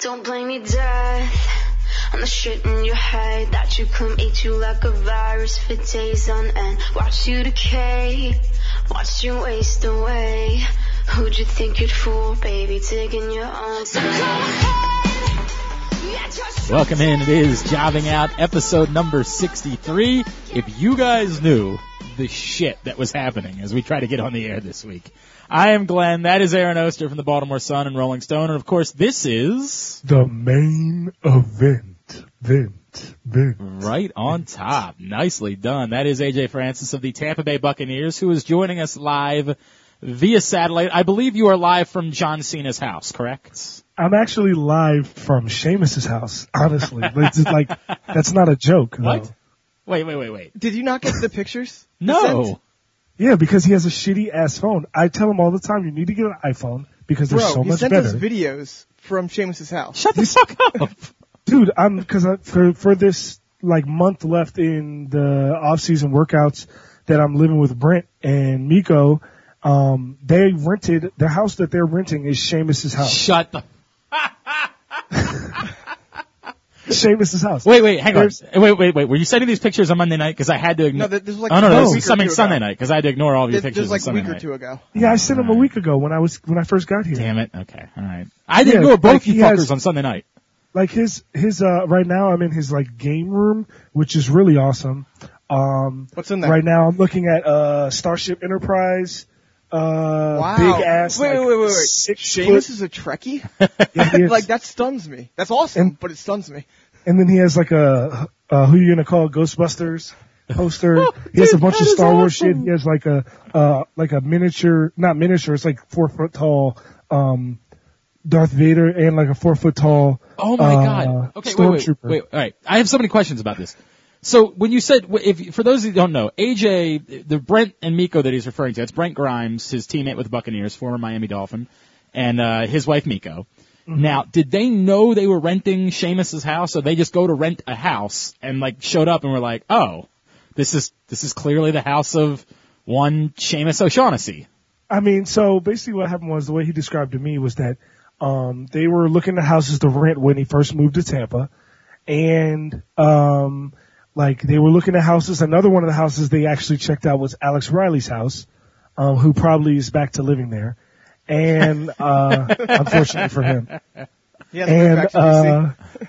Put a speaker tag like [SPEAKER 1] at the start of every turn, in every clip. [SPEAKER 1] Don't blame me, death. On the shit in your head that you come eat you like a virus for days on end. Watch you decay, watch you waste away. Who'd you think you'd fool, baby? Digging your own
[SPEAKER 2] Welcome in. It is Jobbing Out, episode number 63. If you guys knew the shit that was happening as we try to get on the air this week. I am Glenn. That is Aaron Oster from the Baltimore Sun and Rolling Stone. And of course, this is
[SPEAKER 3] The main event. Vent. Vent.
[SPEAKER 4] Mm.
[SPEAKER 2] right on top. Nicely done. That is AJ Francis of the Tampa Bay Buccaneers who is joining us live via satellite. I believe you are live from John Cena's house, correct?
[SPEAKER 3] I'm actually live from Seamus's house, honestly. It's just like, that's not a joke.
[SPEAKER 2] What?
[SPEAKER 3] though.
[SPEAKER 2] Wait, wait, wait, wait.
[SPEAKER 4] Did you not get the pictures?
[SPEAKER 2] No.
[SPEAKER 3] Yeah, because he has a shitty ass phone. I tell him all the time, you need to get an iPhone because they're
[SPEAKER 4] Bro,
[SPEAKER 3] so
[SPEAKER 4] he
[SPEAKER 3] much
[SPEAKER 4] sent
[SPEAKER 3] better.
[SPEAKER 4] us videos from Seamus's house.
[SPEAKER 2] Shut the fuck up.
[SPEAKER 3] Dude, I'm, cause I, for, for this like month left in the off season workouts that I'm living with Brent and Miko, um, they rented, the house that they're renting is Seamus's house.
[SPEAKER 2] Shut the
[SPEAKER 3] Seamus's house.
[SPEAKER 2] Wait, wait, hang on.
[SPEAKER 3] There's-
[SPEAKER 2] Wait, wait, wait. Were you sending these pictures on Monday night? Because I had to ignore.
[SPEAKER 4] No, th- this was like
[SPEAKER 2] oh no, no,
[SPEAKER 4] a
[SPEAKER 2] this
[SPEAKER 4] week
[SPEAKER 2] is
[SPEAKER 4] or
[SPEAKER 2] something
[SPEAKER 4] two
[SPEAKER 2] Sunday
[SPEAKER 4] ago.
[SPEAKER 2] night because I had to ignore all of your
[SPEAKER 4] This, this
[SPEAKER 2] pictures
[SPEAKER 4] was like
[SPEAKER 2] on
[SPEAKER 4] a
[SPEAKER 2] Sunday
[SPEAKER 4] week or
[SPEAKER 2] night.
[SPEAKER 4] two ago.
[SPEAKER 3] Yeah, I sent him a week ago when I was, when I first got here.
[SPEAKER 2] Damn it. Okay. All right. I
[SPEAKER 3] Yeah,
[SPEAKER 2] didn't ignore both
[SPEAKER 3] like,
[SPEAKER 2] you
[SPEAKER 3] he
[SPEAKER 2] fuckers
[SPEAKER 3] has-
[SPEAKER 2] on Sunday night.
[SPEAKER 3] like his his uh right now I'm in his like game room, which is really awesome. Um
[SPEAKER 4] What's in there?
[SPEAKER 3] right now I'm looking at uh Starship Enterprise uh
[SPEAKER 4] Wow.
[SPEAKER 3] big ass
[SPEAKER 4] Wait,
[SPEAKER 3] like,
[SPEAKER 4] wait, wait, wait.
[SPEAKER 3] six
[SPEAKER 4] Seamus
[SPEAKER 3] foot-
[SPEAKER 4] is a Trekkie?
[SPEAKER 3] yeah, he is.
[SPEAKER 4] like, that stuns me. That's awesome,
[SPEAKER 3] And-
[SPEAKER 4] but it stuns me.
[SPEAKER 3] and then he has like a uh who you gonna call Ghostbusters poster. he has a
[SPEAKER 2] Oh, dude,
[SPEAKER 3] bunch
[SPEAKER 2] that
[SPEAKER 3] of
[SPEAKER 2] is
[SPEAKER 3] Star Wars shit.
[SPEAKER 2] awesome.
[SPEAKER 3] He has like a uh like a miniature not miniature, it's like four foot tall um Darth Vader and like a four foot tall
[SPEAKER 2] Oh my
[SPEAKER 3] uh,
[SPEAKER 2] god. Okay, wait, wait,
[SPEAKER 3] Stormtrooper.
[SPEAKER 2] wait. All right. I have so many questions about this. So when you said, if for those who don't know, AJ, the Brent and Miko that he's referring to, that's Brent Grimes, his teammate with the Buccaneers, former Miami Dolphin, and uh, his wife Miko.
[SPEAKER 3] Mm-hmm.
[SPEAKER 2] Now, did they know they were renting Seamus's house, or they just go to rent a house and like showed up and were like, oh, this is this is clearly the house of one Seamus O'Shaughnessy.
[SPEAKER 3] I mean, so basically what happened was the way he described to me was that um they were looking at houses to rent when he first moved to Tampa and um like they were looking at houses. Another one of the houses they actually checked out was Alex Riley's house, um, who probably is back to living there. And uh unfortunately for him
[SPEAKER 4] He has to go
[SPEAKER 3] and
[SPEAKER 4] back to
[SPEAKER 3] uh,
[SPEAKER 4] DC.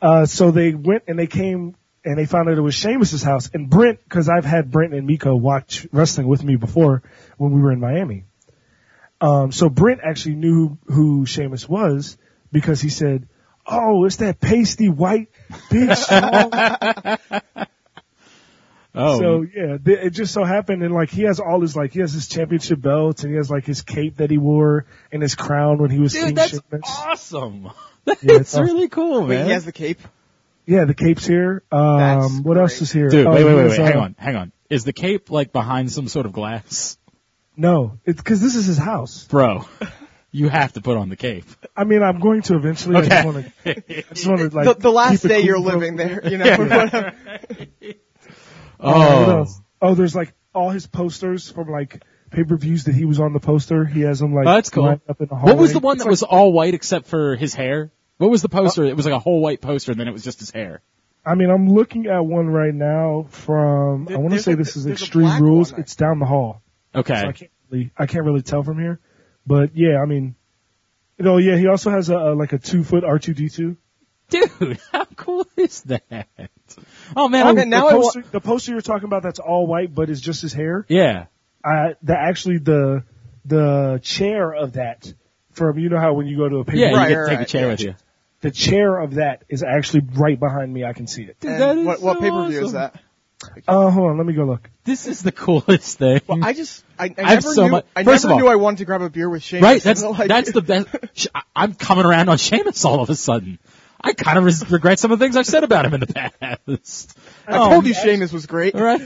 [SPEAKER 3] uh, so they went and they came and they found out it was Seamus's house and Brent because I've had Brent and Miko watch wrestling with me before when we were in Miami. Um, so Brent actually knew who Seamus was because he said, "Oh, it's that pasty white big strong
[SPEAKER 2] Oh,
[SPEAKER 3] so yeah, th- it just so happened, and like he has all his like he has his championship belts, and he has like his cape that he wore and his crown when he was King
[SPEAKER 2] dude, that's
[SPEAKER 3] Sheamus.
[SPEAKER 2] awesome.
[SPEAKER 3] Yeah,
[SPEAKER 2] That's
[SPEAKER 3] it's awesome.
[SPEAKER 2] really cool,
[SPEAKER 4] Wait,
[SPEAKER 2] man.
[SPEAKER 4] he has the cape.
[SPEAKER 3] Yeah, the cape's here. Um,
[SPEAKER 4] That's
[SPEAKER 3] what else
[SPEAKER 4] great.
[SPEAKER 3] is here?
[SPEAKER 2] Dude,
[SPEAKER 3] Oh,
[SPEAKER 2] wait, wait, wait,
[SPEAKER 3] there's,
[SPEAKER 2] wait.
[SPEAKER 3] uh,
[SPEAKER 2] Hang on, hang on. Is the cape like behind some sort of glass?
[SPEAKER 3] No, it's because this is his house.
[SPEAKER 2] Bro, you have to put on the cape.
[SPEAKER 3] I mean, I'm going to eventually. I just want to. I just want to like
[SPEAKER 4] the, the last
[SPEAKER 3] keep it
[SPEAKER 4] day
[SPEAKER 3] cool.
[SPEAKER 4] you're living there, you know.
[SPEAKER 3] Uh, what
[SPEAKER 2] oh,
[SPEAKER 3] else? oh, there's like all his posters from like pay per views that he was on the poster. He has them like.
[SPEAKER 2] Oh, that's cool.
[SPEAKER 3] lined Up in the
[SPEAKER 2] what was
[SPEAKER 3] hallway.
[SPEAKER 2] the one
[SPEAKER 3] It's
[SPEAKER 2] that
[SPEAKER 3] like-
[SPEAKER 2] was all white except for his hair? What was the
[SPEAKER 4] Uh,
[SPEAKER 2] poster? it was like a whole white poster, and then it was just his hair.
[SPEAKER 3] I mean, I'm looking at one right now from. I
[SPEAKER 4] There-
[SPEAKER 3] want to
[SPEAKER 4] there's
[SPEAKER 3] say
[SPEAKER 4] a-
[SPEAKER 3] this is
[SPEAKER 4] there's a
[SPEAKER 3] Extreme
[SPEAKER 4] black
[SPEAKER 3] Rules.
[SPEAKER 4] one, I-
[SPEAKER 3] It's down the hall. So I
[SPEAKER 2] Okay.
[SPEAKER 3] can't really, I can't really tell from here, but yeah, I mean, you know, yeah, he also has a, a like a two foot R two D two.
[SPEAKER 2] Dude, how cool is that? Oh man,
[SPEAKER 4] Okay,
[SPEAKER 2] I'm-
[SPEAKER 4] now
[SPEAKER 3] the
[SPEAKER 4] I wa-
[SPEAKER 3] poster, the poster you're talking about that's all white, but it's just his hair.
[SPEAKER 2] yeah.
[SPEAKER 3] I the actually the the chair of that from you know how when you go to a paper
[SPEAKER 2] Yeah,
[SPEAKER 4] Right,
[SPEAKER 2] you get to
[SPEAKER 4] right,
[SPEAKER 2] take a
[SPEAKER 4] right,
[SPEAKER 2] chair
[SPEAKER 4] yeah.
[SPEAKER 2] with you.
[SPEAKER 3] the chair of that is actually right behind me. I can see it.
[SPEAKER 2] Dude, that
[SPEAKER 4] and
[SPEAKER 2] is
[SPEAKER 4] what what
[SPEAKER 2] so
[SPEAKER 4] pay-per-view is
[SPEAKER 2] awesome.
[SPEAKER 4] that?
[SPEAKER 3] Uh, hold on, let me go look.
[SPEAKER 2] This is the coolest thing.
[SPEAKER 4] Well, I just, I, I,
[SPEAKER 2] I have
[SPEAKER 4] never
[SPEAKER 2] so
[SPEAKER 4] knew,
[SPEAKER 2] much-
[SPEAKER 4] I
[SPEAKER 2] first of
[SPEAKER 4] never
[SPEAKER 2] all-
[SPEAKER 4] knew I wanted to grab a beer with Seamus.
[SPEAKER 2] Right, that's
[SPEAKER 4] Like-
[SPEAKER 2] that's the best. Sh- I- I'm coming around on Seamus all of a sudden. I kind of res- regret some of the things I've said about him in the past.
[SPEAKER 4] I
[SPEAKER 2] Oh,
[SPEAKER 4] told you Seamus was great.
[SPEAKER 2] right?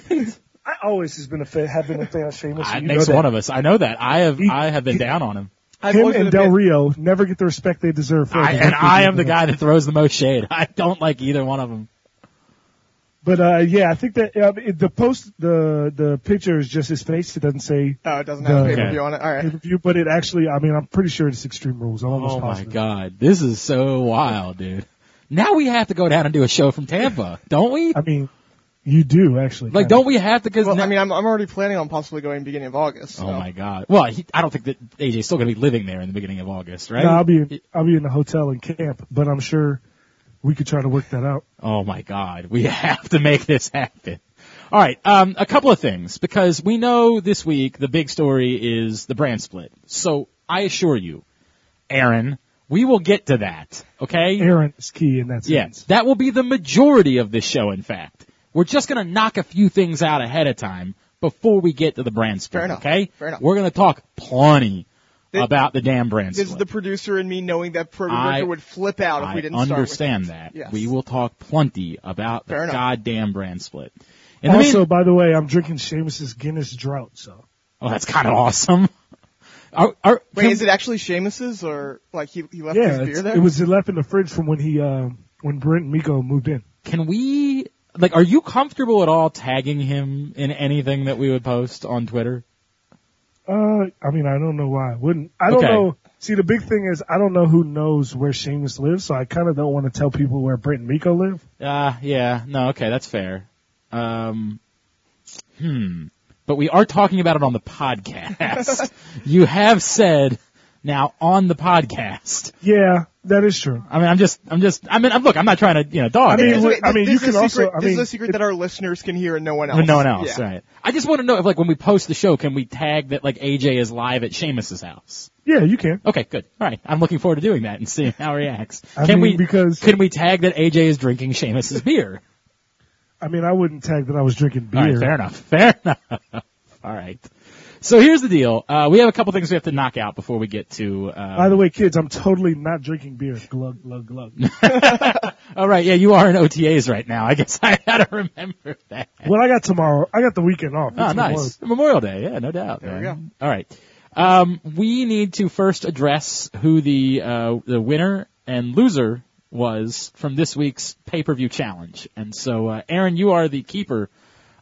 [SPEAKER 3] I always has been a fan, have been a fan of Sheamus.
[SPEAKER 2] I,
[SPEAKER 3] and you
[SPEAKER 2] makes
[SPEAKER 3] know that.
[SPEAKER 2] one of us. I know that. I have
[SPEAKER 3] He-
[SPEAKER 2] I have been down on him.
[SPEAKER 4] I've
[SPEAKER 3] Him
[SPEAKER 4] always been
[SPEAKER 3] and
[SPEAKER 4] a
[SPEAKER 3] Del
[SPEAKER 4] fan-
[SPEAKER 3] Rio never get the respect they deserve. For
[SPEAKER 2] I,
[SPEAKER 3] the
[SPEAKER 2] and
[SPEAKER 3] work
[SPEAKER 2] I
[SPEAKER 3] they
[SPEAKER 2] am
[SPEAKER 3] do.
[SPEAKER 2] the guy that throws the most shade. I don't like either one of them.
[SPEAKER 3] But uh, yeah, I think that uh, it- the post, the the picture is just his face. It doesn't say
[SPEAKER 4] Oh, it doesn't have
[SPEAKER 3] Okay.
[SPEAKER 4] pay per view on it. All
[SPEAKER 3] pay
[SPEAKER 4] right.
[SPEAKER 3] per view, but it actually. I mean, I'm pretty sure it's Extreme Rules. I'm almost
[SPEAKER 2] Oh my
[SPEAKER 3] positive.
[SPEAKER 2] god, this is so wild, dude. Now we have to go down and do a show from Tampa, don't we?
[SPEAKER 3] I mean, you do actually.
[SPEAKER 2] Like,
[SPEAKER 3] kinda.
[SPEAKER 2] don't we have to? Because
[SPEAKER 4] Well, I mean, I'm, I'm already planning on possibly going beginning of August.
[SPEAKER 2] oh
[SPEAKER 4] so.
[SPEAKER 2] my god. Well, he, I don't think that AJ's still going to be living there in the beginning of August, right?
[SPEAKER 3] No, I'll be I'll be in the hotel in camp, but I'm sure we could try to work that out.
[SPEAKER 2] Oh my God, we have to make this happen. All right, um, a couple of things because we know this week the big story is the brand split. So I assure you, Aaron, we will get to that. Okay?
[SPEAKER 3] Aaron is key in that
[SPEAKER 2] Yes,
[SPEAKER 3] sense.
[SPEAKER 2] that will be the majority of this show. In fact, we're just going to knock a few things out ahead of time before we get to the brand split.
[SPEAKER 4] Fair enough.
[SPEAKER 2] Okay?
[SPEAKER 4] Fair enough.
[SPEAKER 2] We're going to talk plenty
[SPEAKER 4] Thi-
[SPEAKER 2] about the damn brand split.
[SPEAKER 4] This is the producer and me knowing that program
[SPEAKER 2] I-
[SPEAKER 4] director would flip out if
[SPEAKER 2] I
[SPEAKER 4] we didn't
[SPEAKER 2] understand
[SPEAKER 4] start with
[SPEAKER 2] that.
[SPEAKER 4] Yes.
[SPEAKER 2] We will talk plenty about the
[SPEAKER 4] Fair enough.
[SPEAKER 2] goddamn brand split. And
[SPEAKER 3] also, by the way, I'm drinking Seamus's Guinness Drought, so
[SPEAKER 2] oh, that's kind of awesome. Are, are,
[SPEAKER 4] Wait,
[SPEAKER 2] can-
[SPEAKER 4] is it actually Seamus's or like he, he left
[SPEAKER 3] yeah,
[SPEAKER 4] his beer
[SPEAKER 3] it's-
[SPEAKER 4] there?
[SPEAKER 3] it was left in the fridge from when he uh, when Brent and Miko moved in.
[SPEAKER 2] Can we? Like, are you comfortable at all tagging him in anything that we would post on Twitter?
[SPEAKER 3] Uh, I mean, I don't know why I wouldn't. I don't
[SPEAKER 2] Okay.
[SPEAKER 3] know. See, the big thing is I don't know who knows where Seamus lives, so I kind of don't want to tell people where Brent and Miko live.
[SPEAKER 2] Uh, yeah, no, okay, that's fair. Um, hmm. But we are talking about it on the podcast. you have said now on the podcast.
[SPEAKER 3] Yeah, that is true.
[SPEAKER 2] I mean, I'm just, I'm just, I mean, I'm, look, I'm not trying to, you know, dog.
[SPEAKER 3] I mean,
[SPEAKER 2] it.
[SPEAKER 4] This is-
[SPEAKER 3] wait, I mean,
[SPEAKER 4] this
[SPEAKER 3] you
[SPEAKER 4] is a
[SPEAKER 3] can also-
[SPEAKER 4] secret-
[SPEAKER 3] I
[SPEAKER 4] this is
[SPEAKER 3] mean,
[SPEAKER 4] a secret that our listeners can hear and no one else.
[SPEAKER 2] But no one else,
[SPEAKER 4] Yeah.
[SPEAKER 2] right? I just want to know if, like, when we post the show, can we tag that like AJ is live at Seamus's house?
[SPEAKER 3] Yeah, you can.
[SPEAKER 2] Okay, good. All right, I'm looking forward to doing that and seeing how he reacts.
[SPEAKER 3] I
[SPEAKER 2] can
[SPEAKER 3] mean,
[SPEAKER 2] we
[SPEAKER 3] because-
[SPEAKER 2] can we tag that AJ is drinking Seamus's beer?
[SPEAKER 3] I mean, I wouldn't tag that I was drinking beer.
[SPEAKER 2] All right, fair enough. Fair enough. All right. So here's the deal. Uh, we have a couple things we have to knock out before we get to. Uh,
[SPEAKER 3] By the way, kids, I'm totally not drinking beer. Glug, glug, glug.
[SPEAKER 2] all Oh, right, yeah, you are in OTAs right now. I guess I gotta remember that.
[SPEAKER 3] Well, I got tomorrow. I got the weekend off.
[SPEAKER 2] Oh,
[SPEAKER 3] It's tomorrow.
[SPEAKER 2] nice. Memorial Day. Yeah, no doubt.
[SPEAKER 4] There we
[SPEAKER 2] man. All right. Um, we need to first address who the uh, the winner and loser was from this week's pay per view challenge. And so, uh, Aaron, you are the keeper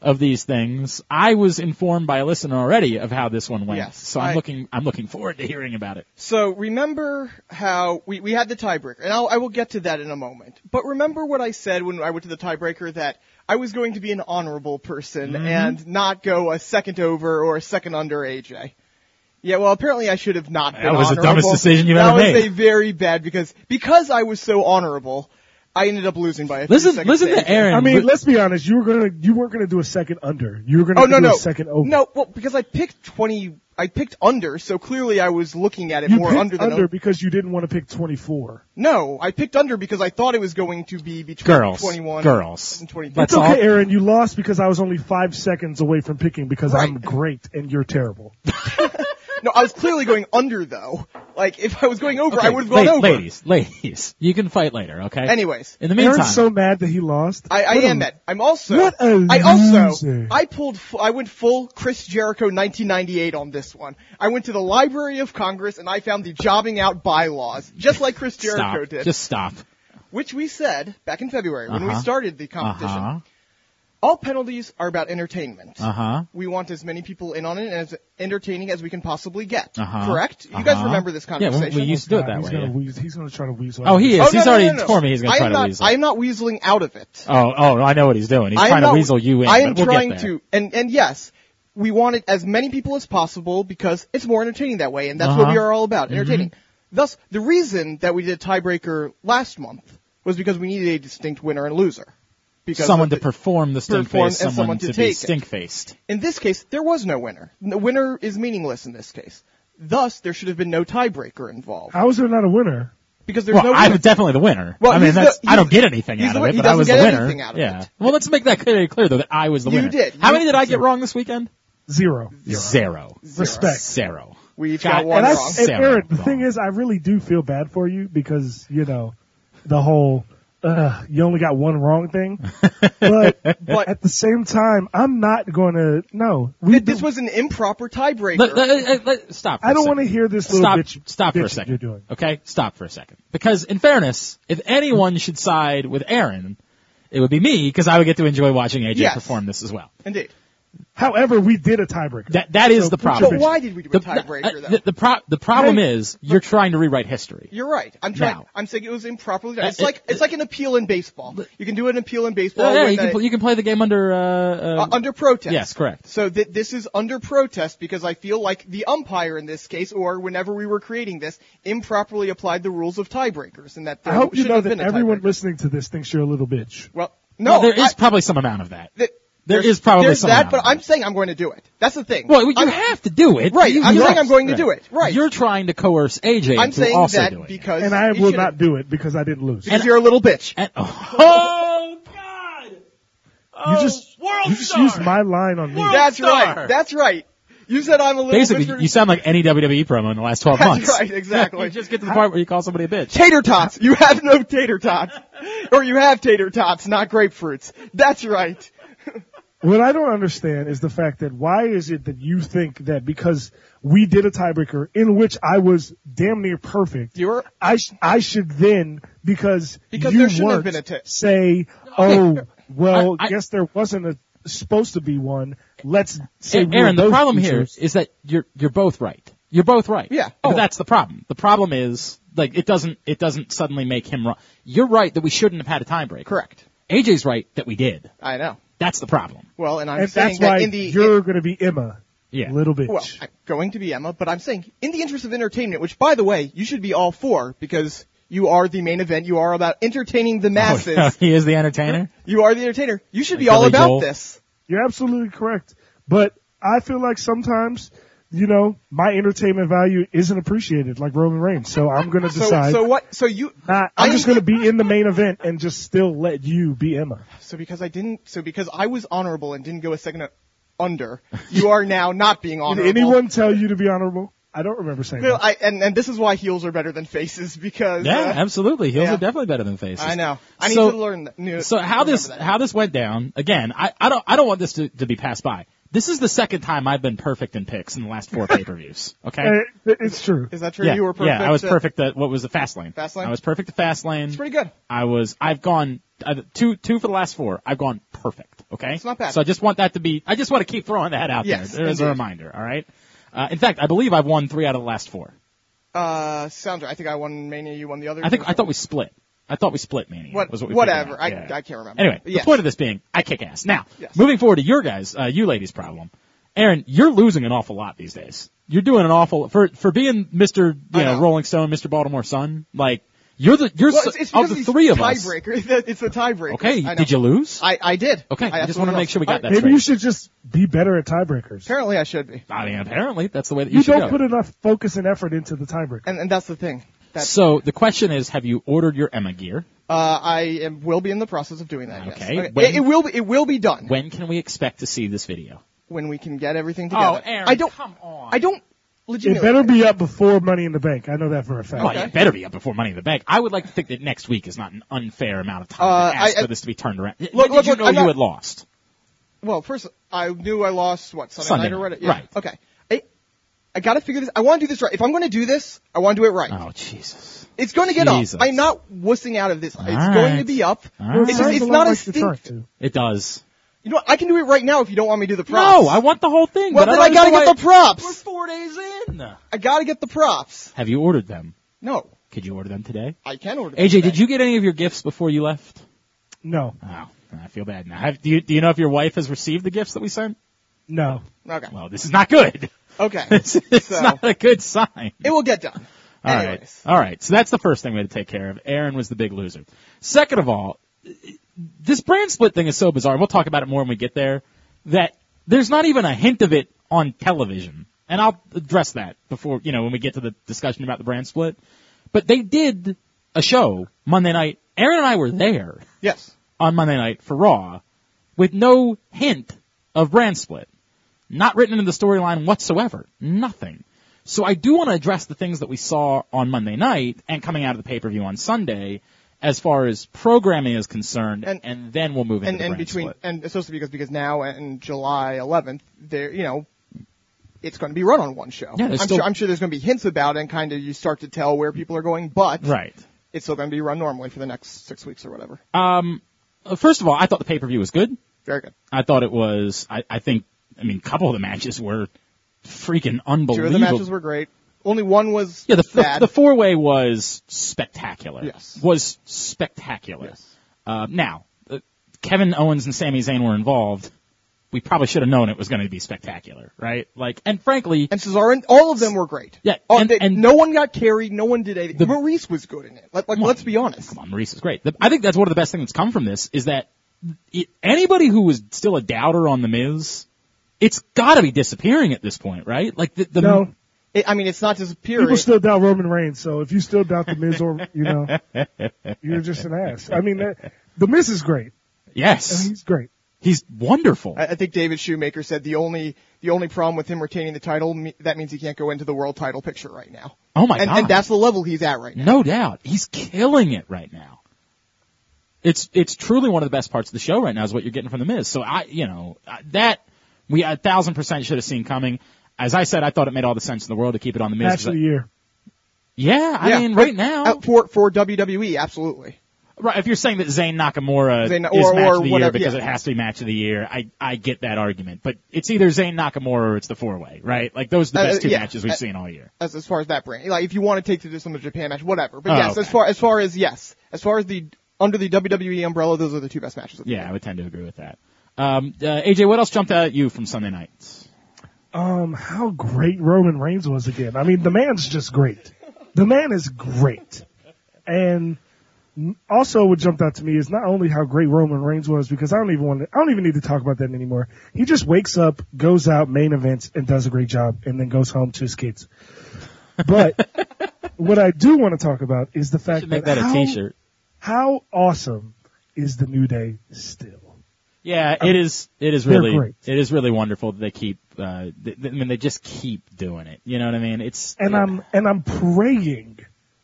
[SPEAKER 2] of these things. I was informed by a listener already of how this one went.
[SPEAKER 4] Yes,
[SPEAKER 2] so I'm
[SPEAKER 4] I-
[SPEAKER 2] looking I'm looking forward to hearing about it.
[SPEAKER 4] So remember how we, we had the tiebreaker, and I'll, I will get to that in a moment. But remember what I said when I went to the tiebreaker that I was going to be an honorable person
[SPEAKER 2] Mm-hmm.
[SPEAKER 4] and not go a second over or a second under AJ. Yeah, well, apparently I should have not. Been
[SPEAKER 2] was the
[SPEAKER 4] honorable.
[SPEAKER 2] dumbest decision you've
[SPEAKER 4] that
[SPEAKER 2] ever made.
[SPEAKER 4] was a very bad because because I was so honorable, I ended up losing by a few
[SPEAKER 2] Listen
[SPEAKER 4] seconds
[SPEAKER 2] listen to
[SPEAKER 4] AJ.
[SPEAKER 2] Aaron.
[SPEAKER 3] I
[SPEAKER 2] Li-
[SPEAKER 3] mean, let's be honest. You were gonna, you weren't gonna do a second under. You were gonna
[SPEAKER 4] Oh
[SPEAKER 3] do
[SPEAKER 4] no no
[SPEAKER 3] a second over.
[SPEAKER 4] no well because I picked twenty I picked under so clearly I was looking at it
[SPEAKER 3] you
[SPEAKER 4] more
[SPEAKER 3] picked
[SPEAKER 4] under than
[SPEAKER 3] under because you didn't want to pick 24.
[SPEAKER 4] No, I picked under because I thought it was going to be between
[SPEAKER 2] Girls.
[SPEAKER 4] 21
[SPEAKER 2] Girls.
[SPEAKER 4] and 23.
[SPEAKER 2] That's
[SPEAKER 3] it's okay,
[SPEAKER 2] all-
[SPEAKER 3] Aaron. You lost because I was only five seconds away from picking because I'm
[SPEAKER 4] Right.
[SPEAKER 3] great and you're terrible.
[SPEAKER 4] No, I was clearly going under though. Like if I was going over, I
[SPEAKER 2] okay,
[SPEAKER 4] would have gone
[SPEAKER 2] la-
[SPEAKER 4] over.
[SPEAKER 2] Ladies, ladies, you can fight later, okay?
[SPEAKER 4] Anyways,
[SPEAKER 2] in the meantime,
[SPEAKER 3] Aaron's so mad that he lost.
[SPEAKER 4] I, I
[SPEAKER 3] What a-
[SPEAKER 4] am that. I'm also.
[SPEAKER 3] what a
[SPEAKER 4] I also.
[SPEAKER 3] loser.
[SPEAKER 4] I pulled. Fu- I went full Chris Jericho 1998 on this one. I went to the Library of Congress and I found the jobbing out bylaws, just like Chris Jericho
[SPEAKER 2] stop.
[SPEAKER 4] did,
[SPEAKER 2] Just stop.
[SPEAKER 4] which we said back in February when we
[SPEAKER 2] Uh-huh.
[SPEAKER 4] started the competition.
[SPEAKER 2] Uh-huh.
[SPEAKER 4] All penalties are about entertainment.
[SPEAKER 2] Uh-huh.
[SPEAKER 4] we want as many people in on it and as entertaining as we can possibly get.
[SPEAKER 2] Uh-huh.
[SPEAKER 4] Correct? You guys
[SPEAKER 2] Uh-huh.
[SPEAKER 4] remember this
[SPEAKER 2] Yeah, when
[SPEAKER 4] conversation?
[SPEAKER 2] we used to do it
[SPEAKER 3] God,
[SPEAKER 2] that
[SPEAKER 3] he's
[SPEAKER 2] way,
[SPEAKER 3] Gonna
[SPEAKER 2] yeah.
[SPEAKER 3] wheeze- he's gonna try to weasel.
[SPEAKER 2] Oh, he is.
[SPEAKER 4] Oh,
[SPEAKER 2] he's
[SPEAKER 4] no, no,
[SPEAKER 2] already
[SPEAKER 4] no, no.
[SPEAKER 2] told me he's going
[SPEAKER 4] I
[SPEAKER 2] to try
[SPEAKER 4] am
[SPEAKER 2] to
[SPEAKER 4] not,
[SPEAKER 2] weasel.
[SPEAKER 4] I am not weaseling out of it.
[SPEAKER 2] Oh, oh, I know what he's doing. He's
[SPEAKER 4] I am
[SPEAKER 2] trying to
[SPEAKER 4] not-
[SPEAKER 2] weasel you in.
[SPEAKER 4] I am
[SPEAKER 2] but we'll
[SPEAKER 4] trying
[SPEAKER 2] get there.
[SPEAKER 4] to, and, and yes, we want it as many people as possible because it's more entertaining that way, and that's what
[SPEAKER 2] Uh-huh.
[SPEAKER 4] we are all about, entertaining. Thus, the reason that we did a tiebreaker last month was because we needed a distinct winner and loser. Because
[SPEAKER 2] someone
[SPEAKER 4] of
[SPEAKER 2] to
[SPEAKER 4] the-
[SPEAKER 2] perform the stink
[SPEAKER 4] perform
[SPEAKER 2] face,
[SPEAKER 4] and
[SPEAKER 2] someone,
[SPEAKER 4] someone
[SPEAKER 2] to,
[SPEAKER 4] to
[SPEAKER 2] be
[SPEAKER 4] take it.
[SPEAKER 2] stink faced.
[SPEAKER 4] In this case, there was no winner. The winner is meaningless in this case. Thus, there should have been no tiebreaker involved.
[SPEAKER 3] How is there not a winner?
[SPEAKER 4] Because there's
[SPEAKER 2] Well,
[SPEAKER 4] no winner.
[SPEAKER 2] I'm definitely the winner.
[SPEAKER 4] Well,
[SPEAKER 2] I mean,
[SPEAKER 4] he's
[SPEAKER 2] that's
[SPEAKER 4] the-
[SPEAKER 2] I don't
[SPEAKER 4] he's-
[SPEAKER 2] get anything
[SPEAKER 4] he's
[SPEAKER 2] out
[SPEAKER 4] the
[SPEAKER 2] of
[SPEAKER 4] one-
[SPEAKER 2] it,
[SPEAKER 4] he
[SPEAKER 2] but I
[SPEAKER 4] doesn't
[SPEAKER 2] was
[SPEAKER 4] get
[SPEAKER 2] the winner.
[SPEAKER 4] anything out of
[SPEAKER 2] yeah.
[SPEAKER 4] it.
[SPEAKER 2] Well, let's make that clear, clear though that I was the
[SPEAKER 4] You
[SPEAKER 2] winner.
[SPEAKER 4] did.
[SPEAKER 2] How
[SPEAKER 4] You-
[SPEAKER 2] many did I get wrong this weekend?
[SPEAKER 3] Zero.
[SPEAKER 2] Zero.
[SPEAKER 3] Respect.
[SPEAKER 2] Zero.
[SPEAKER 4] We each
[SPEAKER 2] God,
[SPEAKER 4] got one
[SPEAKER 3] and I,
[SPEAKER 4] wrong.
[SPEAKER 3] and
[SPEAKER 2] Sarah
[SPEAKER 3] Aaron, the
[SPEAKER 2] wrong.
[SPEAKER 3] thing is, I really do feel bad for you because you know the whole uh, you only got one wrong thing. But,
[SPEAKER 4] But-
[SPEAKER 3] at the same time, I'm not going to. No, we.
[SPEAKER 4] Th- this
[SPEAKER 3] do-
[SPEAKER 4] was an improper tiebreaker.
[SPEAKER 2] Let, let- let- let- stop. for
[SPEAKER 3] I
[SPEAKER 2] a
[SPEAKER 3] don't
[SPEAKER 2] second.
[SPEAKER 3] want to hear this little
[SPEAKER 2] stop,
[SPEAKER 3] bitch.
[SPEAKER 2] stop for a
[SPEAKER 3] bitch
[SPEAKER 2] second.
[SPEAKER 3] You're doing.
[SPEAKER 2] Okay, stop for a second. Because in fairness, if anyone should side with Aaron, it would be me because I would get to enjoy watching AJ
[SPEAKER 4] Yes.
[SPEAKER 2] perform this as well.
[SPEAKER 4] Indeed.
[SPEAKER 3] However, we did a tiebreaker.
[SPEAKER 2] That that is
[SPEAKER 3] So
[SPEAKER 2] the
[SPEAKER 3] put your
[SPEAKER 2] problem.
[SPEAKER 4] But why did we do a
[SPEAKER 2] The, uh,
[SPEAKER 4] tiebreaker though?
[SPEAKER 2] the, the, pro- the problem
[SPEAKER 3] Hey.
[SPEAKER 2] is you're trying to rewrite history.
[SPEAKER 4] You're right. I'm trying.
[SPEAKER 2] Now.
[SPEAKER 4] I'm saying it was improperly done.
[SPEAKER 2] Uh,
[SPEAKER 4] It's
[SPEAKER 2] it-
[SPEAKER 4] like it's like an appeal in baseball. You can do an appeal in baseball.
[SPEAKER 2] Uh, yeah,
[SPEAKER 4] when
[SPEAKER 2] you can,
[SPEAKER 4] they-
[SPEAKER 2] pl- you can play the game under uh, uh,
[SPEAKER 4] uh, under protest.
[SPEAKER 2] Yes, correct.
[SPEAKER 4] So th- this is under protest because I feel like the umpire in this case, or whenever we were creating this, improperly applied the rules of tiebreakers, and that there
[SPEAKER 3] I hope you
[SPEAKER 4] shouldn't
[SPEAKER 3] know
[SPEAKER 4] have been
[SPEAKER 3] that
[SPEAKER 4] a
[SPEAKER 3] everyone
[SPEAKER 4] tiebreaker.
[SPEAKER 3] listening to this thinks you're a little bitch.
[SPEAKER 4] Well,
[SPEAKER 2] well,
[SPEAKER 4] no,
[SPEAKER 2] there is
[SPEAKER 4] I-
[SPEAKER 2] probably some amount of that.
[SPEAKER 4] th-
[SPEAKER 2] there
[SPEAKER 4] there's-
[SPEAKER 2] is probably
[SPEAKER 4] there's
[SPEAKER 2] some
[SPEAKER 4] that,
[SPEAKER 2] amount
[SPEAKER 4] but
[SPEAKER 2] of
[SPEAKER 4] I'm
[SPEAKER 2] that.
[SPEAKER 4] saying I'm going to do it. That's the thing.
[SPEAKER 2] Well, you
[SPEAKER 4] I'm-
[SPEAKER 2] have to do it.
[SPEAKER 4] Right,
[SPEAKER 2] You
[SPEAKER 4] I'm saying
[SPEAKER 2] must.
[SPEAKER 4] I'm going to do it. Right.
[SPEAKER 2] You're trying to coerce AJ
[SPEAKER 4] I'm
[SPEAKER 2] into
[SPEAKER 4] saying
[SPEAKER 2] also doing
[SPEAKER 4] that
[SPEAKER 2] it.
[SPEAKER 4] because
[SPEAKER 3] And I
[SPEAKER 4] you
[SPEAKER 3] will
[SPEAKER 4] should've-
[SPEAKER 3] not do it because I didn't lose.
[SPEAKER 4] because you're a little bitch.
[SPEAKER 2] And, oh, oh, God! Oh,
[SPEAKER 3] you just,
[SPEAKER 2] world
[SPEAKER 3] you just
[SPEAKER 2] star.
[SPEAKER 3] used my line on me.
[SPEAKER 2] World-
[SPEAKER 4] That's
[SPEAKER 2] star.
[SPEAKER 4] right. That's right. You said I'm a little
[SPEAKER 2] Basically,
[SPEAKER 4] bitch.
[SPEAKER 2] you sound like any
[SPEAKER 4] E
[SPEAKER 2] WWE promo in the last 12
[SPEAKER 4] That's
[SPEAKER 2] months.
[SPEAKER 4] right, exactly.
[SPEAKER 2] you just get to the part where you call somebody a bitch.
[SPEAKER 4] tater tots. You have no tater tots. or you have tater tots, not grapefruits. That's right.
[SPEAKER 3] What I don't understand is the fact that why is it that you think that because we did a tiebreaker in which I was damn near perfect,
[SPEAKER 4] You were-
[SPEAKER 3] I sh- I should then because
[SPEAKER 4] Because
[SPEAKER 3] you
[SPEAKER 4] there shouldn't
[SPEAKER 3] weren't,
[SPEAKER 4] have been a ta-
[SPEAKER 3] say oh well
[SPEAKER 2] I- I-
[SPEAKER 3] guess there wasn't a supposed to be one. Let's say we
[SPEAKER 2] Aaron,
[SPEAKER 3] were
[SPEAKER 2] the
[SPEAKER 3] both
[SPEAKER 2] problem here
[SPEAKER 3] teachers.
[SPEAKER 2] is that you're, you're both right. You're both right.
[SPEAKER 4] Yeah.
[SPEAKER 2] But
[SPEAKER 4] Oh.
[SPEAKER 2] that's the problem. The problem is, like, it doesn't, it doesn't suddenly make him wrong. You're right that we shouldn't have had a tiebreaker.
[SPEAKER 4] Correct.
[SPEAKER 2] AJ's right that we did.
[SPEAKER 4] I know.
[SPEAKER 2] That's the problem.
[SPEAKER 4] Well, and I'm
[SPEAKER 3] and
[SPEAKER 4] saying
[SPEAKER 3] that's why
[SPEAKER 4] that in the
[SPEAKER 3] you're going to be Emma,
[SPEAKER 2] Yeah.
[SPEAKER 3] little bitch.
[SPEAKER 4] well, I'm going to be Emma, but I'm saying in the interest of entertainment, which by the way, you should be all for because you are the main event. You are about entertaining the
[SPEAKER 2] Oh,
[SPEAKER 4] masses.
[SPEAKER 2] yeah, he is the entertainer.
[SPEAKER 4] You are the entertainer. You should be
[SPEAKER 2] Like
[SPEAKER 4] all
[SPEAKER 2] Billy
[SPEAKER 4] about
[SPEAKER 2] Joel.
[SPEAKER 4] this.
[SPEAKER 3] You're absolutely correct. But I feel like sometimes, you know, my entertainment value isn't appreciated like Roman Reigns. So I'm going to
[SPEAKER 4] So,
[SPEAKER 3] decide.
[SPEAKER 4] so what? So you?
[SPEAKER 3] not-
[SPEAKER 4] I-
[SPEAKER 3] I'm just going to be in the main event and just still let you be Emma.
[SPEAKER 4] So because I didn't. So because I was honorable and didn't go a second o- under, you are now not being
[SPEAKER 3] Did
[SPEAKER 4] honorable.
[SPEAKER 3] anyone tell you to be honorable? I don't remember saying
[SPEAKER 4] No,
[SPEAKER 3] that.
[SPEAKER 4] I, and and this is why heels are better than faces because
[SPEAKER 2] Yeah,
[SPEAKER 4] uh,
[SPEAKER 2] absolutely. Heels
[SPEAKER 4] yeah.
[SPEAKER 2] are definitely better than faces.
[SPEAKER 4] I know. I need
[SPEAKER 2] So-
[SPEAKER 4] to learn. That, knew-
[SPEAKER 2] So how
[SPEAKER 4] remember
[SPEAKER 2] this
[SPEAKER 4] that.
[SPEAKER 2] how this went down again? I, I don't I don't want this to, to be passed by. This is the second time I've been perfect in picks in the last four pay per views. Okay.
[SPEAKER 3] Eh, it- it's true.
[SPEAKER 4] is that true?
[SPEAKER 2] yeah,
[SPEAKER 4] you were perfect.
[SPEAKER 2] yeah, I was
[SPEAKER 4] at-
[SPEAKER 2] perfect at what was the fast lane.
[SPEAKER 4] Fast lane?
[SPEAKER 2] I was perfect at fast lane.
[SPEAKER 4] It's pretty good.
[SPEAKER 2] I was. I've gone uh, two two for the last four. I've gone perfect. Okay,
[SPEAKER 4] It's not bad.
[SPEAKER 2] So I just want that to be. I just want to keep throwing that out
[SPEAKER 4] Yes,
[SPEAKER 2] there as a
[SPEAKER 4] indeed.
[SPEAKER 2] reminder. All right. Uh, in fact, I believe I've won three out of the last four.
[SPEAKER 4] Uh, sounds right. I think I won Mania. You won the other.
[SPEAKER 2] I think
[SPEAKER 4] two.
[SPEAKER 2] I thought we split. I thought we split Mania.
[SPEAKER 4] What-
[SPEAKER 2] was what we
[SPEAKER 4] whatever.
[SPEAKER 2] figured out.
[SPEAKER 4] I- I can't remember.
[SPEAKER 2] Anyway,
[SPEAKER 4] Yes.
[SPEAKER 2] the point of this being, I kick ass. Now,
[SPEAKER 4] Yes.
[SPEAKER 2] moving forward to your guys, uh, you ladies' problem. Aaron, you're losing an awful lot these days. You're doing an awful for for being Mr. You
[SPEAKER 4] I
[SPEAKER 2] know,
[SPEAKER 4] know.
[SPEAKER 2] Rolling Stone, Mr. Baltimore Sun. Like you're the you're
[SPEAKER 4] Well,
[SPEAKER 2] so-
[SPEAKER 4] it's, it's
[SPEAKER 2] of
[SPEAKER 4] because
[SPEAKER 2] the
[SPEAKER 4] these
[SPEAKER 2] three of us.
[SPEAKER 4] tiebreaker. us. It's the tiebreaker.
[SPEAKER 2] Okay,
[SPEAKER 4] I know.
[SPEAKER 2] did you lose?
[SPEAKER 4] I I did.
[SPEAKER 2] okay, I, just want to
[SPEAKER 4] absolutely
[SPEAKER 2] make sure we got
[SPEAKER 4] lost.
[SPEAKER 2] that.
[SPEAKER 3] Maybe
[SPEAKER 2] straight.
[SPEAKER 3] you should just be better at tiebreakers.
[SPEAKER 4] Apparently, I should be.
[SPEAKER 2] I mean, apparently that's the way that you,
[SPEAKER 3] You,
[SPEAKER 2] should
[SPEAKER 3] don't
[SPEAKER 2] go.
[SPEAKER 3] put enough focus and effort into the tiebreaker.
[SPEAKER 4] And and that's the thing. That
[SPEAKER 2] so the question is, have you ordered your Emma gear?
[SPEAKER 4] uh, I am will be in the process of doing that. yes.
[SPEAKER 2] Okay, when-
[SPEAKER 4] It, it will be. It will be done
[SPEAKER 2] When can we expect to see this video?
[SPEAKER 4] when we can get everything together. I don't.
[SPEAKER 2] on.
[SPEAKER 4] I don't.
[SPEAKER 3] It
[SPEAKER 4] Legitimately.
[SPEAKER 3] better be up before Money in the Bank. I know that for a fact.
[SPEAKER 2] Well,
[SPEAKER 4] Okay.
[SPEAKER 2] you better be up before Money in the Bank. I would like to think that next week is not an unfair amount of time
[SPEAKER 4] Uh,
[SPEAKER 2] to ask
[SPEAKER 4] I- I-
[SPEAKER 2] for this to be turned around. Look,
[SPEAKER 4] look,
[SPEAKER 2] did you
[SPEAKER 4] look,
[SPEAKER 2] know
[SPEAKER 4] I'm
[SPEAKER 2] you
[SPEAKER 4] not-
[SPEAKER 2] had lost?
[SPEAKER 4] Well, first I knew I lost what Sunday,
[SPEAKER 2] Sunday
[SPEAKER 4] night
[SPEAKER 2] night,
[SPEAKER 4] or whatever.
[SPEAKER 2] right.
[SPEAKER 4] Okay. I, I gotta figure this. I want to do this right. If I'm gonna do this, I want to do it right.
[SPEAKER 2] Oh, Jesus.
[SPEAKER 4] It's gonna get up.
[SPEAKER 2] Jesus.
[SPEAKER 4] I'm not wussing out of this. it's
[SPEAKER 2] right.
[SPEAKER 4] going to be up.
[SPEAKER 2] All
[SPEAKER 3] It
[SPEAKER 2] right.
[SPEAKER 4] It's,
[SPEAKER 3] sounds
[SPEAKER 4] it's
[SPEAKER 3] a lot
[SPEAKER 4] not a
[SPEAKER 3] like you're
[SPEAKER 4] stink.
[SPEAKER 3] trying to.
[SPEAKER 2] It does.
[SPEAKER 4] You know what? I can do it right now if you don't want me to do the props.
[SPEAKER 2] No, I want the whole thing.
[SPEAKER 4] Well,
[SPEAKER 2] but
[SPEAKER 4] then
[SPEAKER 2] I,
[SPEAKER 4] I
[SPEAKER 2] don't
[SPEAKER 4] gotta
[SPEAKER 2] know
[SPEAKER 4] get
[SPEAKER 2] why-
[SPEAKER 4] the props.
[SPEAKER 2] We're four days in.
[SPEAKER 4] I gotta get the props.
[SPEAKER 2] Have you ordered them?
[SPEAKER 4] No,
[SPEAKER 2] Could you order them today?
[SPEAKER 4] I can order.
[SPEAKER 2] AJ, did you get any of your gifts before you left?
[SPEAKER 3] No,
[SPEAKER 2] Oh, I feel bad now. Have, do, you, do you know if your wife has received the gifts that we sent?
[SPEAKER 3] no.
[SPEAKER 4] Okay.
[SPEAKER 2] Well, this is not good.
[SPEAKER 4] Okay.
[SPEAKER 2] It's, it's
[SPEAKER 4] So-
[SPEAKER 2] not a good sign.
[SPEAKER 4] it will get done.
[SPEAKER 2] All right. Uh,
[SPEAKER 4] Anyways.
[SPEAKER 2] All right. So that's the first thing we had to take care of. Aaron was the big loser. Second of all, this brand split thing is so bizarre. and We'll talk about it more when we get there. That there's not even a hint of it on television. And I'll address that before, you know, when we get to the discussion about the brand split. But they did a show Monday night. Aaron and I were there
[SPEAKER 4] Yes.
[SPEAKER 2] on Monday night for Raw with no hint of brand split. Not written into the storyline whatsoever. Nothing. So I do want to address the things that we saw on Monday night and coming out of the pay-per-view on Sunday as far as programming is concerned and,
[SPEAKER 4] And-
[SPEAKER 2] then we'll move into
[SPEAKER 4] and
[SPEAKER 2] the
[SPEAKER 4] and
[SPEAKER 2] brand
[SPEAKER 4] between
[SPEAKER 2] split.
[SPEAKER 4] and especially because because now and July 11th, there you know, it's going to be run on one show.
[SPEAKER 2] Yeah,
[SPEAKER 4] I'm
[SPEAKER 2] there's still-
[SPEAKER 4] sure I'm sure there's going to be hints about it and kind of you start to tell where people are going, but
[SPEAKER 2] Right.
[SPEAKER 4] it's still going to be run normally for the next six weeks or whatever.
[SPEAKER 2] uh, first of all, I thought the pay per view was good.
[SPEAKER 4] Very good.
[SPEAKER 2] I thought it was. I, I think. I mean, a couple of the matches were freaking
[SPEAKER 4] Two
[SPEAKER 2] unbelievable.
[SPEAKER 4] of the matches were great. Only one was
[SPEAKER 2] yeah, the the,
[SPEAKER 4] bad.
[SPEAKER 2] the four way was spectacular.
[SPEAKER 4] Yes.
[SPEAKER 2] was spectacular.
[SPEAKER 4] Yes.
[SPEAKER 2] Uh, now, uh, Kevin Owens and Sami Zayn were involved. We probably should have known it was going to be spectacular, right? Like, and frankly,
[SPEAKER 4] and Cesaro, and all of them were great.
[SPEAKER 2] Yeah,
[SPEAKER 4] Oh,
[SPEAKER 2] and-
[SPEAKER 4] they-
[SPEAKER 2] and-
[SPEAKER 4] no one got carried. No one did anything.
[SPEAKER 2] The-
[SPEAKER 4] Maurice was good in it. Like, like
[SPEAKER 2] Come on.
[SPEAKER 4] let's be honest.
[SPEAKER 2] come on, Maurice is great. The, I think that's one of the best things that's come from this is that it, anybody who was still a doubter on the Miz, it's got to be disappearing at this point, right? Like the, the
[SPEAKER 3] No,
[SPEAKER 4] It, I mean, it's not disappearing.
[SPEAKER 3] people still doubt Roman Reigns. So if you still doubt the Miz, or you know, you're just an ass. I mean, that, the Miz is great. I mean,
[SPEAKER 2] yes,
[SPEAKER 3] he's great.
[SPEAKER 2] he's wonderful.
[SPEAKER 4] I, I think David Shoemaker said the only the only problem with him retaining the title me- that means he can't go into the world title picture right now.
[SPEAKER 2] oh my
[SPEAKER 4] and,
[SPEAKER 2] god,
[SPEAKER 4] and that's the level he's at right now.
[SPEAKER 2] no doubt, he's killing it right now. It's it's truly one of the best parts of the show right now is what you're getting from the Miz. So I, you know, I- that we a thousand percent should have seen coming. As I said, I thought it made all the sense in the world to keep it on the Miz.
[SPEAKER 3] Match of the year.
[SPEAKER 2] yeah, I
[SPEAKER 4] Yeah,
[SPEAKER 2] mean,
[SPEAKER 4] but-
[SPEAKER 2] right now,
[SPEAKER 4] Uh, for for WWE, absolutely.
[SPEAKER 2] Right, if you're saying that Zayn Nakamura
[SPEAKER 4] Zayn-
[SPEAKER 2] is
[SPEAKER 4] or-
[SPEAKER 2] match
[SPEAKER 4] or
[SPEAKER 2] of the year
[SPEAKER 4] whatever,
[SPEAKER 2] because
[SPEAKER 4] yeah.
[SPEAKER 2] it has to be match of the year, I I get that argument. But it's either Zayn Nakamura or it's the four way, right? Like those are the
[SPEAKER 4] Uh,
[SPEAKER 2] best two
[SPEAKER 4] yeah.
[SPEAKER 2] matches we've
[SPEAKER 4] Uh,
[SPEAKER 2] seen all year.
[SPEAKER 4] As as far as that brand, like if you want to take this from the Japan match, whatever. But
[SPEAKER 2] Oh,
[SPEAKER 4] yes,
[SPEAKER 2] okay.
[SPEAKER 4] as far as far as yes, as far as the under the WWE umbrella, those are the two best matches. of the
[SPEAKER 2] Yeah, I would tend to agree with that. Um, uh, AJ, what else jumped out at you from Sunday night?
[SPEAKER 3] Um, how great Roman Reigns was again. I mean, the man's just great. The man is great. And also what jumped out to me is not only how great Roman Reigns was because I don't even want to, I don't even need to talk about that anymore. He just wakes up, goes out, main events and does a great job and then goes home to his kids. But what I do want to talk about is the fact
[SPEAKER 2] Should make
[SPEAKER 3] that
[SPEAKER 2] that a
[SPEAKER 3] how,
[SPEAKER 2] T-shirt.
[SPEAKER 3] how awesome is the New Day still?
[SPEAKER 2] Yeah, it is. It is
[SPEAKER 3] Um, they're
[SPEAKER 2] really.
[SPEAKER 3] great.
[SPEAKER 2] It is really wonderful that they keep. Uh, th- th- I mean, they just keep doing it. You know what I mean? It's
[SPEAKER 3] and I'm and I'm praying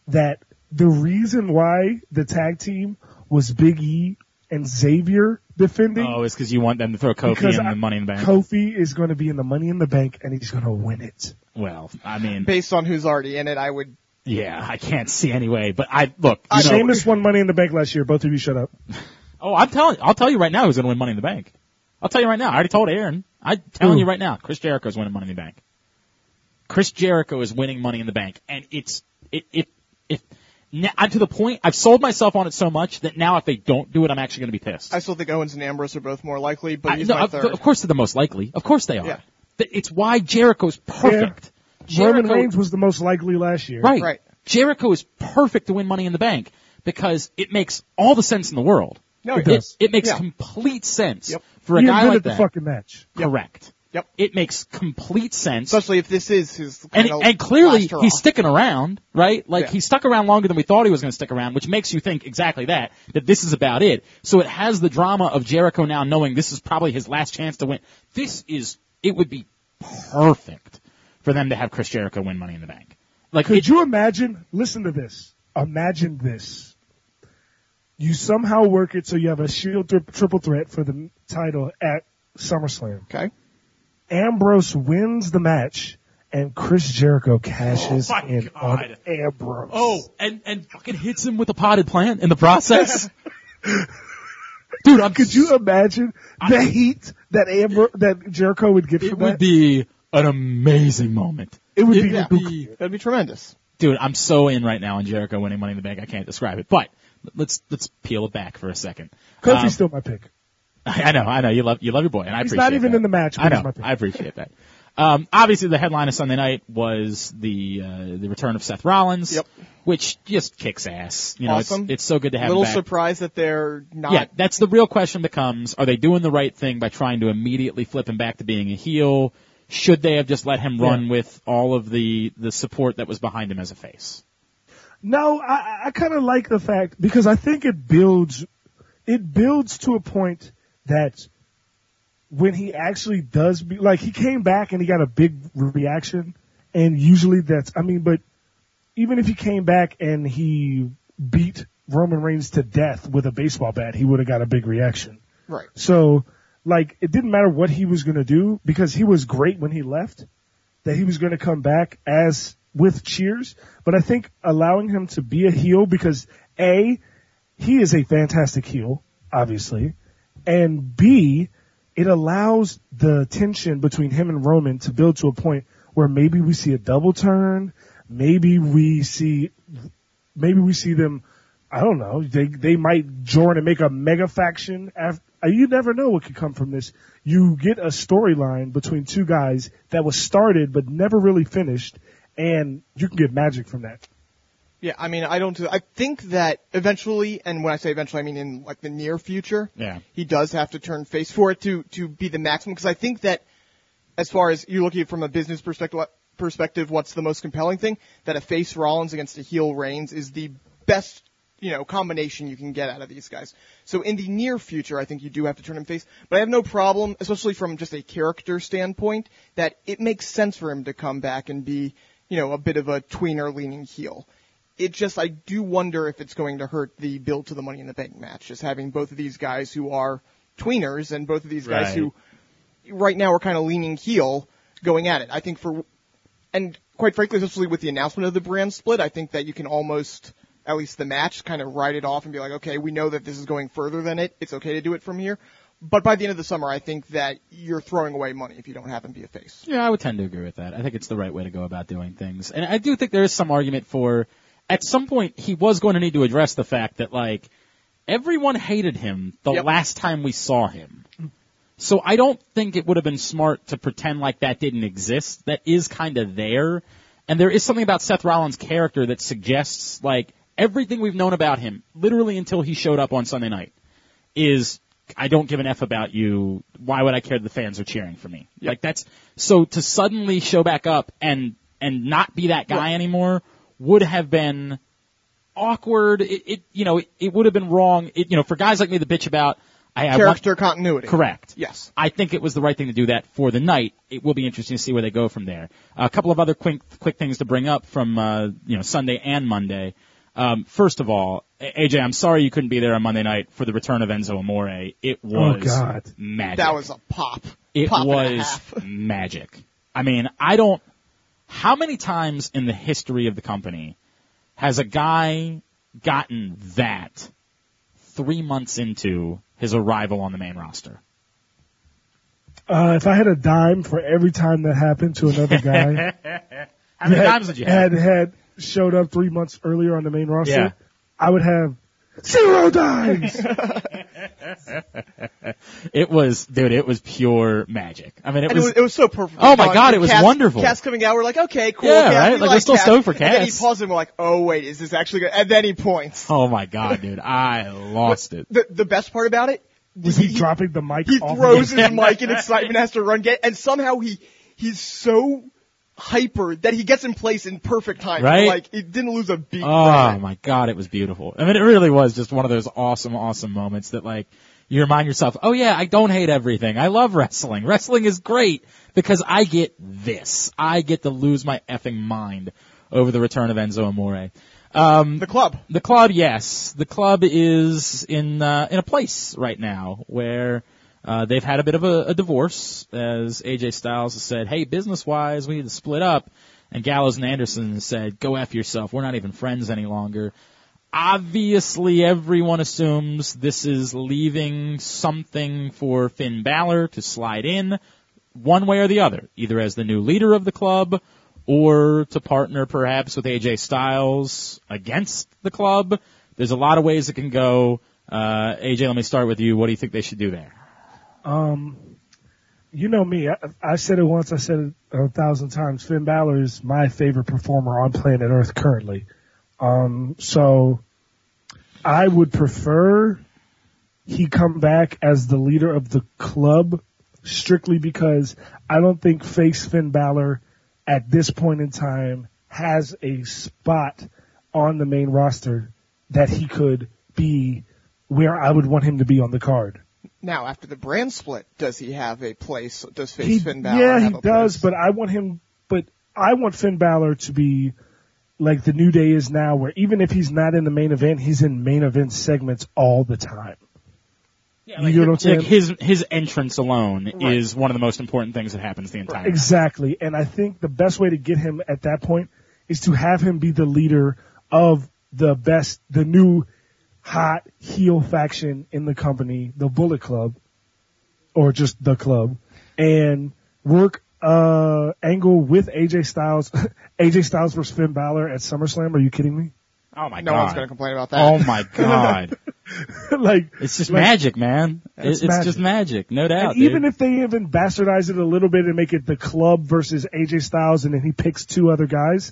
[SPEAKER 3] that the reason why the tag team was Big E and Xavier defending
[SPEAKER 2] Oh, it's because you want them to throw Kofi
[SPEAKER 3] because
[SPEAKER 2] in
[SPEAKER 3] I-
[SPEAKER 2] the Money in the Bank.
[SPEAKER 3] Kofi is going to be in the Money in the Bank and he's going to win it.
[SPEAKER 2] well, I mean,
[SPEAKER 4] Based on who's already in it, I would
[SPEAKER 2] yeah, I can't see any way. But I look. You
[SPEAKER 4] I-
[SPEAKER 2] know,
[SPEAKER 3] Sheamus won Money in the Bank last year. Both of you shut up.
[SPEAKER 2] Oh, I'm telling. I'll tell you right now who's going to win Money in the Bank. I'll tell you right now. I already told Aaron. I'm telling
[SPEAKER 3] Who?
[SPEAKER 2] you right now. Chris Jericho's winning Money in the Bank. Chris Jericho is winning Money in the Bank, and it's it it it. Now, I'm to the point. I've sold myself on it so much that now if they don't do it, I'm actually going to be pissed.
[SPEAKER 4] I still think Owens and Ambrose are both more likely, but
[SPEAKER 2] I-
[SPEAKER 4] he's
[SPEAKER 2] no,
[SPEAKER 4] my
[SPEAKER 2] of,
[SPEAKER 4] third.
[SPEAKER 2] of course they're the most likely. Of course they are.
[SPEAKER 4] Yeah.
[SPEAKER 2] Th- It's why Jericho's perfect.
[SPEAKER 3] Roman
[SPEAKER 2] Jericho-
[SPEAKER 3] Reigns was the most likely last year.
[SPEAKER 2] Right.
[SPEAKER 4] Right.
[SPEAKER 2] Jericho is perfect to win Money in the Bank because it makes all the sense in the world.
[SPEAKER 4] No,
[SPEAKER 3] It
[SPEAKER 4] it
[SPEAKER 3] does.
[SPEAKER 4] does.
[SPEAKER 2] It, it makes
[SPEAKER 4] Yeah.
[SPEAKER 2] complete sense
[SPEAKER 4] Yep.
[SPEAKER 2] for a
[SPEAKER 3] he
[SPEAKER 2] guy
[SPEAKER 3] invented
[SPEAKER 2] like
[SPEAKER 3] the
[SPEAKER 2] that.
[SPEAKER 3] fucking match.
[SPEAKER 2] Correct.
[SPEAKER 4] Yep.
[SPEAKER 2] It makes complete sense.
[SPEAKER 4] Especially if this is his.
[SPEAKER 2] and,
[SPEAKER 4] kinda
[SPEAKER 2] and clearly
[SPEAKER 4] last hurrah.
[SPEAKER 2] he's sticking around, right? Like
[SPEAKER 4] Yeah.
[SPEAKER 2] he stuck around longer than we thought he was going to stick around, which makes you think exactly that, that this is about it. So it has the drama of Jericho now knowing this is probably his last chance to win. This is, it would be perfect for them to have Chris Jericho win Money in the Bank. Like,
[SPEAKER 3] Could
[SPEAKER 2] it-
[SPEAKER 3] you imagine? Listen to this. Imagine this. You somehow work it so you have a Shield tri- triple threat for the title at SummerSlam.
[SPEAKER 4] Okay.
[SPEAKER 3] Ambrose wins the match and Chris Jericho cashes
[SPEAKER 2] Oh my
[SPEAKER 3] in
[SPEAKER 2] God.
[SPEAKER 3] on Ambrose.
[SPEAKER 2] Oh, and and fucking hits him with a potted plant in the process. Dude, I'm,
[SPEAKER 3] could you imagine the heat that Ambro- that Jericho would get
[SPEAKER 2] It
[SPEAKER 3] from
[SPEAKER 2] would
[SPEAKER 3] that?
[SPEAKER 2] be an amazing moment.
[SPEAKER 3] it would
[SPEAKER 2] It
[SPEAKER 3] be
[SPEAKER 2] would be.
[SPEAKER 4] That'd be tremendous.
[SPEAKER 2] Dude, I'm so in right now on Jericho winning Money in the Bank. I can't describe it. But let's let's peel it back for a second.
[SPEAKER 3] Kofi's
[SPEAKER 2] Um,
[SPEAKER 3] still my pick.
[SPEAKER 2] I know, I know. You love you love your boy, and I
[SPEAKER 3] He's
[SPEAKER 2] appreciate
[SPEAKER 3] not even
[SPEAKER 2] that.
[SPEAKER 3] in the match, but
[SPEAKER 2] I
[SPEAKER 3] he's my
[SPEAKER 2] know.
[SPEAKER 3] pick.
[SPEAKER 2] I appreciate that. Um, obviously, the headline of Sunday night was the uh, the return of Seth Rollins,
[SPEAKER 4] Yep.
[SPEAKER 2] which just kicks ass. You know,
[SPEAKER 4] Awesome.
[SPEAKER 2] it's, it's so good to have
[SPEAKER 4] Little
[SPEAKER 2] him back.
[SPEAKER 4] surprised that they're not.
[SPEAKER 2] Yeah, that's the real question becomes, are they doing the right thing by trying to immediately flip him back to being a heel? Should they have just let him run
[SPEAKER 3] Yeah.
[SPEAKER 2] with all of the, the support that was behind him as a face?
[SPEAKER 3] No, I, I kind of like the fact because I think it builds, it builds to a point that when he actually does be like he came back and he got a big reaction, and usually that's I mean, but even if he came back and he beat Roman Reigns to death with a baseball bat, he would have got a big reaction.
[SPEAKER 4] Right.
[SPEAKER 3] So, like, it didn't matter what he was gonna do because he was great when he left, that he was gonna come back as with cheers. But I think allowing him to be a heel because A, he is a fantastic heel. obviously, and B, it allows the tension between him and Roman to build to a point where maybe we see a double turn, maybe we see, maybe we see them. I don't know. They they might join and make a mega faction. After, you never know what could come from this. You get a storyline between two guys that was started but never really finished, and you can get magic from that.
[SPEAKER 4] Yeah, I mean, I don't. I think that eventually, and when I say eventually, I mean in like the near future.
[SPEAKER 2] Yeah.
[SPEAKER 4] He does have to turn face for it to to be the maximum because I think that as far as you look at it from a business perspective, perspective, what's the most compelling thing that a face Rollins against a heel Reigns is the best you know combination you can get out of these guys. So in the near future, I think you do have to turn him face, but I have no problem, especially from just a character standpoint, that it makes sense for him to come back and be you know a bit of a tweener leaning heel it just I do wonder if it's going to hurt the build to the Money in the Bank match, just having both of these guys who are tweeners and both of these guys
[SPEAKER 2] Right.
[SPEAKER 4] who right now are kind of leaning heel going at it. I think for and quite frankly, especially with the announcement of the brand split, I think that you can almost at least the match kind of write it off and be like, okay, we know that this is going further than it. It's okay to do it from here. But by the end of the summer, I think that you're throwing away money if you don't have him be a face.
[SPEAKER 2] Yeah, I would tend to agree with that. I think it's the right way to go about doing things. And I do think there is some argument for, at some point, he was going to need to address the fact that, like, everyone hated him the
[SPEAKER 4] Yep.
[SPEAKER 2] last time we saw him. So I don't think it would have been smart to pretend like that didn't exist. That is kind of there. And there is something about Seth Rollins' character that suggests, like, everything we've known about him, literally until he showed up on Sunday night, is I don't give an F about you. Why would I care that the fans are cheering for me? Like that's so to suddenly show back up and and not be that guy anymore would have been awkward. It, it you know it, it would have been wrong. It you know for guys like me to bitch about I, I want
[SPEAKER 4] Character continuity.
[SPEAKER 2] Correct.
[SPEAKER 4] Yes.
[SPEAKER 2] I think it was the right thing to do that for the night. It will be interesting to see where they go from there. A couple of other quick quick things to bring up from uh, you know Sunday and Monday. Um, first of all, A- AJ, I'm sorry you couldn't be there on Monday night for the return of Enzo Amore. It was
[SPEAKER 3] God.
[SPEAKER 2] magic.
[SPEAKER 4] That was a pop.
[SPEAKER 2] it
[SPEAKER 4] pop And a
[SPEAKER 2] was
[SPEAKER 4] half.
[SPEAKER 2] magic. I mean, I don't. How many times in the history of the company has a guy gotten that three months into his arrival on the main roster?
[SPEAKER 3] Uh, if I had a dime for every time that happened to another guy
[SPEAKER 2] How many
[SPEAKER 3] that
[SPEAKER 2] times did you have?
[SPEAKER 3] had had showed up three months earlier on the main roster,
[SPEAKER 2] Yeah.
[SPEAKER 3] I would have zero dimes.
[SPEAKER 2] It was, dude, it was pure magic. I mean, it
[SPEAKER 4] And it
[SPEAKER 2] was,
[SPEAKER 4] was, it was so perfect.
[SPEAKER 2] Oh my
[SPEAKER 4] Like,
[SPEAKER 2] God,
[SPEAKER 4] the
[SPEAKER 2] it was
[SPEAKER 4] cast,
[SPEAKER 2] wonderful.
[SPEAKER 4] Cast coming out, we're like, okay, cool.
[SPEAKER 2] Yeah,
[SPEAKER 4] Cass,
[SPEAKER 2] right?
[SPEAKER 4] we
[SPEAKER 2] Like, we're still
[SPEAKER 4] Cass.
[SPEAKER 2] stoked for
[SPEAKER 4] And then he
[SPEAKER 2] Cass.
[SPEAKER 4] pauses and we're like, oh wait, is this actually good? And then he points.
[SPEAKER 2] oh my god, dude, I lost it.
[SPEAKER 4] The, the best part about it,
[SPEAKER 3] Was he dropping the mic?
[SPEAKER 4] he
[SPEAKER 3] off of
[SPEAKER 4] throws
[SPEAKER 3] him?
[SPEAKER 4] his mic in excitement, has to run, get, and somehow he, he's so hyper that he gets in place in perfect time.
[SPEAKER 2] Right?
[SPEAKER 4] Like, he didn't lose a beat.
[SPEAKER 2] Oh my god, it was beautiful. I mean, it really was just one of those awesome, awesome moments that like, you remind yourself, oh yeah, I don't hate everything. I love wrestling. Wrestling is great because I get this. I get to lose my effing mind over the return of Enzo Amore.
[SPEAKER 4] The club.
[SPEAKER 2] The club, yes. The club is in uh, in a place right now where uh, they've had a bit of a, a divorce, as AJ Styles has said, "Hey, business wise, we need to split up." And Gallows and Anderson said, "Go f yourself. We're not even friends any longer." Obviously, everyone assumes this is leaving something for Finn Balor to slide in, one way or the other, either as the new leader of the club or to partner perhaps with AJ Styles against the club. There's a lot of ways it can go. Uh, AJ, let me start with you. What do you think they should do there?
[SPEAKER 3] You know me. I, I said it once. I said it a thousand times. Finn Balor is my favorite performer on planet Earth currently. Um, so I would prefer he come back as the leader of the club strictly because I don't think face Finn Balor at this point in time has a spot on the main roster that he could be where I would want him to be on the card.
[SPEAKER 4] Now, after the brand split, does he have a place? Does face
[SPEAKER 3] He-
[SPEAKER 4] Finn Balor
[SPEAKER 3] Yeah,
[SPEAKER 4] have
[SPEAKER 3] he
[SPEAKER 4] a
[SPEAKER 3] does,
[SPEAKER 4] place?
[SPEAKER 3] but I want him. But I want Finn Balor to be like the New Day is now, where even if he's not in the main event, he's in main event segments all the time.
[SPEAKER 2] Yeah,
[SPEAKER 3] like- You know what I'm
[SPEAKER 2] like
[SPEAKER 3] saying?
[SPEAKER 2] his his entrance alone
[SPEAKER 4] Right.
[SPEAKER 2] is one of the most important things that happens the entire. night.
[SPEAKER 3] Exactly, and I think the best way to get him at that point is to have him be the leader of the best, the new hot heel faction in the company, the Bullet Club, or just the club, and work uh angle with AJ Styles, AJ Styles versus Finn Balor at SummerSlam. Are you kidding me?
[SPEAKER 2] Oh my
[SPEAKER 4] No
[SPEAKER 2] god.
[SPEAKER 4] one's gonna complain about that.
[SPEAKER 2] Oh my god.
[SPEAKER 3] like
[SPEAKER 2] It's just
[SPEAKER 3] like-
[SPEAKER 2] magic, man. It-
[SPEAKER 3] It's
[SPEAKER 2] It's,
[SPEAKER 3] magic.
[SPEAKER 2] just magic, no doubt.
[SPEAKER 3] And even if they even bastardize it a little bit and make it the club versus AJ Styles and then he picks two other guys,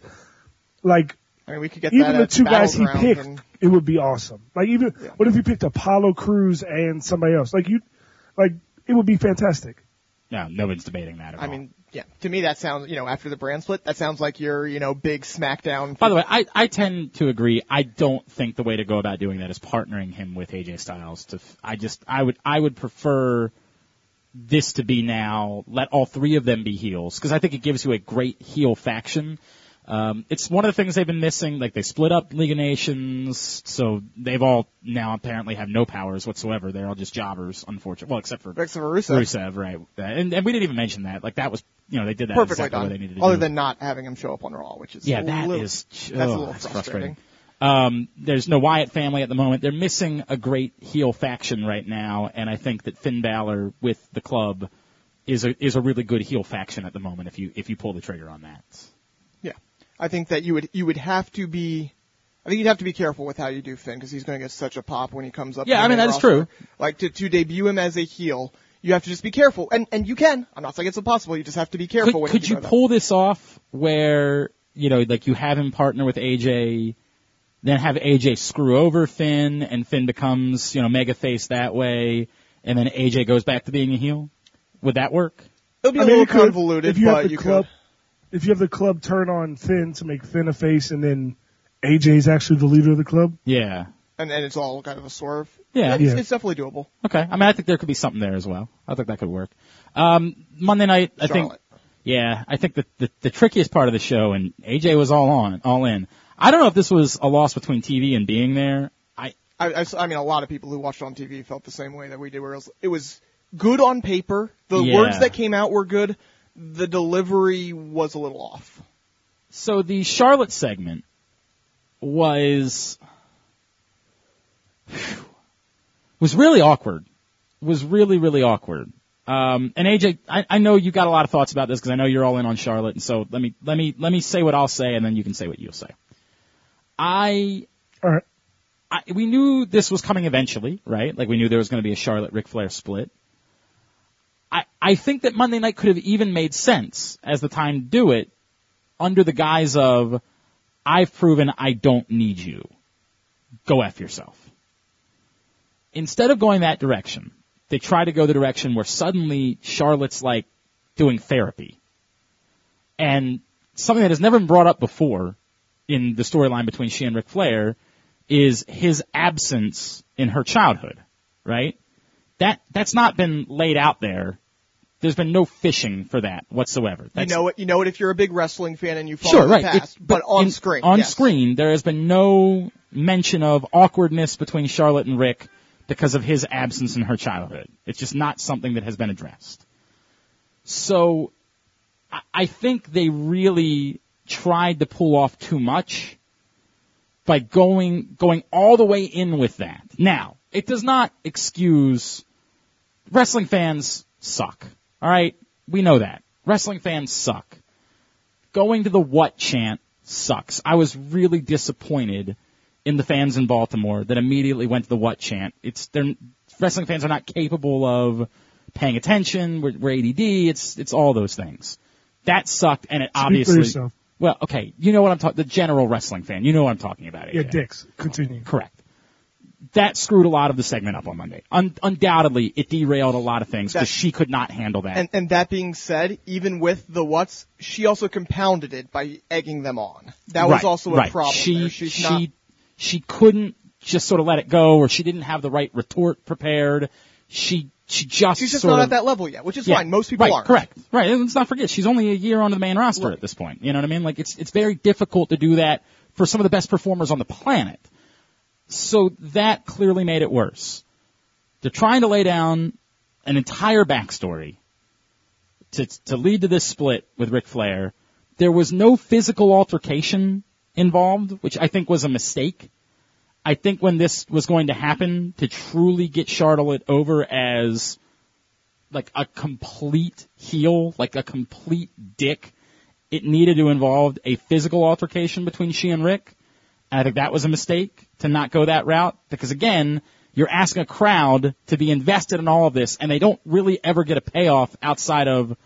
[SPEAKER 3] like
[SPEAKER 4] I mean, we could get that
[SPEAKER 3] even the
[SPEAKER 4] at
[SPEAKER 3] two guys he
[SPEAKER 4] Battleground
[SPEAKER 3] picked,
[SPEAKER 4] and-
[SPEAKER 3] it would be awesome. Like even what if he picked Apollo Cruz and somebody else? Like you, like it would be fantastic.
[SPEAKER 2] no, no one's debating that at
[SPEAKER 4] I
[SPEAKER 2] all.
[SPEAKER 4] mean, yeah. To me, that sounds, you know, after the brand split, that sounds like your, you know, big SmackDown.
[SPEAKER 2] By the way, I, I tend to agree. I don't think the way to go about doing that is partnering him with AJ Styles. To f- I just I would I would prefer this to be now. Let all three of them be heels because I think it gives you a great heel faction. Um, it's one of the things they've been missing. Like they split up League of Nations, so they've all now apparently have no powers whatsoever. They're all just jobbers, unfortunately. Well, except for
[SPEAKER 4] Rex of Rusev.
[SPEAKER 2] Rusev, right? And and we didn't even mention that. Like that was you know they did that
[SPEAKER 4] Perfectly
[SPEAKER 2] exactly what they needed
[SPEAKER 4] done.
[SPEAKER 2] to
[SPEAKER 4] Other
[SPEAKER 2] do.
[SPEAKER 4] than not having him show up on Raw, which is
[SPEAKER 2] Yeah,
[SPEAKER 4] a
[SPEAKER 2] that
[SPEAKER 4] little,
[SPEAKER 2] is ch-
[SPEAKER 4] that's a
[SPEAKER 2] oh,
[SPEAKER 4] little
[SPEAKER 2] that's
[SPEAKER 4] frustrating.
[SPEAKER 2] frustrating. Um, there's no Wyatt family at the moment. They're missing a great heel faction right now, and I think that Finn Balor with the club is a is a really good heel faction at the moment. If you if you pull the trigger on that,
[SPEAKER 4] Yeah, I think that you would you would have to be. I think you'd have to be careful with how you do Finn because he's going to get such a pop when he comes up.
[SPEAKER 2] Yeah,
[SPEAKER 4] in the
[SPEAKER 2] I mean,
[SPEAKER 4] main
[SPEAKER 2] that is
[SPEAKER 4] roster.
[SPEAKER 2] true.
[SPEAKER 4] Like to to debut him as a heel, you have to just be careful, and and you can. I'm not saying it's impossible. You just have to be careful.
[SPEAKER 2] could,
[SPEAKER 4] when
[SPEAKER 2] could you
[SPEAKER 4] do that.
[SPEAKER 2] pull this off where you know like you have him partner with AJ, then have AJ screw over Finn, and Finn becomes you know mega face that way, and then AJ goes back to being a heel? Would that work?
[SPEAKER 4] It'll be
[SPEAKER 3] I
[SPEAKER 4] a
[SPEAKER 3] mean,
[SPEAKER 4] little
[SPEAKER 3] you could,
[SPEAKER 4] convoluted,
[SPEAKER 3] if you have
[SPEAKER 4] but
[SPEAKER 3] the
[SPEAKER 4] you
[SPEAKER 3] club,
[SPEAKER 4] could.
[SPEAKER 3] if you have the club turn on Finn to make Finn a face, and then AJ's actually the leader of the club.
[SPEAKER 2] Yeah.
[SPEAKER 4] And and it's all kind of a swerve.
[SPEAKER 2] Yeah.
[SPEAKER 4] it's,
[SPEAKER 3] Yeah.
[SPEAKER 4] it's definitely doable.
[SPEAKER 2] Okay. I mean, I think there could be something there as well. I think that could work. Um, Monday night, I think,
[SPEAKER 4] Charlotte.
[SPEAKER 2] yeah, I think that the, the trickiest part of the show, and AJ was all on, all in. I don't know if this was a loss between TV and being there. I,
[SPEAKER 4] I, I s- I mean, a lot of people who watched on TV felt the same way that we did. Where it was, it was good on paper. The
[SPEAKER 2] Yeah.
[SPEAKER 4] words that came out were good. The delivery was a little off.
[SPEAKER 2] so the Charlotte segment was, was really awkward. Was really, really awkward. Um, and AJ, I, I know you got a lot of thoughts about this because I know you're all in on Charlotte, and so let me, let me, let me say what I'll say and then you can say what you'll say. I
[SPEAKER 3] All right.
[SPEAKER 2] I, we knew this was coming eventually, right? Like we knew there was going to be a Charlotte Ric Flair split. I I think that Monday Night could have even made sense as the time to do it, under the guise of I've proven I don't need you. Go f yourself. Instead of going that direction, they try to go the direction where suddenly Charlotte's like doing therapy, and something that has never been brought up before in the storyline between she and Ric Flair is his absence in her childhood, right? That that's not been laid out there. There's been no fishing for that whatsoever. That's,
[SPEAKER 4] you know it. You know it if you're a big wrestling fan and you follow
[SPEAKER 2] sure,
[SPEAKER 4] the
[SPEAKER 2] right.
[SPEAKER 4] past.
[SPEAKER 2] It-
[SPEAKER 4] but, on
[SPEAKER 2] in-
[SPEAKER 4] screen,
[SPEAKER 2] on
[SPEAKER 4] yes.
[SPEAKER 2] screen, there has been no mention of awkwardness between Charlotte and Rick because of his absence in her childhood. It's just not something that has been addressed. So, I- I think they really tried to pull off too much by going going all the way in with that. Now, it does not excuse wrestling fans suck. All right, we know that wrestling fans suck going to the what chant sucks. I was really disappointed in the fans in Baltimore that immediately went to the what chant. It's they're wrestling fans are not capable of paying attention. We're, we're ADD. It's it's all those things. That sucked, and it obviously.
[SPEAKER 3] yourself.
[SPEAKER 2] Well, okay, you know what I'm talking. The general wrestling fan, you know what I'm talking about. AJ.
[SPEAKER 3] Yeah, dicks. Continue.
[SPEAKER 2] Correct. That screwed a lot of the segment up on Monday. Un- undoubtedly, it derailed a lot of things
[SPEAKER 4] That-
[SPEAKER 2] because she could not handle that.
[SPEAKER 4] And and that being said, even with the what's, she also compounded it by egging them on. That was
[SPEAKER 2] Right,
[SPEAKER 4] also a
[SPEAKER 2] right.
[SPEAKER 4] problem.
[SPEAKER 2] She
[SPEAKER 4] there. She's
[SPEAKER 2] she
[SPEAKER 4] not
[SPEAKER 2] she couldn't just sort of let it go, or she didn't have the right retort prepared. She she just
[SPEAKER 4] she's just
[SPEAKER 2] sort
[SPEAKER 4] not
[SPEAKER 2] of,
[SPEAKER 4] at that level yet, which is
[SPEAKER 2] yeah,
[SPEAKER 4] fine. Most people
[SPEAKER 2] right,
[SPEAKER 4] aren't.
[SPEAKER 2] Correct. Right. And let's not forget she's only a year onto the main roster at this point. You know what I mean? Like it's it's very difficult to do that for some of the best performers on the planet. So that clearly made it worse. They're trying to lay down an entire backstory to to lead to this split with Ric Flair. There was no physical altercation involved, which I think was a mistake. I think when this was going to happen, to truly get Charlotte over as like a complete heel, like a complete dick, it needed to involve a physical altercation between she and Rick. And I think that was a mistake to not go that route because again, you're asking a crowd to be invested in all of this and they don't really ever get a payoff outside of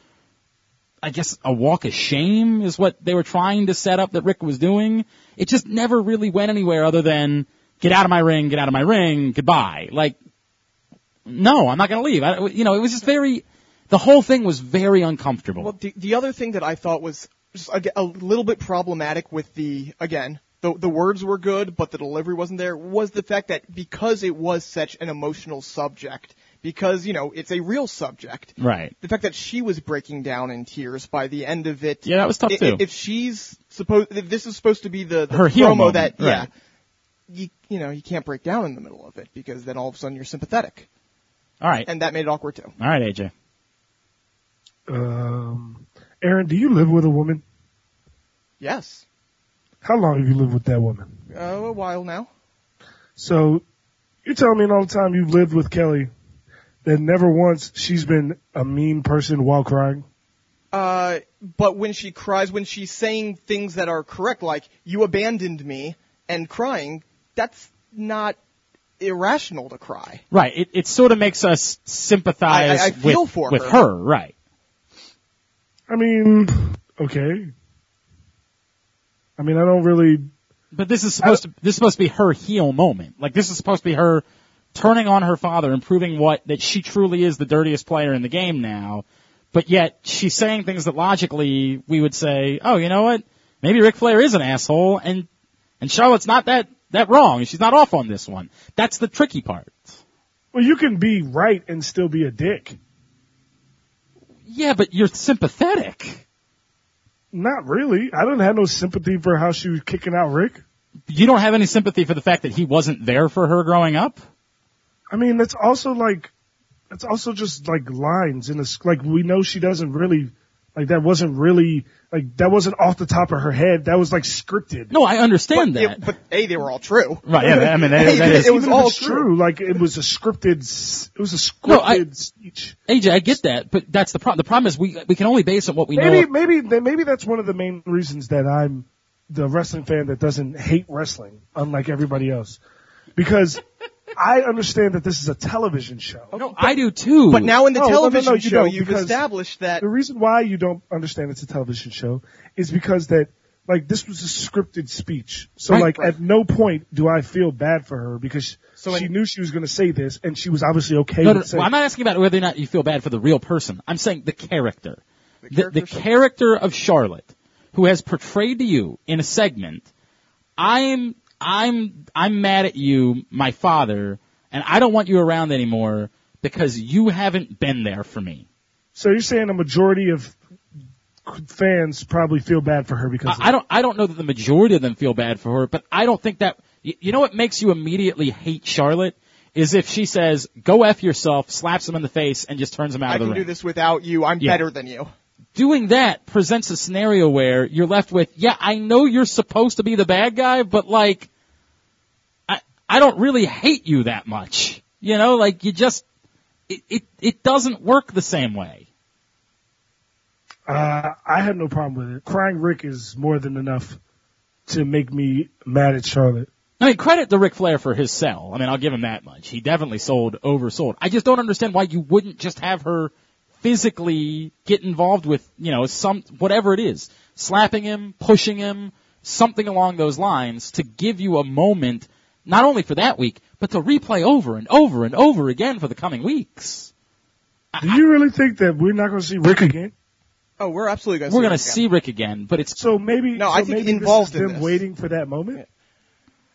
[SPEAKER 2] I guess a walk of shame is what they were trying to set up that Rick was doing. It just never really went anywhere other than get out of my ring, get out of my ring, goodbye. Like, no, I'm not going to leave. I, you know, it was just very, the whole thing was very uncomfortable.
[SPEAKER 4] Well, the, the other thing that I thought was just a, a little bit problematic with the again the the words were good, but the delivery wasn't there was the fact that because it was such an emotional subject, because you know it's a real subject,
[SPEAKER 2] right.
[SPEAKER 4] the fact that she was breaking down in tears by the end of it.
[SPEAKER 2] Yeah, that was tough
[SPEAKER 4] i- i-
[SPEAKER 2] too.
[SPEAKER 4] If she's supposed, if this is supposed to be the, the
[SPEAKER 2] Her heel
[SPEAKER 4] promo
[SPEAKER 2] moment,
[SPEAKER 4] that yeah,
[SPEAKER 2] right.
[SPEAKER 4] you you know you can't break down in the middle of it because then all of a sudden you're sympathetic,
[SPEAKER 2] All right.
[SPEAKER 4] and that made it awkward too.
[SPEAKER 2] All right, AJ.
[SPEAKER 3] Um, Aaron, do you live with a woman?
[SPEAKER 4] Yes,
[SPEAKER 3] How long have you lived with that woman?
[SPEAKER 4] uh, a while now.
[SPEAKER 3] So you're telling me all the time you've lived with Kelly that never once she's been a mean person while crying?
[SPEAKER 4] Uh, but when she cries, when she's saying things that are correct, like "you abandoned me" and crying, that's not irrational to cry.
[SPEAKER 2] Right. It, it sort of makes us sympathize
[SPEAKER 4] I- I feel
[SPEAKER 2] with,
[SPEAKER 4] for
[SPEAKER 2] with
[SPEAKER 4] her.
[SPEAKER 2] her. Right.
[SPEAKER 3] I mean, okay. I mean, I don't really.
[SPEAKER 2] But this is supposed to, this is supposed to be her heel moment. Like this is supposed to be her turning on her father and proving what, that she truly is the dirtiest player in the game now. But yet she's saying things that logically we would say, oh, you know what? Maybe Ric Flair is an asshole and, and Charlotte's not that, that wrong. She's not off on this one. That's the tricky part.
[SPEAKER 3] Well, you can be right and still be a dick.
[SPEAKER 2] Yeah, but you're sympathetic.
[SPEAKER 3] Not really. I don't have no sympathy for how she was kicking out Rick.
[SPEAKER 2] You don't have any sympathy for the fact that he wasn't there for her growing up?
[SPEAKER 3] I mean, that's also like, that's also just like lines in a, s- like we know she doesn't really, like that wasn't really, like that wasn't off the top of her head. That was like scripted.
[SPEAKER 2] No, I understand
[SPEAKER 4] but,
[SPEAKER 2] that.
[SPEAKER 4] It, but a, they were all true.
[SPEAKER 2] right, yeah, I mean, that, that is.
[SPEAKER 4] It was
[SPEAKER 3] Even if
[SPEAKER 4] all
[SPEAKER 3] it's true. Like it was a scripted, s- it was a scripted
[SPEAKER 2] No, I-
[SPEAKER 3] speech.
[SPEAKER 2] AJ, I get that, but that's the problem. The problem is we we can only base on what we
[SPEAKER 3] Maybe,
[SPEAKER 2] know.
[SPEAKER 3] maybe, then maybe that's one of the main reasons that I'm the wrestling fan that doesn't hate wrestling, unlike everybody else. Because I understand that this is a television show.
[SPEAKER 2] No, I do too.
[SPEAKER 4] But now in Oh, the
[SPEAKER 3] Oh, No, no, no,
[SPEAKER 4] television
[SPEAKER 3] no, you
[SPEAKER 4] show,
[SPEAKER 3] don't,
[SPEAKER 4] you've
[SPEAKER 3] because-
[SPEAKER 4] established that
[SPEAKER 3] the reason why you don't understand it's a television show is because that like this was a scripted speech. So
[SPEAKER 2] Right,
[SPEAKER 3] like
[SPEAKER 4] right.
[SPEAKER 3] at no point do I feel bad for her because
[SPEAKER 4] So
[SPEAKER 3] she
[SPEAKER 4] in-
[SPEAKER 3] knew she was going to say this and she was obviously okay
[SPEAKER 2] no, no,
[SPEAKER 3] with saying
[SPEAKER 2] well, I'm not asking about whether or not you feel bad for the real person. I'm saying the character, the the,
[SPEAKER 4] character Charlotte.
[SPEAKER 2] character of Charlotte, who has portrayed to you in a segment. I'm I'm I'm mad at you, my father, and I don't want you around anymore because you haven't been there for me.
[SPEAKER 3] So you're saying a majority of fans probably feel bad for her because
[SPEAKER 2] I, I don't. I don't know that the majority of them feel bad for her, but I don't think that. You, you know what makes you immediately hate Charlotte is if she says "Go f yourself," slaps him in the face, and just turns him out
[SPEAKER 4] I
[SPEAKER 2] of the
[SPEAKER 4] can
[SPEAKER 2] ring.
[SPEAKER 4] do this without you. I'm
[SPEAKER 2] Yeah.
[SPEAKER 4] better than you.
[SPEAKER 2] Doing that presents a scenario where you're left with, "Yeah, I know you're supposed to be the bad guy, but like, I I don't really hate you that much. You know, like you just it it, it doesn't work the same way."
[SPEAKER 3] uh, I had no problem with it. Crying Rick is more than enough to make me mad at Charlotte.
[SPEAKER 2] I mean, credit to Ric Flair for his sell. I mean, I'll give him that much. He definitely sold, oversold. I just don't understand why you wouldn't just have her physically get involved with, you know, some, whatever it is. Slapping him, pushing him, something along those lines to give you a moment, not only for that week, but to replay over and over and over again for the coming weeks.
[SPEAKER 3] Do you really think that we're not going to see Rick again?
[SPEAKER 4] Oh, we're absolutely going to.
[SPEAKER 2] We're gonna see Rick again, but it's,
[SPEAKER 3] So maybe
[SPEAKER 4] No,
[SPEAKER 3] so
[SPEAKER 4] I think
[SPEAKER 3] maybe this
[SPEAKER 4] involved
[SPEAKER 3] is
[SPEAKER 4] in
[SPEAKER 3] them
[SPEAKER 4] this.
[SPEAKER 3] waiting for that moment.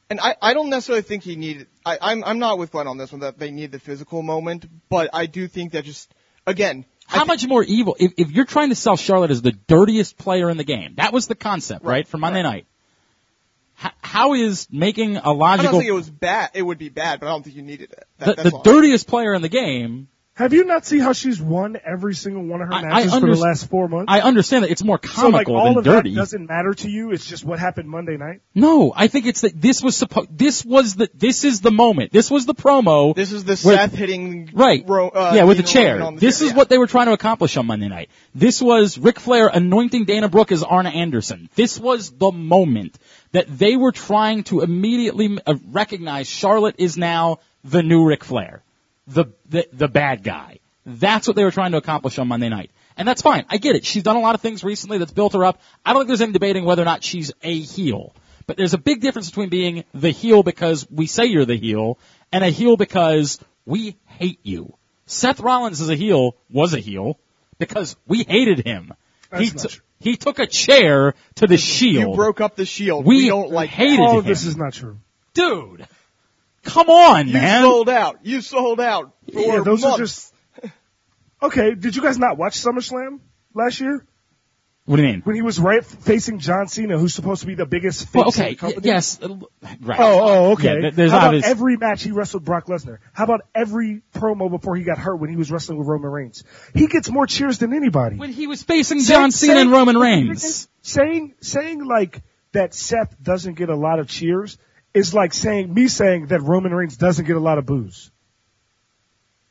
[SPEAKER 4] And I, I don't necessarily think he needed. I, I'm I'm not with Glenn on this one that they need the physical moment, but I do think that just again. I
[SPEAKER 2] how much more evil, if, if you're trying to sell Charlotte as the dirtiest player in the game, that was the concept, right, for Monday night. H- how is making a
[SPEAKER 4] I don't
[SPEAKER 2] logical
[SPEAKER 4] think it was bad. It would be bad, but I don't think you needed it. That,
[SPEAKER 2] the,
[SPEAKER 4] that's
[SPEAKER 2] the
[SPEAKER 4] all.
[SPEAKER 2] dirtiest player in the game
[SPEAKER 3] Have you not seen how she's won every single one of her
[SPEAKER 2] I- I
[SPEAKER 3] matches for the
[SPEAKER 2] underst-
[SPEAKER 3] last four months?
[SPEAKER 2] I understand that it's more
[SPEAKER 3] so like
[SPEAKER 2] comical
[SPEAKER 3] all
[SPEAKER 2] than
[SPEAKER 3] of
[SPEAKER 2] dirty.
[SPEAKER 3] that doesn't matter to you. It's just what happened Monday night.
[SPEAKER 2] No, I think it's that this was supposed. This was the. This is the moment. This was the promo.
[SPEAKER 4] This is the
[SPEAKER 2] Where-
[SPEAKER 4] Seth hitting
[SPEAKER 2] right.
[SPEAKER 4] Ro- uh,
[SPEAKER 2] yeah, with a
[SPEAKER 4] Dana Roman
[SPEAKER 2] chair.
[SPEAKER 4] on the
[SPEAKER 2] This
[SPEAKER 4] chair,
[SPEAKER 2] is
[SPEAKER 4] yeah.
[SPEAKER 2] what they were trying to accomplish on Monday night. This was Ric Flair anointing Dana Brooke as Arna Anderson. This was the moment that they were trying to immediately uh, recognize Charlotte is now the new Ric Flair, the, the the bad guy. That's what they were trying to accomplish on Monday night. And that's fine. I get it. She's done a lot of things recently that's built her up. I don't think there's any debating whether or not she's a heel. But there's a big difference between being the heel because we say you're the heel and a heel because we hate you. Seth Rollins is a heel, was a heel, because we hated him. He,
[SPEAKER 3] not
[SPEAKER 2] t-
[SPEAKER 3] true.
[SPEAKER 2] he took a chair to the shield.
[SPEAKER 4] You broke up the shield.
[SPEAKER 2] We
[SPEAKER 4] don't like
[SPEAKER 2] hated
[SPEAKER 4] that. Oh,
[SPEAKER 2] Hated
[SPEAKER 3] All
[SPEAKER 2] him.
[SPEAKER 3] of this is not true.
[SPEAKER 2] Dude! Come on,
[SPEAKER 4] You
[SPEAKER 2] man!
[SPEAKER 4] sold out. You sold out for
[SPEAKER 3] Yeah, those
[SPEAKER 4] months.
[SPEAKER 3] are just. Okay, did you guys not watch SummerSlam last year
[SPEAKER 2] what do you mean?
[SPEAKER 3] when he was right facing John Cena, who's supposed to be the biggest face
[SPEAKER 2] Well,
[SPEAKER 3] in the
[SPEAKER 2] okay, y-
[SPEAKER 3] company?
[SPEAKER 2] yes, uh, right.
[SPEAKER 3] Oh, oh, okay.
[SPEAKER 2] Yeah, th- there's
[SPEAKER 3] How about
[SPEAKER 2] obvious-
[SPEAKER 3] every match he wrestled Brock Lesnar? How about every promo before he got hurt when he was wrestling with Roman Reigns? He gets more cheers than anybody.
[SPEAKER 2] When he was facing John
[SPEAKER 3] Say-
[SPEAKER 2] Cena
[SPEAKER 3] say-
[SPEAKER 2] and Roman Reigns.
[SPEAKER 3] Saying saying like that Seth doesn't get a lot of cheers is like saying me saying that Roman Reigns doesn't get a lot of boos.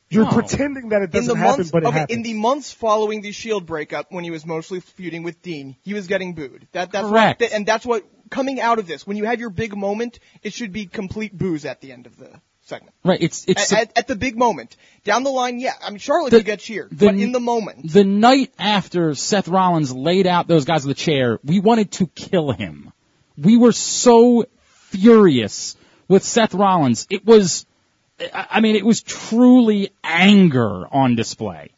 [SPEAKER 3] You're
[SPEAKER 2] No.
[SPEAKER 3] pretending that it
[SPEAKER 4] in
[SPEAKER 3] doesn't
[SPEAKER 4] the
[SPEAKER 3] happen,
[SPEAKER 4] months,
[SPEAKER 3] but it
[SPEAKER 4] okay,
[SPEAKER 3] happens.
[SPEAKER 4] in the months following the Shield breakup, when he was mostly feuding with Dean, he was getting booed. That that's
[SPEAKER 2] Correct.
[SPEAKER 4] What, and that's what coming out of this. When you have your big moment, it should be complete booze at the end of the segment.
[SPEAKER 2] Right, it's, it's,
[SPEAKER 4] At, at, at the big moment, down the line, yeah, I mean Charlotte
[SPEAKER 2] The-
[SPEAKER 4] could get cheered,
[SPEAKER 2] the-
[SPEAKER 4] but in the moment,
[SPEAKER 2] the night after Seth Rollins laid out those guys with the chair, we wanted to kill him. We were so furious with Seth Rollins. It was, I I mean, it was truly anger on display.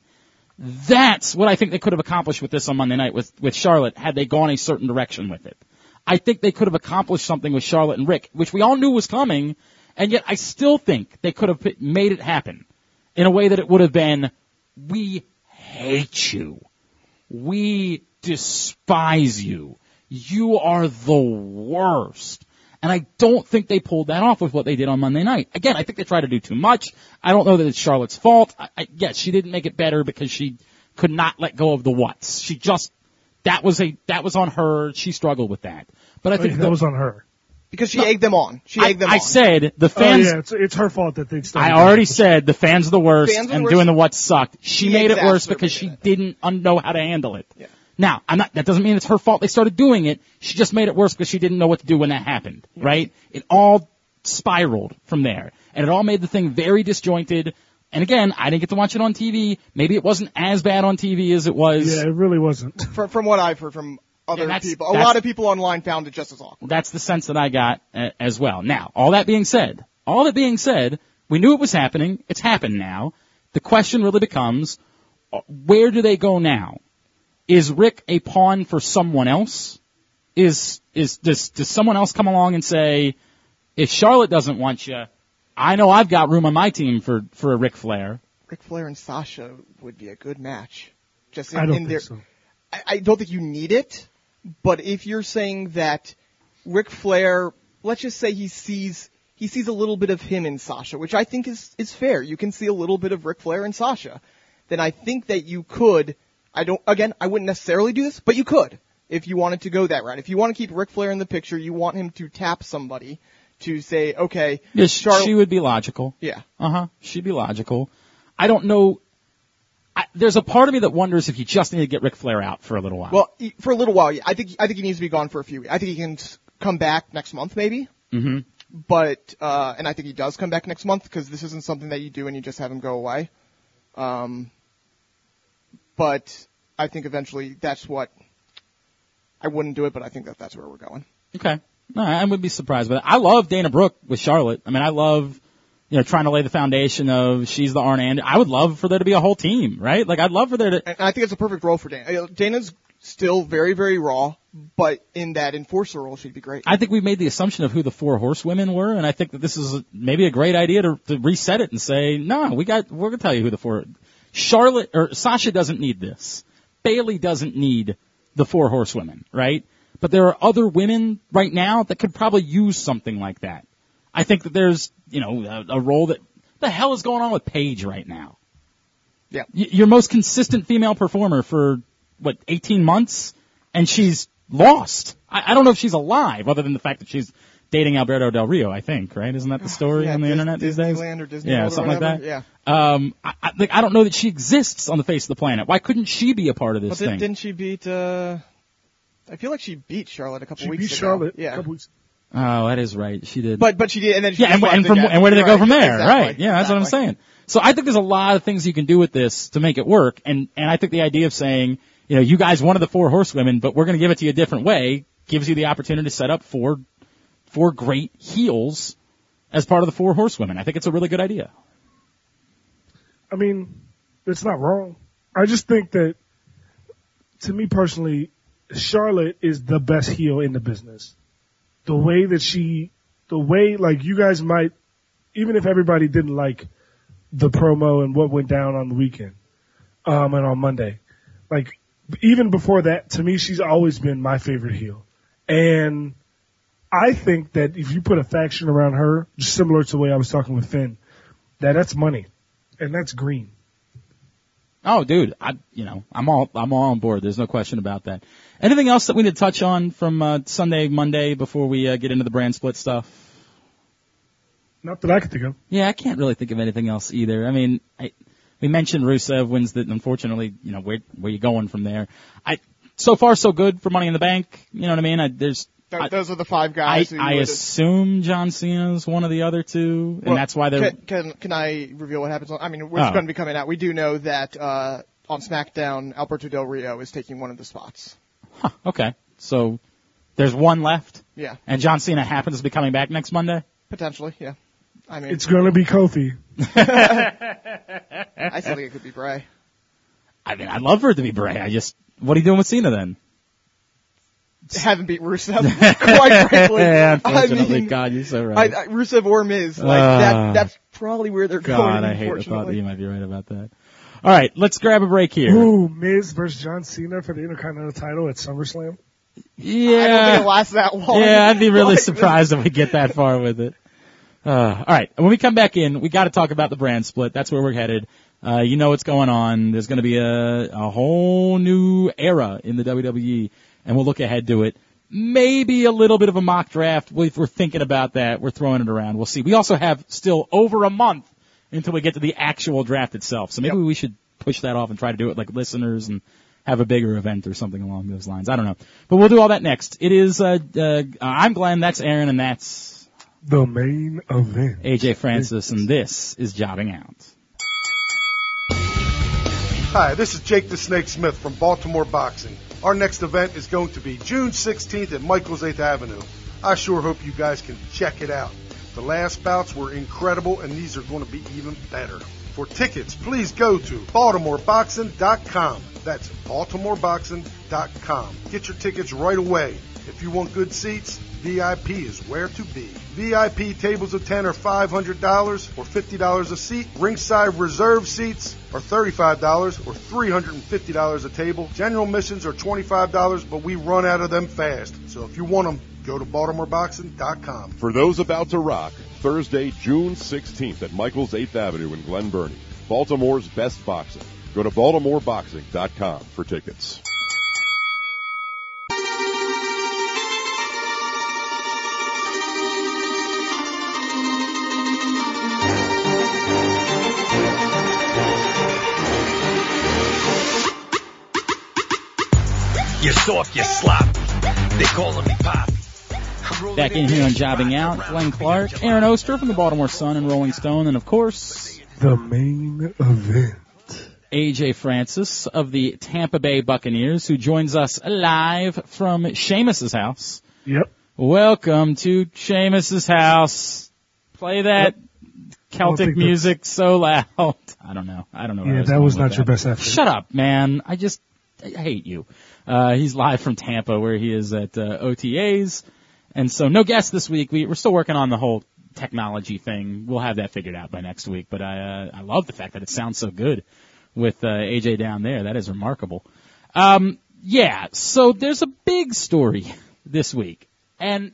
[SPEAKER 2] That's what I think they could have accomplished with this on Monday night with, with Charlotte had they gone a certain direction with it. I think they could have accomplished something with Charlotte and Rick, which we all knew was coming, and yet I still think they could have put- made it happen in a way that it would have been, we hate you. We despise you. You are the worst. And I don't think they pulled that off with what they did on Monday night. Again, I think they tried to do too much. I don't know that it's Charlotte's fault. I, I, yes, she didn't make it better because she could not let go of the what's. She just, that was a, that was on her. She struggled with that. But I
[SPEAKER 3] Oh, yeah,
[SPEAKER 2] think
[SPEAKER 3] that
[SPEAKER 2] the-
[SPEAKER 3] was on her.
[SPEAKER 4] because she egged them on, she
[SPEAKER 2] I,
[SPEAKER 4] egged them
[SPEAKER 2] I
[SPEAKER 4] on.
[SPEAKER 2] said the
[SPEAKER 3] Oh
[SPEAKER 2] fans,
[SPEAKER 3] yeah, it's, it's her fault that they started.
[SPEAKER 2] I already said the fans are the worst
[SPEAKER 4] Fans are the
[SPEAKER 2] and
[SPEAKER 4] worst.
[SPEAKER 2] doing the what sucked. She
[SPEAKER 4] She
[SPEAKER 2] made it worse
[SPEAKER 4] exacerbated
[SPEAKER 2] because she
[SPEAKER 4] it.
[SPEAKER 2] didn't un- know how to handle it.
[SPEAKER 4] Yeah.
[SPEAKER 2] Now, I'm not, that doesn't mean it's her fault they started doing it. She just made it worse because she didn't know what to do when that happened, right? It all spiraled from there and it all made the thing very disjointed. And again, I didn't get to watch it on TV. Maybe it wasn't as bad on TV as it was.
[SPEAKER 3] Yeah, it really wasn't.
[SPEAKER 4] Fr- from what I've heard from
[SPEAKER 2] Yeah,
[SPEAKER 4] other
[SPEAKER 2] that's-
[SPEAKER 4] people, a
[SPEAKER 2] that's-
[SPEAKER 4] lot of people online found it just as awkward.
[SPEAKER 2] That's the sense that I got uh, as well. Now, all that being said, all that being said, we knew it was happening. It's happened now. The question really becomes, uh, where do they go now? Is Rick a pawn for someone else? Is is does does someone else come along and say, if Charlotte doesn't want you, I know I've got room on my team for for a Ric Flair.
[SPEAKER 4] Ric Flair and Sasha would be a good match. Just in,
[SPEAKER 3] I don't
[SPEAKER 4] in
[SPEAKER 3] think
[SPEAKER 4] their,
[SPEAKER 3] so.
[SPEAKER 4] I, I don't think you need it, but if you're saying that Ric Flair, let's just say he sees he sees a little bit of him in Sasha, which I think is is fair. You can see a little bit of Ric Flair in Sasha. Then I think that you could. I don't. Again, I wouldn't necessarily do this, but you could if you wanted to go that route. If you want to keep Ric Flair in the picture, you want him to tap somebody to say, okay,
[SPEAKER 2] Yes,
[SPEAKER 4] Charl-
[SPEAKER 2] she would be logical.
[SPEAKER 4] yeah.
[SPEAKER 2] Uh huh. She'd be logical. I don't know. I, there's a part of me that wonders if you just need to get Ric Flair out for a little while.
[SPEAKER 4] Well, he- for a little while, yeah. I think I think he needs to be gone for a few. weeks. I think he can s- come back next month, maybe. Mm-hmm. But uh, and I think he does come back next month because this isn't something that you do and you just have him go away. Um, but I think eventually that's what. I wouldn't do it, but I think that that's where we're going.
[SPEAKER 2] okay. No, I I wouldn't be surprised, but I love Dana Brooke with Charlotte. I mean, I love, you know, trying to lay the foundation of she's the Arn and I would love for there to be a whole team, right? Like I'd love for there to.
[SPEAKER 4] And I think it's a perfect role for Dana. Uh, Dana's still very, very raw, but in that enforcer role, she'd be great.
[SPEAKER 2] I think we made the assumption of who the four horsewomen were, and I think that this is maybe a great idea to, to reset it and say, no, we got, we're gonna tell you who the four, Charlotte, or Sasha doesn't need this. Bailey doesn't need the four horsewomen, right? But there are other women right now that could probably use something like that. I think that there's, you know, a, a role that, the hell is going on with Paige right now?
[SPEAKER 4] Yeah.
[SPEAKER 2] y- your most consistent female performer for what 18 months, and she's lost. I, I don't know if she's alive, other than the fact that she's dating Alberto Del Rio. I think, right? Isn't that the story
[SPEAKER 4] Yeah,
[SPEAKER 2] on the
[SPEAKER 4] Dis-
[SPEAKER 2] internet these days?
[SPEAKER 4] Disneyland or Disney
[SPEAKER 2] yeah,
[SPEAKER 4] World or
[SPEAKER 2] something like that.
[SPEAKER 4] whatever, yeah.
[SPEAKER 2] Um, I, I, like I don't know that she exists on the face of the planet. Why couldn't she be a part of this
[SPEAKER 4] But
[SPEAKER 2] thing?
[SPEAKER 4] did, didn't she beat? uh I feel like she beat Charlotte a couple
[SPEAKER 3] She
[SPEAKER 4] weeks
[SPEAKER 3] beat
[SPEAKER 4] ago.
[SPEAKER 3] Charlotte. a
[SPEAKER 4] Yeah.
[SPEAKER 3] couple weeks-
[SPEAKER 2] oh, that is right. She did.
[SPEAKER 4] But but she did, and then she
[SPEAKER 2] yeah, and,
[SPEAKER 4] just
[SPEAKER 2] and
[SPEAKER 4] left
[SPEAKER 2] from
[SPEAKER 4] again.
[SPEAKER 2] and where do they go
[SPEAKER 4] Right,
[SPEAKER 2] from there?
[SPEAKER 4] exactly,
[SPEAKER 2] right. Yeah, that's what I'm
[SPEAKER 4] exactly.
[SPEAKER 2] saying. So I think there's a lot of things you can do with this to make it work, and and I think the idea of saying, you know, you guys wanted the four horsewomen, but we're going to give it to you a different way, gives you the opportunity to set up four four great heels as part of the four horsewomen. I think it's a really good idea.
[SPEAKER 3] I mean, it's not wrong. I just think that, to me personally, Charlotte is the best heel in the business. The way that she, the way, like, you guys might, even if everybody didn't like the promo and what went down on the weekend, um, and on Monday, like, even before that, to me, she's always been my favorite heel. And I think that if you put a faction around her, just similar to the way I was talking with Finn, that that's money. And that's green.
[SPEAKER 2] Oh, dude, I you know I'm all I'm all on board. There's no question about that. Anything else that we need to touch on from uh, Sunday, Monday before we uh, get into the brand split stuff?
[SPEAKER 3] Not that I could think of.
[SPEAKER 2] Yeah, I can't really think of anything else either. I mean, I, we mentioned Rusev wins that. Unfortunately, you know where where you going from there? I so far so good for Money in the Bank. You know what I mean? I, there's
[SPEAKER 4] Th-
[SPEAKER 2] I,
[SPEAKER 4] those are the five
[SPEAKER 2] I,
[SPEAKER 4] guys. who you
[SPEAKER 2] I
[SPEAKER 4] would-
[SPEAKER 2] assume John Cena's one of the other two, and
[SPEAKER 4] Well,
[SPEAKER 2] that's why they're
[SPEAKER 4] Can, can, can I reveal what happens? On, I mean, we're
[SPEAKER 2] Oh.
[SPEAKER 4] going to be coming out. We do know that uh, on SmackDown, Alberto Del Rio is taking one of the spots.
[SPEAKER 2] huh, okay. So there's one left,
[SPEAKER 4] Yeah,
[SPEAKER 2] and John Cena happens to be coming back next Monday.
[SPEAKER 4] potentially. Yeah, I mean,
[SPEAKER 3] It's gonna be Kofi.
[SPEAKER 4] I still think it could be Bray.
[SPEAKER 2] I mean, I'd love for it to be Bray. I just what are you doing with Cena then?
[SPEAKER 4] Haven't beat Rusev, quite frankly.
[SPEAKER 2] unfortunately,
[SPEAKER 4] I mean,
[SPEAKER 2] God, you're so
[SPEAKER 4] I,
[SPEAKER 2] right.
[SPEAKER 4] I, Rusev or Miz, like
[SPEAKER 2] Ah.
[SPEAKER 4] that. That's probably where they're
[SPEAKER 2] God,
[SPEAKER 4] going.
[SPEAKER 2] I hate the thought that
[SPEAKER 4] unfortunately.
[SPEAKER 2] you might be right about that. All right, let's grab a break here.
[SPEAKER 3] Ooh, Miz versus John Cena for the Intercontinental title at SummerSlam.
[SPEAKER 2] Yeah.
[SPEAKER 4] I don't think it lasts that long.
[SPEAKER 2] Yeah, I'd be really
[SPEAKER 4] Like,
[SPEAKER 2] surprised if we get that far with it. Uh, all right. When we come back in, we got to talk about the brand split. That's where we're headed. Uh, you know what's going on. There's going to be a, a whole new era in the WWE, and we'll look ahead to it. Maybe a little bit of a mock draft. We, we're thinking about that. We're throwing it around. We'll see. We also have still over a month until we get to the actual draft itself. So maybe
[SPEAKER 4] Yep.
[SPEAKER 2] we should push that off and try to do it like listeners and have a bigger event or something along those lines. I don't know. But we'll do all that next. It is, uh, uh, I'm Glenn, that's Aaron, and that's
[SPEAKER 3] The main event.
[SPEAKER 2] AJ Francis, and this is Jobbing Out.
[SPEAKER 5] Hi, this is Jake the Snake Smith from Baltimore Boxing. Our next event is going to be June 16th at Michael's 8th Avenue. I sure hope you guys can check it out. The last bouts were incredible and these are going to be even better. For tickets, please go to baltimoreboxing.com. That's baltimoreboxing.com. Get your tickets right away. If you want good seats, VIP is where to be. VIP tables of 10 are $500 or $50 a seat. Ringside reserve seats are $35 or $350 a table. General missions are $25, but we run out of them fast. So if you want them, go to BaltimoreBoxing.com.
[SPEAKER 6] For those about to rock, Thursday, June 16th at Michael's 8th Avenue in Glen Burnie, Baltimore's best boxing. Go to baltimoreboxing.com for tickets.
[SPEAKER 7] You're soft, you're sloppy. They calling me Poppy. I'm rolling
[SPEAKER 2] Back in here on Jobbing Out, Glenn Clark, Aaron Oster from the Baltimore Sun and Rolling Stone, and of course,
[SPEAKER 3] The main event.
[SPEAKER 2] AJ Francis of the Tampa Bay Buccaneers, who joins us live from Sheamus's house.
[SPEAKER 3] Yep.
[SPEAKER 2] Welcome to Seamus's house. Play that Celtic
[SPEAKER 3] think that-
[SPEAKER 2] music so loud. I don't know. I don't know. where I
[SPEAKER 3] Yeah, that was
[SPEAKER 2] going with
[SPEAKER 3] not your best effort.
[SPEAKER 2] Shut up, man. I just I hate you. Uh, he's live from Tampa, where he is at uh, OTAs, and so no guest this week. We, we're still working on the whole technology thing. We'll have that figured out by next week. But I uh, I love the fact that it sounds so good with uh, AJ down there. That is remarkable. Um, yeah. So there's a big story this week, and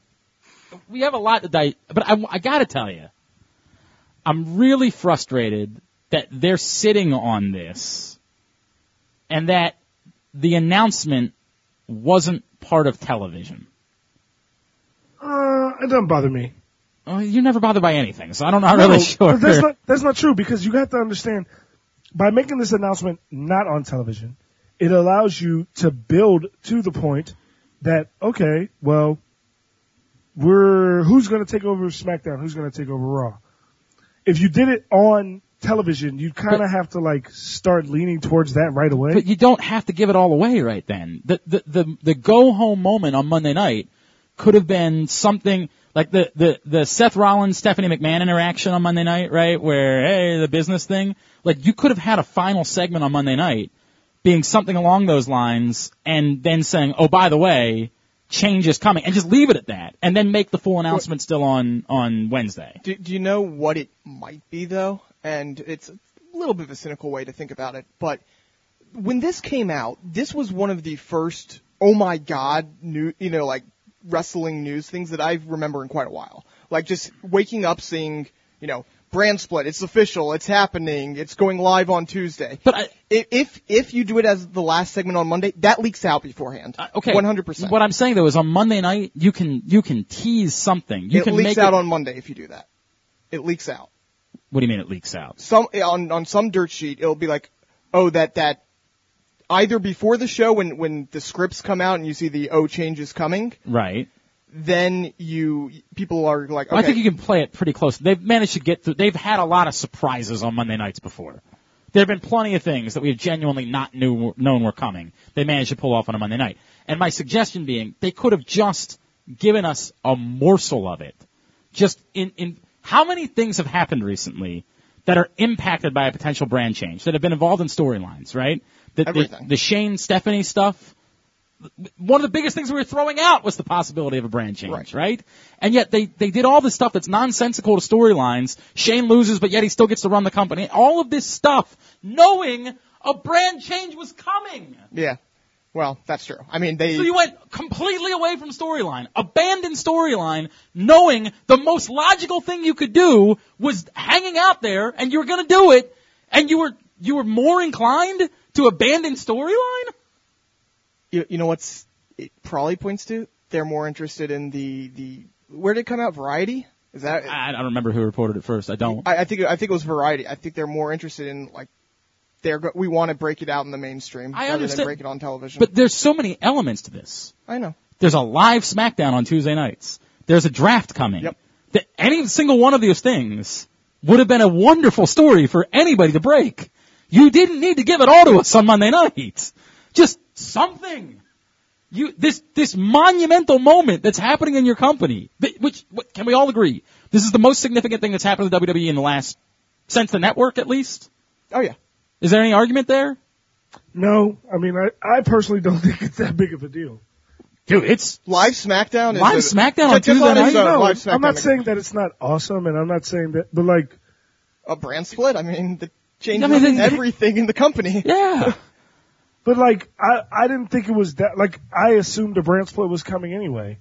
[SPEAKER 2] we have a lot to di- but I, I gotta tell you, I'm really frustrated that they're sitting on this and that the announcement wasn't part of television.
[SPEAKER 3] Uh, it doesn't bother me.
[SPEAKER 2] Oh, you're never bothered by anything, so I don't, I'm not really sure.
[SPEAKER 3] but That's not, that's not true because you have to understand by making this announcement not on television, it allows you to build to the point that, okay, well, we're, who's going to take over SmackDown? Who's going to take over Raw? If you did it on television, you'd kind
[SPEAKER 2] But-
[SPEAKER 3] of have to like start leaning towards that right away.
[SPEAKER 2] But you don't have to give it all away right then. The the the, the go home moment on Monday night could have been something like the the the Seth Rollins Stephanie McMahon interaction on Monday night, right? Where hey, the business thing. Like you could have had a final segment on Monday night being something along those lines and then saying, "Oh, by the way, change is coming." And just leave it at that and then make the full announcement still on on Wednesday.
[SPEAKER 4] Do, do you know what it might be though? And it's a little bit of a cynical way to think about it, but when this came out, this was one of the first oh my god new you know like wrestling news things that I remember in quite a while. Like just waking up seeing you know brand split, it's official, it's happening, it's going live on Tuesday.
[SPEAKER 2] But I,
[SPEAKER 4] I- if if you do it as the last segment on Monday, that leaks out beforehand.
[SPEAKER 2] Uh, okay.
[SPEAKER 4] one hundred percent.
[SPEAKER 2] What I'm saying though is on Monday night you can you can tease something. You
[SPEAKER 4] it
[SPEAKER 2] can
[SPEAKER 4] leaks
[SPEAKER 2] make
[SPEAKER 4] out
[SPEAKER 2] it,
[SPEAKER 4] on Monday if you do that. It leaks out.
[SPEAKER 2] What do you mean it leaks out?
[SPEAKER 4] some on on some dirt sheet it'll be like oh that that either before the show when when the scripts come out and you see the oh change is coming
[SPEAKER 2] Right.
[SPEAKER 4] then you people are like okay
[SPEAKER 2] I think you can play it pretty close. They've managed to get through. They've had a lot of surprises on Monday nights before. There have been plenty of things that we have genuinely not knew known were coming. They managed to pull off on a Monday night. And my suggestion being, they could have just given us a morsel of it. Just in in how many things have happened recently that are impacted by a potential brand change that have been involved in storylines, right? The, the,
[SPEAKER 4] Everything.
[SPEAKER 2] the Shane Stephanie stuff. one of the biggest things we were throwing out was the possibility of a brand change, right?
[SPEAKER 4] Right.
[SPEAKER 2] And yet they, they did all this stuff that's nonsensical to storylines. Shane loses, but yet he still gets to run the company. All of this stuff, knowing a brand change was coming.
[SPEAKER 4] yeah well that's true i mean they
[SPEAKER 2] So you went completely away from storyline, abandoned storyline, knowing the most logical thing you could do was hanging out there and you were gonna do it, and you were, you were more inclined to abandon storyline?
[SPEAKER 4] you, you know what's it probably points to they're more interested in the the where did it come out variety is that
[SPEAKER 2] I I don't remember who reported it first. I don't.
[SPEAKER 4] I, I think I think it was variety i think they're more interested in like they're go- we want to break it out in the mainstream
[SPEAKER 2] I
[SPEAKER 4] rather
[SPEAKER 2] understand-
[SPEAKER 4] than break it on television
[SPEAKER 2] But there's so many elements to this.
[SPEAKER 4] i know
[SPEAKER 2] There's a live SmackDown on Tuesday nights. There's a draft coming.
[SPEAKER 4] Yep.
[SPEAKER 2] That any single one of those things would have been a wonderful story for anybody to break. You didn't need to give it all to us on Monday night. Just something. You this this monumental moment that's happening in your company, th- which wh- can we all agree? This is the most significant thing that's happened to WWE in the last since the network, at least.
[SPEAKER 4] oh yeah
[SPEAKER 2] Is there any argument there?
[SPEAKER 3] no, I mean, I, I personally don't think it's that big of a deal.
[SPEAKER 2] Dude, it's
[SPEAKER 4] Live SmackDown.
[SPEAKER 2] Live
[SPEAKER 4] is a-
[SPEAKER 2] SmackDown on
[SPEAKER 4] It's a- it's
[SPEAKER 2] Tuesday
[SPEAKER 4] on
[SPEAKER 2] night?
[SPEAKER 4] its own,
[SPEAKER 3] No,
[SPEAKER 4] Live
[SPEAKER 3] I'm not
[SPEAKER 4] SmackDown.
[SPEAKER 3] saying that it's not awesome and I'm not saying that, but like,
[SPEAKER 4] a brand split. I mean, the change
[SPEAKER 2] I mean, they-
[SPEAKER 4] everything in the company.
[SPEAKER 2] yeah.
[SPEAKER 3] But like, I, I didn't think it was that, like, I assumed a brand split was coming anyway.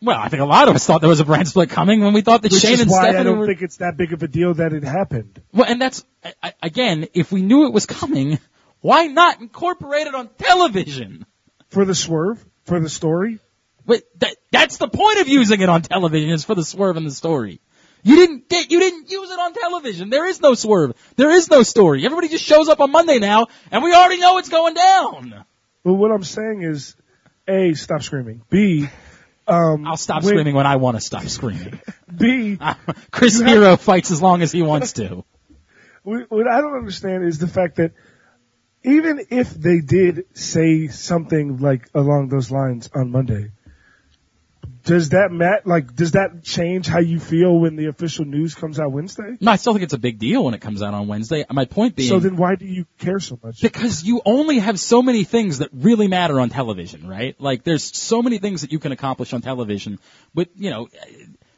[SPEAKER 2] Well, I think a lot of us thought there was a brand split coming when we thought that
[SPEAKER 3] Which
[SPEAKER 2] Shane
[SPEAKER 3] is
[SPEAKER 2] and
[SPEAKER 3] why
[SPEAKER 2] Stephanie
[SPEAKER 3] I don't
[SPEAKER 2] were.
[SPEAKER 3] think it's that big of a deal that it happened.
[SPEAKER 2] well, and that's I- I, again, if we knew it was coming, why not incorporate it on television?
[SPEAKER 3] For the swerve, for the story.
[SPEAKER 2] But that, that's the point of using it on television is for the swerve and the story. You didn't get, you didn't use it on television. There is no swerve. There is no story. Everybody just shows up on Monday now, and we already know it's going down.
[SPEAKER 3] But what I'm saying is, A, stop screaming. B,
[SPEAKER 2] I'll stop
[SPEAKER 3] Wait.
[SPEAKER 2] screaming when I want to stop screaming.
[SPEAKER 3] B,
[SPEAKER 2] Chris Hero fights as long as he wants to.
[SPEAKER 3] What what I don't understand is the fact that even if they did say something like along those lines on Monday, does that mat like does that change how you feel when the official news comes out Wednesday?
[SPEAKER 2] No, I still think it's a big deal when it comes out on Wednesday. My point being,
[SPEAKER 3] So then why do you care so much?
[SPEAKER 2] Because you only have so many things that really matter on television, right? Like there's so many things that you can accomplish on television, but you know,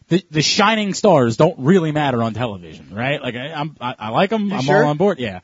[SPEAKER 2] the the shining stars don't really matter on television, right? Like I, I'm I, I like them, I'm
[SPEAKER 4] sure?
[SPEAKER 2] all on board. Yeah,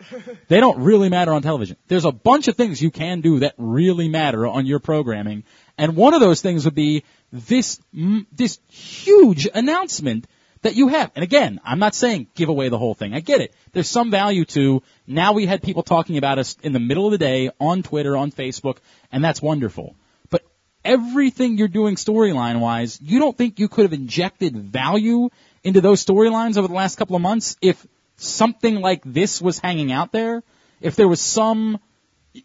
[SPEAKER 2] they don't really matter on television. There's a bunch of things you can do that really matter on your programming, and one of those things would be this m- this huge announcement that you have. And again, I'm not saying give away the whole thing. I get it. There's some value to now we had people talking about us in the middle of the day on Twitter, on Facebook, and that's wonderful. But everything you're doing storyline wise, you don't think you could have injected value into those storylines over the last couple of months if something like this was hanging out there? If there was some,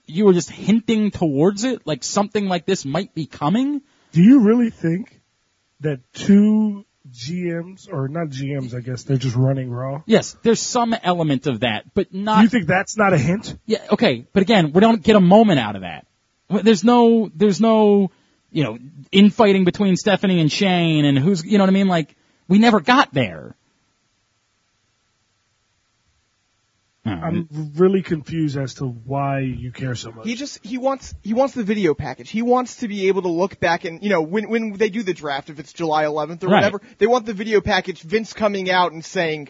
[SPEAKER 2] you were just hinting towards it, like something like this might be coming?
[SPEAKER 3] Do you really think that two GMs or not GMs? I guess they're just running raw.
[SPEAKER 2] Yes, there's some element of that, but not.
[SPEAKER 3] you think that's not a hint?
[SPEAKER 2] Yeah, okay, but again, we don't get a moment out of that. Well, There's no, there's no, you know, infighting between Stephanie and Shane and who's, you know what I mean? Like, we never got there. Oh,
[SPEAKER 3] I'm really confused as to why you care so much.
[SPEAKER 4] He just he wants he wants the video package. He wants to be able to look back and you know when when they do the draft, if it's July 11th or
[SPEAKER 2] Right.
[SPEAKER 4] whatever, they want the video package. Vince coming out and saying,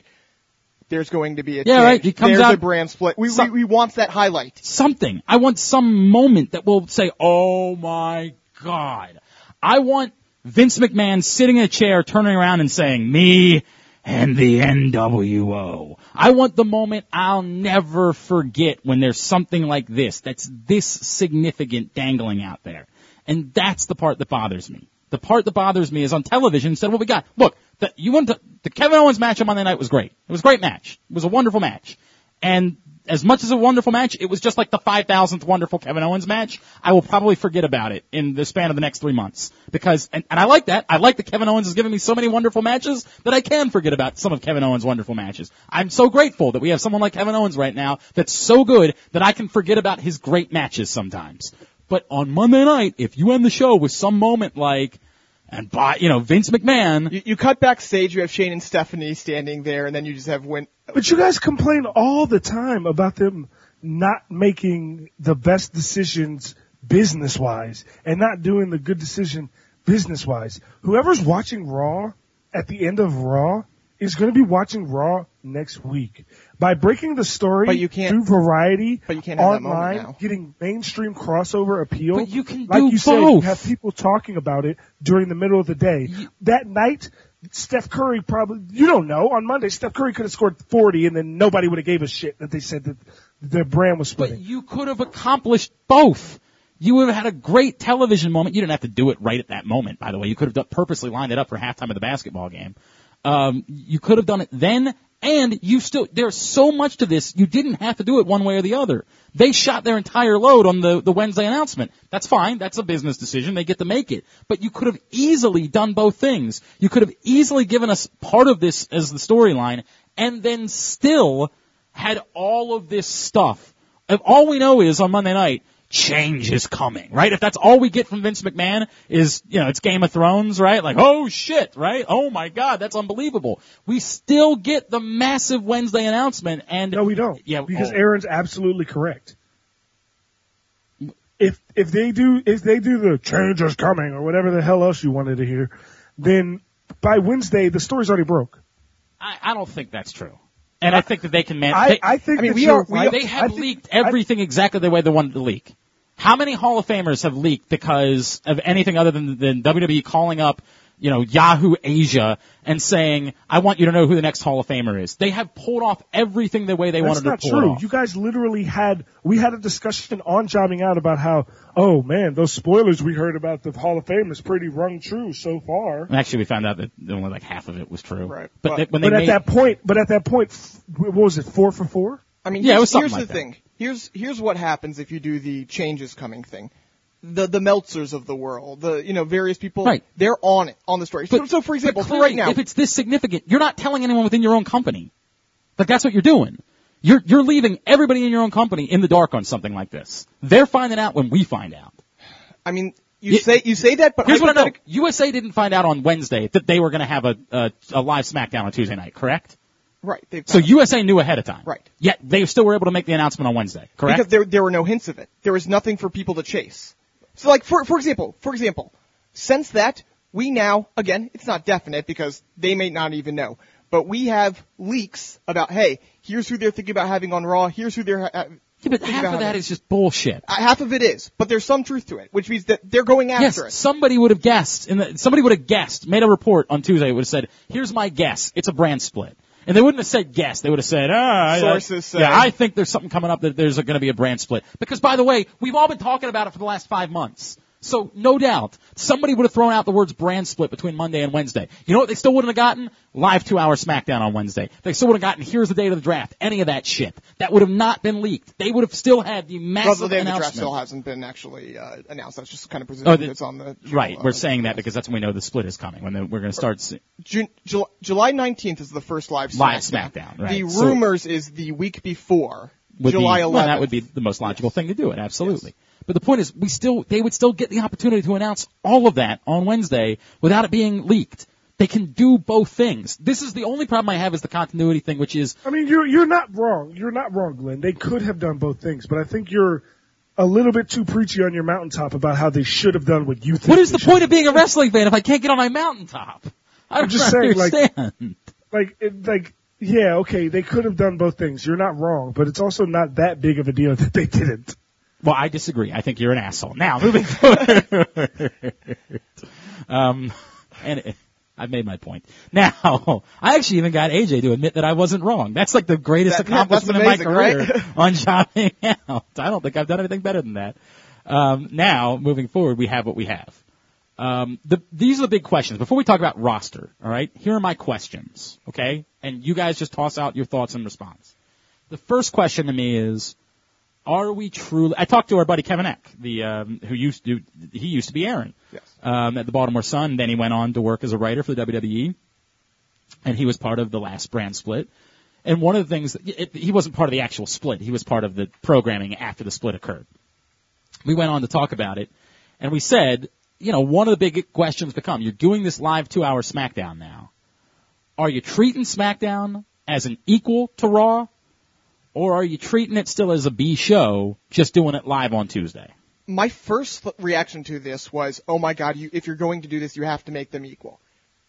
[SPEAKER 4] "There's going to be a
[SPEAKER 2] Yeah,
[SPEAKER 4] change.
[SPEAKER 2] right. He comes
[SPEAKER 4] There's
[SPEAKER 2] out-
[SPEAKER 4] a brand split. We,
[SPEAKER 2] Some-
[SPEAKER 4] we we want that highlight.
[SPEAKER 2] something. I want some moment that will say, oh my god. I want Vince McMahon sitting in a chair turning around and saying, me and the NWO. I want the moment I'll never forget when there's something like this that's this significant dangling out there. And that's the part that bothers me. The part that bothers me is on television instead of what we got. Look, the, you want to, the Kevin Owens match on Monday night was great. It was a great match. It was a wonderful match. And as much as a wonderful match, it was just like the 5,000th wonderful Kevin Owens match. I will probably forget about it in the span of the next three months. Because, and, and I like that. I like that Kevin Owens has given me so many wonderful matches that I can forget about some of Kevin Owens' wonderful matches. I'm so grateful that we have someone like Kevin Owens right now that's so good that I can forget about his great matches sometimes. But on Monday night, if you end the show with some moment like, and by, you know, Vince McMahon,
[SPEAKER 4] You, you cut backstage. You have Shane and Stephanie standing there, and then you just have Win.
[SPEAKER 3] But you guys complain all the time about them not making the best decisions business wise and not doing the good decision business wise. Whoever's watching Raw at the end of Raw is going to be watching Raw next week. By breaking the story
[SPEAKER 4] But you can't-
[SPEAKER 3] through variety
[SPEAKER 4] but you can't have that moment
[SPEAKER 3] online,
[SPEAKER 4] now.
[SPEAKER 3] getting mainstream crossover appeal.
[SPEAKER 2] But you can
[SPEAKER 3] like
[SPEAKER 2] do
[SPEAKER 3] you said, you
[SPEAKER 2] both.
[SPEAKER 3] have people talking about it during the middle of the day. That night, Steph Curry probably, you don't know, on Monday, Steph Curry could have scored 40 and then nobody would have gave a shit that they said that their brand was
[SPEAKER 2] But
[SPEAKER 3] splitting.
[SPEAKER 2] you could have accomplished both. You would have had a great television moment. You didn't have to do it right at that moment, by the way. You could have done, purposely lined it up for halftime of the basketball game. Um, you could have done it then, and you still, there's so much to this, you didn't have to do it one way or the other. They shot their entire load on the, the Wednesday announcement. That's fine. That's a business decision. They get to make it. But you could have easily done both things. You could have easily given us part of this as the storyline, and then still had all of this stuff. If all we know is on Monday night, change is coming, right? If that's all we get from Vince McMahon is, you know, it's Game of Thrones, right? Like, oh shit, right? Oh my god, that's unbelievable. We still get the massive Wednesday announcement and
[SPEAKER 3] No, we don't.
[SPEAKER 2] Yeah,
[SPEAKER 3] because
[SPEAKER 2] oh.
[SPEAKER 3] Aaron's absolutely correct. If, if they do, if they do the change is coming or whatever the hell else you wanted to hear, then by Wednesday, the story's already broke.
[SPEAKER 2] I, I don't think that's true. And I think that they can manage.
[SPEAKER 3] I, I think
[SPEAKER 4] I mean,
[SPEAKER 3] that
[SPEAKER 4] we
[SPEAKER 3] you're
[SPEAKER 4] are- we
[SPEAKER 3] right.
[SPEAKER 2] they
[SPEAKER 3] I
[SPEAKER 2] have
[SPEAKER 3] think-
[SPEAKER 2] leaked
[SPEAKER 3] I-
[SPEAKER 2] everything exactly the way they wanted to leak. How many Hall of Famers have leaked because of anything other than, than WWE calling up, you know, Yahoo Asia and saying, "I want you to know who the next Hall of Famer is"? They have pulled off everything the way they
[SPEAKER 3] That's
[SPEAKER 2] wanted
[SPEAKER 3] not
[SPEAKER 2] to pull it
[SPEAKER 3] true.
[SPEAKER 2] off.
[SPEAKER 3] You guys literally had we had a discussion on jobbing out about how oh man those spoilers we heard about the Hall of Fame is pretty rung true so far.
[SPEAKER 2] Actually, we found out that only like half of it was true.
[SPEAKER 4] Right.
[SPEAKER 2] But
[SPEAKER 4] But-
[SPEAKER 2] that- when
[SPEAKER 3] But
[SPEAKER 2] they
[SPEAKER 3] at
[SPEAKER 2] made,
[SPEAKER 3] that point, but at that point, f- what was it four for four?
[SPEAKER 4] I mean,
[SPEAKER 2] Yeah, it
[SPEAKER 4] here's,
[SPEAKER 2] was something
[SPEAKER 4] here's
[SPEAKER 2] like
[SPEAKER 4] the
[SPEAKER 2] that.
[SPEAKER 4] thing. Here's here's what happens if you do the changes coming thing. The the Meltzers of the world, the you know various people,
[SPEAKER 2] Right.
[SPEAKER 4] they're on it on the story. so, so for example,
[SPEAKER 2] but
[SPEAKER 4] for
[SPEAKER 2] clearly,
[SPEAKER 4] right now,
[SPEAKER 2] if it's this significant, you're not telling anyone within your own company. Like that's what you're doing. You're you're leaving everybody in your own company in the dark on something like this. They're finding out when we find out.
[SPEAKER 4] I mean, you
[SPEAKER 2] Yeah.
[SPEAKER 4] say you say that, but
[SPEAKER 2] Here's what I know.
[SPEAKER 4] hypothetic-
[SPEAKER 2] USA didn't find out on Wednesday that they were going to have a, a a live SmackDown on Tuesday night, correct?
[SPEAKER 4] Right. They've
[SPEAKER 2] So USA knew ahead of time.
[SPEAKER 4] Right.
[SPEAKER 2] Yet they still were able to make the announcement on Wednesday, correct?
[SPEAKER 4] because there there were no hints of it. There was nothing for people to chase. So like for for example, for example, since that we now again it's not definite because they may not even know, but we have leaks about hey here's who they're thinking about having on Raw, here's who they're ha-
[SPEAKER 2] Yeah, but half
[SPEAKER 4] about
[SPEAKER 2] of that
[SPEAKER 4] it.
[SPEAKER 2] is just bullshit.
[SPEAKER 4] Uh, Half of it is, but there's some truth to it, which means that they're going
[SPEAKER 2] Yes,
[SPEAKER 4] after it.
[SPEAKER 2] somebody would have guessed, and the- somebody would have guessed, made a report on Tuesday, would have said, "Here's my guess, it's a brand split." And they wouldn't have said guess. They would have said, ah, I-
[SPEAKER 4] Sources
[SPEAKER 2] I,
[SPEAKER 4] say.
[SPEAKER 2] yeah, I think there's something coming up that there's going to be a brand split. Because by the way, we've all been talking about it for the last five months. So no doubt somebody would have thrown out the words brand split between Monday and Wednesday. You know what they still wouldn't have gotten? Live two hour SmackDown on Wednesday. They still would have gotten here's the date of the draft. Any of that shit. That would have not been leaked. They would have still had the
[SPEAKER 4] Well,
[SPEAKER 2] massive
[SPEAKER 4] the David draft
[SPEAKER 2] announcement.
[SPEAKER 4] still hasn't been actually uh, announced. That's just kind of
[SPEAKER 2] Oh,
[SPEAKER 4] presuming
[SPEAKER 2] the-
[SPEAKER 4] it's on the journal,
[SPEAKER 2] Right, we're
[SPEAKER 4] uh,
[SPEAKER 2] saying that because that's when we know the split is coming. When the, we're going to start. se-
[SPEAKER 4] June, July, July 19th is the first live SmackDown.
[SPEAKER 2] Live SmackDown, right.
[SPEAKER 4] The
[SPEAKER 2] So-
[SPEAKER 4] rumors is the week before
[SPEAKER 2] Would
[SPEAKER 4] July
[SPEAKER 2] be,
[SPEAKER 4] 11th.
[SPEAKER 2] Well, that would be the most logical thing to do. It absolutely. But the point is, we still they would still get the opportunity to announce all of that on Wednesday without it being leaked. They can do both things. This is the only problem I have is the continuity thing, which is
[SPEAKER 3] I mean, you're you're not wrong. You're not wrong, Glenn. They could have done both things, but I think you're a little bit too preachy on your mountaintop about how they should have done what you think.
[SPEAKER 2] what is
[SPEAKER 3] they
[SPEAKER 2] the
[SPEAKER 3] should
[SPEAKER 2] point of being a wrestling fan if I can't get on my mountaintop? I don't
[SPEAKER 3] just saying, like-
[SPEAKER 2] understand.
[SPEAKER 3] like it, like yeah, okay, they could have done both things. You're not wrong, but it's also not that big of a deal that they didn't.
[SPEAKER 2] Well, I disagree. I think you're an asshole. Now, moving forward. um, and it, I've made my point. Now, I actually even got AJ to admit that I wasn't wrong. That's like the greatest
[SPEAKER 4] That- yeah, that's
[SPEAKER 2] accomplishment
[SPEAKER 4] amazing,
[SPEAKER 2] in my career
[SPEAKER 4] right?
[SPEAKER 2] on jobbing out. I don't think I've done anything better than that. Um, now, moving forward, we have what we have. Um, the, these are the big questions. Before we talk about roster, all right, here are my questions, okay? And you guys just toss out your thoughts in response. The first question to me is, are we truly? I talked to our buddy Kevin Eck, the um, who used to he used to be Aaron
[SPEAKER 4] Yes.
[SPEAKER 2] um, at the Baltimore Sun. Then he went on to work as a writer for the WWE, and he was part of the last brand split. And one of the things that it, he wasn't part of the actual split; he was part of the programming after the split occurred. We went on to talk about it, and we said, you know, one of the big questions become: you're doing this live two-hour SmackDown now. Are you treating SmackDown as an equal to Raw, or are you treating it still as a B show, just doing it live on Tuesday?
[SPEAKER 4] my first th- reaction to this was, oh my god, you, if you're going to do this, you have to make them equal.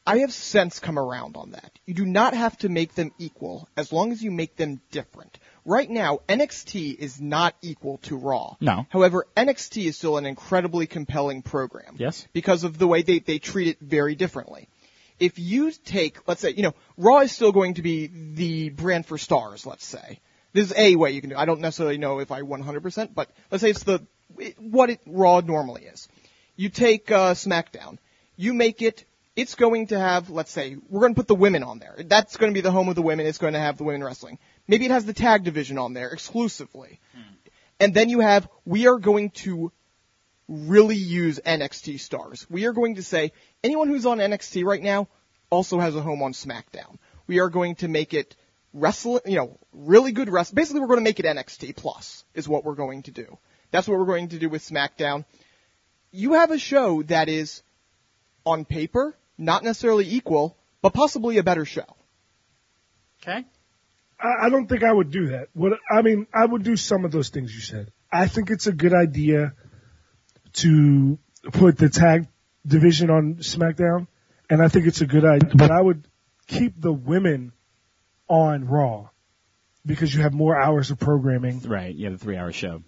[SPEAKER 4] I have since come around on that. You do not have to make them equal as long as you make them different. Right now, NXT is not equal to Raw.
[SPEAKER 2] No.
[SPEAKER 4] However, NXT is still an incredibly compelling program.
[SPEAKER 2] Yes.
[SPEAKER 4] Because of the way they, they treat it very differently. If you take, let's say, you know, Raw is still going to be the brand for stars, let's say. This is a way you can do it. I don't necessarily know if I 100%, but let's say it's the, it, what it, Raw normally is. You take, uh, SmackDown. You make it, it's going to have, let's say, we're going to put the women on there. That's going to be the home of the women. It's going to have the women wrestling. Maybe it has the tag division on there exclusively. And then you have, we are going to really use NXT stars. We are going to say, anyone who's on NXT right now also has a home on SmackDown. We are going to make it wrestling, you know, really good wrestling. Basically, we're going to make it NXT plus is what we're going to do. That's what we're going to do with SmackDown. You have a show that is on paper, not necessarily equal, but possibly a better show.
[SPEAKER 2] Okay.
[SPEAKER 3] I, I don't think I would do that. What I mean, I would do some of those things you said. I think it's a good idea to put the tag division on SmackDown, and I think it's a good idea. But I would keep the women on Raw because you have more hours of programming,
[SPEAKER 2] Right. You have a three-hour show.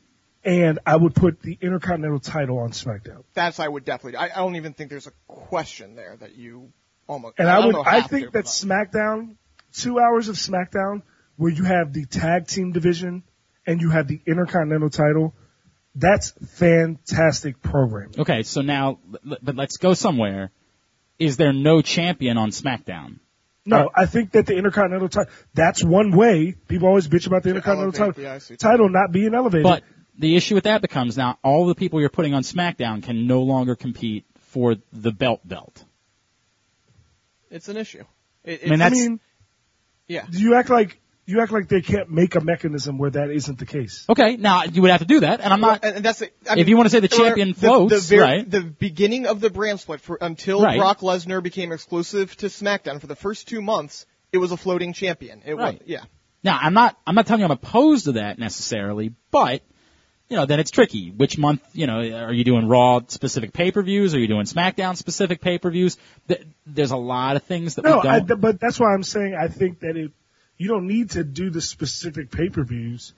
[SPEAKER 3] and I would put the Intercontinental title on SmackDown.
[SPEAKER 4] That's I would definitely. I, I don't even think there's a question there that you almost.
[SPEAKER 3] And I
[SPEAKER 4] I don't
[SPEAKER 3] would,
[SPEAKER 4] know
[SPEAKER 3] I
[SPEAKER 4] have
[SPEAKER 3] think
[SPEAKER 4] to,
[SPEAKER 3] that
[SPEAKER 4] but-
[SPEAKER 3] SmackDown, two hours of SmackDown, where you have the tag team division and you have the Intercontinental title, that's fantastic programming.
[SPEAKER 2] Okay. So now, l- but let's go somewhere. Is there no champion on SmackDown?
[SPEAKER 4] Oh.
[SPEAKER 3] No, I think that the Intercontinental title, that's one way people always bitch about the Intercontinental
[SPEAKER 4] elevate
[SPEAKER 3] title,
[SPEAKER 4] the IC.
[SPEAKER 3] title not being elevated.
[SPEAKER 2] But the issue with that becomes now all the people you're putting on SmackDown can no longer compete for the belt belt.
[SPEAKER 4] it's an issue. It,
[SPEAKER 2] I mean,
[SPEAKER 4] it's-
[SPEAKER 2] that's,
[SPEAKER 3] I mean,
[SPEAKER 4] yeah.
[SPEAKER 3] you act like, you act like they can't make a mechanism where that isn't the case.
[SPEAKER 2] okay, now you would have to do that, and I'm
[SPEAKER 4] Well,
[SPEAKER 2] not,
[SPEAKER 4] and and that's the- I
[SPEAKER 2] If
[SPEAKER 4] mean,
[SPEAKER 2] you wanna say the
[SPEAKER 4] there are-
[SPEAKER 2] champion
[SPEAKER 4] the, the,
[SPEAKER 2] floats,
[SPEAKER 4] very-
[SPEAKER 2] right.
[SPEAKER 4] The beginning of the brand split for, until
[SPEAKER 2] Right.
[SPEAKER 4] Brock Lesnar became exclusive to SmackDown for the first two months, it was a floating champion. It
[SPEAKER 2] Right.
[SPEAKER 4] was, yeah.
[SPEAKER 2] now I'm not, I'm not telling you I'm opposed to that necessarily, but, you know, then it's tricky. Which month, you know, are you doing Raw specific pay-per-views? Are you doing SmackDown specific pay-per-views? Th- There's a lot of things that
[SPEAKER 3] No,
[SPEAKER 2] we don't.
[SPEAKER 3] I, th- but that's why I'm saying I think that it, you don't need to do the specific pay per views.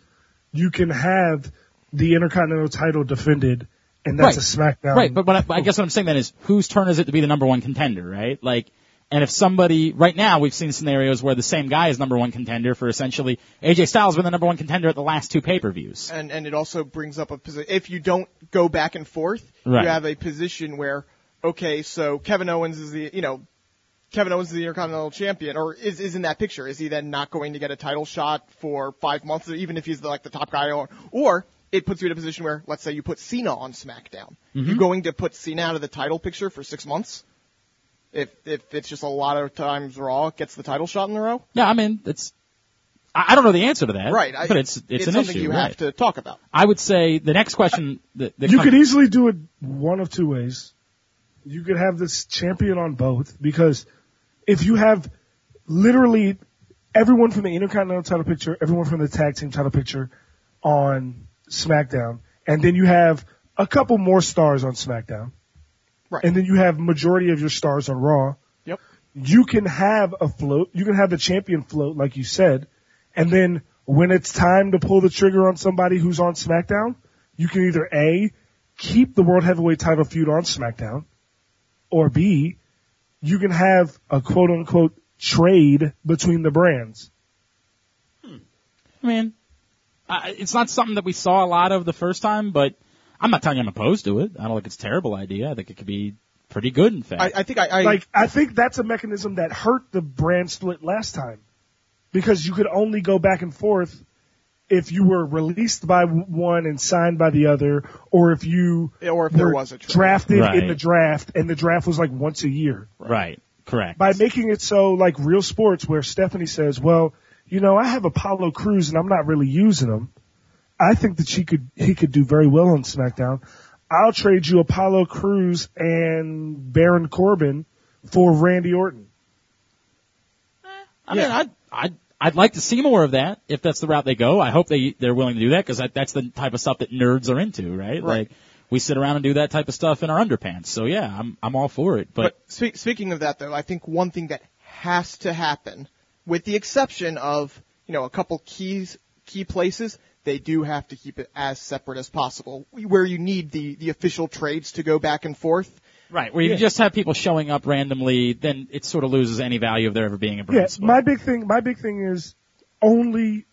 [SPEAKER 3] you can have the Intercontinental title defended, and that's
[SPEAKER 2] right.
[SPEAKER 3] a SmackDown.
[SPEAKER 2] Right, but what I, I guess what I'm saying then is whose turn is it to be the number one contender, right? Like, and if somebody, right now we've seen scenarios where the same guy is number one contender for essentially, AJ Styles has been the number one contender at the last two pay-per-views.
[SPEAKER 4] and and it also brings up a position. If you don't go back and forth,
[SPEAKER 2] Right.
[SPEAKER 4] you have a position where okay, so Kevin Owens is the you know Kevin Owens is the Intercontinental Champion, or is is in that picture? Is he then not going to get a title shot for five months, even if he's the, like the top guy on? Or it puts you in a position where, let's say, you put Cena on SmackDown.
[SPEAKER 2] Mm-hmm.
[SPEAKER 4] You're going to put Cena out of the title picture for six months. If if it's just a lot of times Raw gets the title shot in a row,
[SPEAKER 2] Yeah, I mean, it's, I, I don't know the answer to that.
[SPEAKER 4] right? I-
[SPEAKER 2] But it's, it's, an
[SPEAKER 4] something
[SPEAKER 2] issue,
[SPEAKER 4] you
[SPEAKER 2] right.
[SPEAKER 4] have to talk about.
[SPEAKER 2] I would say the next question that, that
[SPEAKER 3] You
[SPEAKER 2] comes-
[SPEAKER 3] could easily do it one of two ways. You could have this champion on both because if you have literally everyone from the Intercontinental title picture, everyone from the tag team title picture on SmackDown, and then you have a couple more stars on SmackDown,
[SPEAKER 4] Right.
[SPEAKER 3] and then you have majority of your stars on Raw,
[SPEAKER 4] Yep.
[SPEAKER 3] you can have a float. You can have the champion float, like you said, and then when it's time to pull the trigger on somebody who's on SmackDown, you can either A, keep the World Heavyweight title feud on SmackDown, or B, you can have a quote unquote trade between the brands.
[SPEAKER 2] I mean, I, it's not something that we saw a lot of the first time, but I'm not telling you I'm opposed to it. I don't think it's a terrible idea. I think it could be pretty good, in fact.
[SPEAKER 4] I, I think I, I
[SPEAKER 3] Like, I think that's a mechanism that hurt the brand split last time because you could only go back and forth if you were released by one and signed by the other, or if you
[SPEAKER 4] or if there
[SPEAKER 3] were
[SPEAKER 4] was a trade.
[SPEAKER 3] drafted
[SPEAKER 2] Right.
[SPEAKER 3] in the draft, and the draft was like once a year.
[SPEAKER 2] right. Correct.
[SPEAKER 3] By making it so like real sports, where Stephanie says, "Well, you know, I have Apollo Cruz, and I'm not really using him. I think that she could he could do very well on SmackDown. I'll trade you Apollo Cruz and Baron Corbin for Randy Orton."
[SPEAKER 2] I mean, I'd, I'd, I'd like to see more of that if that's the route they go. I hope they, they're willing to do that because that, that's the type of stuff that nerds are into, right? Like, we sit around and do that type of stuff in our underpants. So yeah, I'm, I'm all for it, but,
[SPEAKER 4] But spe- speaking of that, though, I think one thing that has to happen, with the exception of you know a couple keys key places, they do have to keep it as separate as possible, where you need the the official trades to go back and forth.
[SPEAKER 2] right, where you just have people showing up randomly, then it sort of loses any value of there ever being a brand
[SPEAKER 3] Yeah,
[SPEAKER 2] split.
[SPEAKER 3] my big thing, my big thing is only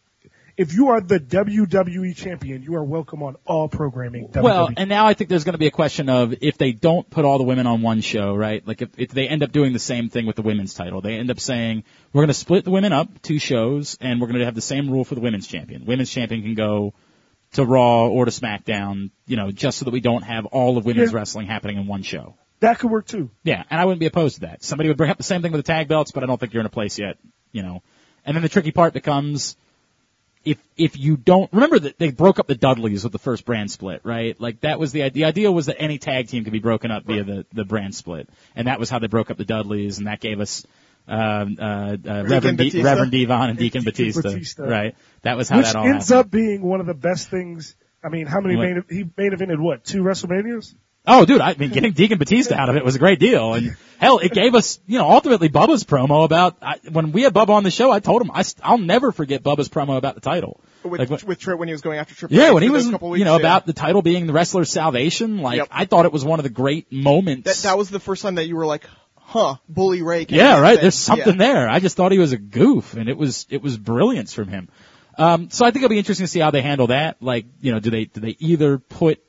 [SPEAKER 3] if you are the WWE champion, you are welcome on all programming. E.
[SPEAKER 2] Well,
[SPEAKER 3] WWE.
[SPEAKER 2] and now I think there's going to be a question of if they don't put all the women on one show, right? Like if, if they end up doing the same thing with the women's title, they end up saying we're going to split the women up two shows, and we're going to have the same rule for the women's champion. Women's champion can go to Raw or to SmackDown, you know, just so that we don't have all of women's
[SPEAKER 3] Yeah.
[SPEAKER 2] wrestling happening in one show.
[SPEAKER 3] that could work too.
[SPEAKER 2] Yeah, and I wouldn't be opposed to that. Somebody would bring up the same thing with the tag belts, but I don't think you're in a place yet, you know. And then the tricky part becomes if if you don't remember that they broke up the Dudleys with the first brand split, right? Like that was the idea. The idea was that any tag team could be broken up via the the brand split, and that was how they broke up the Dudleys, and that gave us. Um, uh, uh, Reverend, D-
[SPEAKER 4] Batista.
[SPEAKER 2] Reverend Devon and Deacon, Batista,
[SPEAKER 3] Batista.
[SPEAKER 2] right? That was how
[SPEAKER 3] Which
[SPEAKER 2] that all
[SPEAKER 3] ends
[SPEAKER 2] happened.
[SPEAKER 3] up being one of the best things. I mean, how many
[SPEAKER 2] What?
[SPEAKER 3] main he main evented what two WrestleManias?
[SPEAKER 2] Oh, dude, I mean, getting Deacon Batista out of it was a great deal, and hell, it gave us, you know, ultimately Bubba's promo about I, when we had Bubba on the show. I told him I, st- I'll never forget Bubba's promo about the title.
[SPEAKER 4] With
[SPEAKER 2] Like, when-
[SPEAKER 4] with Tri- when he was going after Triple
[SPEAKER 2] yeah,
[SPEAKER 4] H
[SPEAKER 2] when he
[SPEAKER 4] for those
[SPEAKER 2] was,
[SPEAKER 4] couple weeks,
[SPEAKER 2] you know,
[SPEAKER 4] yeah.
[SPEAKER 2] about the title being the wrestler's salvation. Like,
[SPEAKER 4] Yep.
[SPEAKER 2] I thought it was one of the great moments.
[SPEAKER 4] that that was the first time that you were like, huh, Bully Ray. can
[SPEAKER 2] yeah,
[SPEAKER 4] do
[SPEAKER 2] right.
[SPEAKER 4] that.
[SPEAKER 2] There's something
[SPEAKER 4] Yeah.
[SPEAKER 2] there. I just thought he was a goof, and it was it was brilliance from him. Um, so I think it'll be interesting to see how they handle that. Like, you know, do they do they either put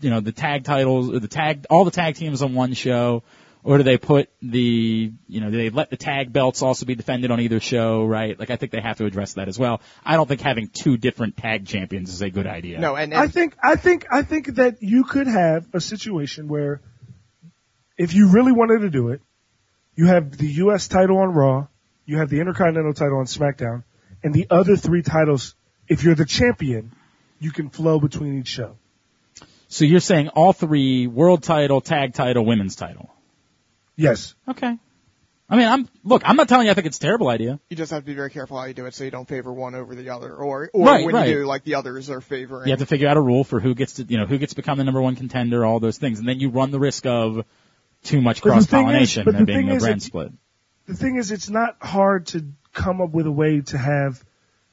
[SPEAKER 2] you know the tag titles or the tag all the tag teams on one show, or do they put the you know do they let the tag belts also be defended on either show? Right. Like I think they have to address that as well. I don't think having two different tag champions is a good idea.
[SPEAKER 4] No, and,
[SPEAKER 3] I
[SPEAKER 4] and
[SPEAKER 3] think I think I think that you could have a situation where if you really wanted to do it, you have the US title on Raw, you have the Intercontinental title on SmackDown, and the other three titles, if you're the champion, you can flow between each show.
[SPEAKER 2] So you're saying all three world title, tag title, women's title.
[SPEAKER 3] Yes.
[SPEAKER 2] Okay. I mean, I'm look. I'm not telling you I think it's a terrible idea.
[SPEAKER 4] you just have to be very careful how you do it, so you don't favor one over the other, or or
[SPEAKER 2] Right,
[SPEAKER 4] when
[SPEAKER 2] right.
[SPEAKER 4] you do, like the others are favoring.
[SPEAKER 2] You have to figure out a rule for who gets to, you know, who gets to become the number one contender, all those things, and then you run the risk of too much
[SPEAKER 3] But the thing
[SPEAKER 2] cross
[SPEAKER 3] is-
[SPEAKER 2] pollination
[SPEAKER 3] but the
[SPEAKER 2] and being
[SPEAKER 3] thing
[SPEAKER 2] a
[SPEAKER 3] is,
[SPEAKER 2] brand
[SPEAKER 3] it-
[SPEAKER 2] split.
[SPEAKER 3] The thing is, it's not hard to come up with a way to have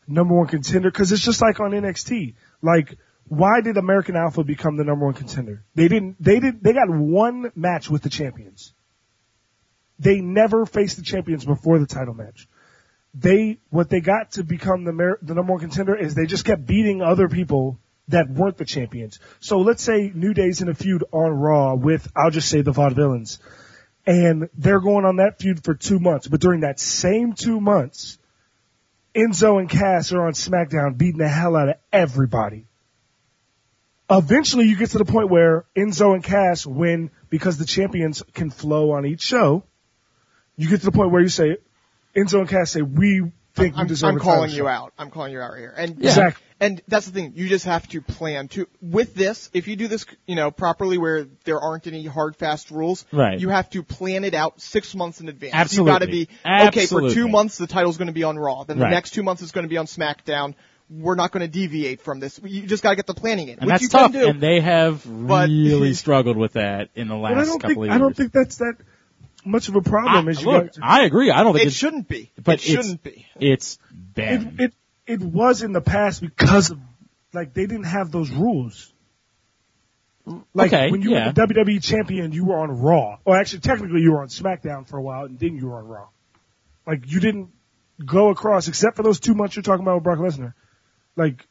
[SPEAKER 3] number one contender because it's just like on NXT. Like, why did American Alpha become the number one contender? They didn't. They did. They got one match with the champions. They never faced the champions before the title match. They what they got to become the mer- the number one contender is they just kept beating other people that weren't the champions. So let's say New Day's in a feud on Raw with I'll just say the Vaudevillains, and they're going on that feud for two months. But during that same two months, Enzo and Cass are on SmackDown beating the hell out of everybody. Eventually you get to the point where Enzo and Cass win because the champions can flow on each show. You get to the point where you say, Enzo and Cass say, we think we
[SPEAKER 4] I'm,
[SPEAKER 3] deserve
[SPEAKER 4] I'm
[SPEAKER 3] a title
[SPEAKER 4] calling you
[SPEAKER 3] shot."
[SPEAKER 4] out. I'm calling you out right here. And
[SPEAKER 3] Exactly.
[SPEAKER 4] And that's the thing. You just have to plan to with this. If you do this, you know, properly, where there aren't any hard fast rules,
[SPEAKER 2] Right.
[SPEAKER 4] You have to plan it out six months in advance.
[SPEAKER 2] Absolutely.
[SPEAKER 4] You got to be okay for two
[SPEAKER 2] Absolutely.
[SPEAKER 4] months. The title's going to be on Raw. Then
[SPEAKER 2] Right.
[SPEAKER 4] the next two months it's going to be on SmackDown. We're not going to deviate from this. You just got to get the planning in,
[SPEAKER 2] And
[SPEAKER 4] which
[SPEAKER 2] that's
[SPEAKER 4] you
[SPEAKER 2] tough.
[SPEAKER 4] can do.
[SPEAKER 2] And they have
[SPEAKER 4] But-
[SPEAKER 2] really struggled with that in the last
[SPEAKER 3] But I don't
[SPEAKER 2] couple
[SPEAKER 3] think
[SPEAKER 2] of years.
[SPEAKER 3] I don't think that's that much of a problem.
[SPEAKER 2] I,
[SPEAKER 3] as you
[SPEAKER 2] look,
[SPEAKER 3] guys are-
[SPEAKER 2] I agree. I don't think
[SPEAKER 4] it
[SPEAKER 2] it's,
[SPEAKER 4] shouldn't be.
[SPEAKER 2] but
[SPEAKER 4] it shouldn't be.
[SPEAKER 2] It's
[SPEAKER 3] it,
[SPEAKER 2] banned.
[SPEAKER 3] it it was in the past because of like they didn't have those rules. Like
[SPEAKER 2] Okay,
[SPEAKER 3] when you
[SPEAKER 2] yeah.
[SPEAKER 3] were the WWE champion, you were on Raw, or actually technically you were on SmackDown for a while, and then you were on Raw. Like you didn't go across except for those two months you're talking about with Brock Lesnar. Like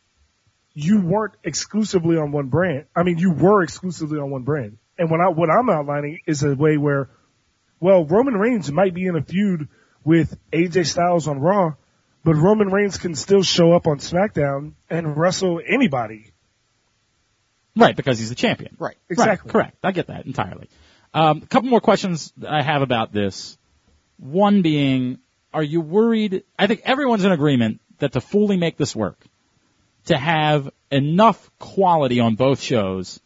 [SPEAKER 3] you weren't exclusively on one brand. I mean, you were exclusively on one brand. And what I what I'm outlining is a way where, well, Roman Reigns might be in a feud with AJ Styles on Raw, but Roman Reigns can still show up on SmackDown and wrestle anybody.
[SPEAKER 2] right, because he's the champion.
[SPEAKER 4] Right.
[SPEAKER 3] Exactly.
[SPEAKER 2] Right, correct. I get that entirely. Um, a couple more questions that I have about this. One being, are you worried? I think everyone's in agreement that to fully make this work, to have enough quality on both shows,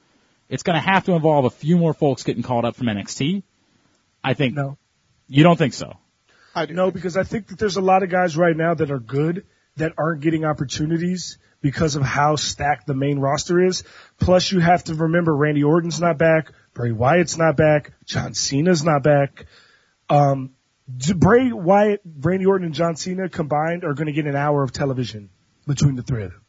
[SPEAKER 2] it's going to have to involve a few more folks getting called up from NXT. I think
[SPEAKER 3] No.
[SPEAKER 2] you don't think so.
[SPEAKER 4] I do.
[SPEAKER 3] No, because I think that there's a lot of guys right now that are good that aren't getting opportunities because of how stacked the main roster is. Plus you have to remember Randy Orton's not back, Bray Wyatt's not back, John Cena's not back. Um D- Bray Wyatt, Randy Orton and John Cena combined are going to get an hour of television between the three of them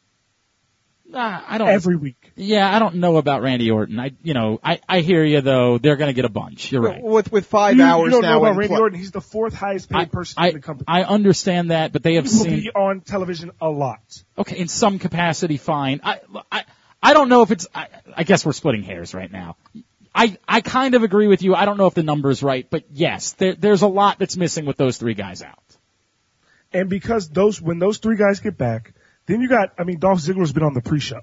[SPEAKER 2] Uh, I don't.
[SPEAKER 3] every week.
[SPEAKER 2] yeah, I don't know about Randy Orton. I, you know, I, I hear you though. They're going to get a bunch. You're right.
[SPEAKER 4] With with five
[SPEAKER 3] You- you,
[SPEAKER 4] hours
[SPEAKER 3] don't
[SPEAKER 4] now
[SPEAKER 3] know about
[SPEAKER 4] in
[SPEAKER 3] Randy
[SPEAKER 4] play-
[SPEAKER 3] Orton. He's the fourth highest paid person
[SPEAKER 2] I,
[SPEAKER 3] in the company.
[SPEAKER 2] I understand that, but they have
[SPEAKER 3] he will
[SPEAKER 2] seen
[SPEAKER 3] be on television a lot.
[SPEAKER 2] okay, in some capacity, fine. I, I, I don't know if it's, I, I guess we're splitting hairs right now. I, I kind of agree with you. I don't know if the number's right, but yes, there, there's a lot that's missing with those three guys out.
[SPEAKER 3] And because those, when those three guys get back, then you got, I mean, Dolph Ziggler's been on the pre-show,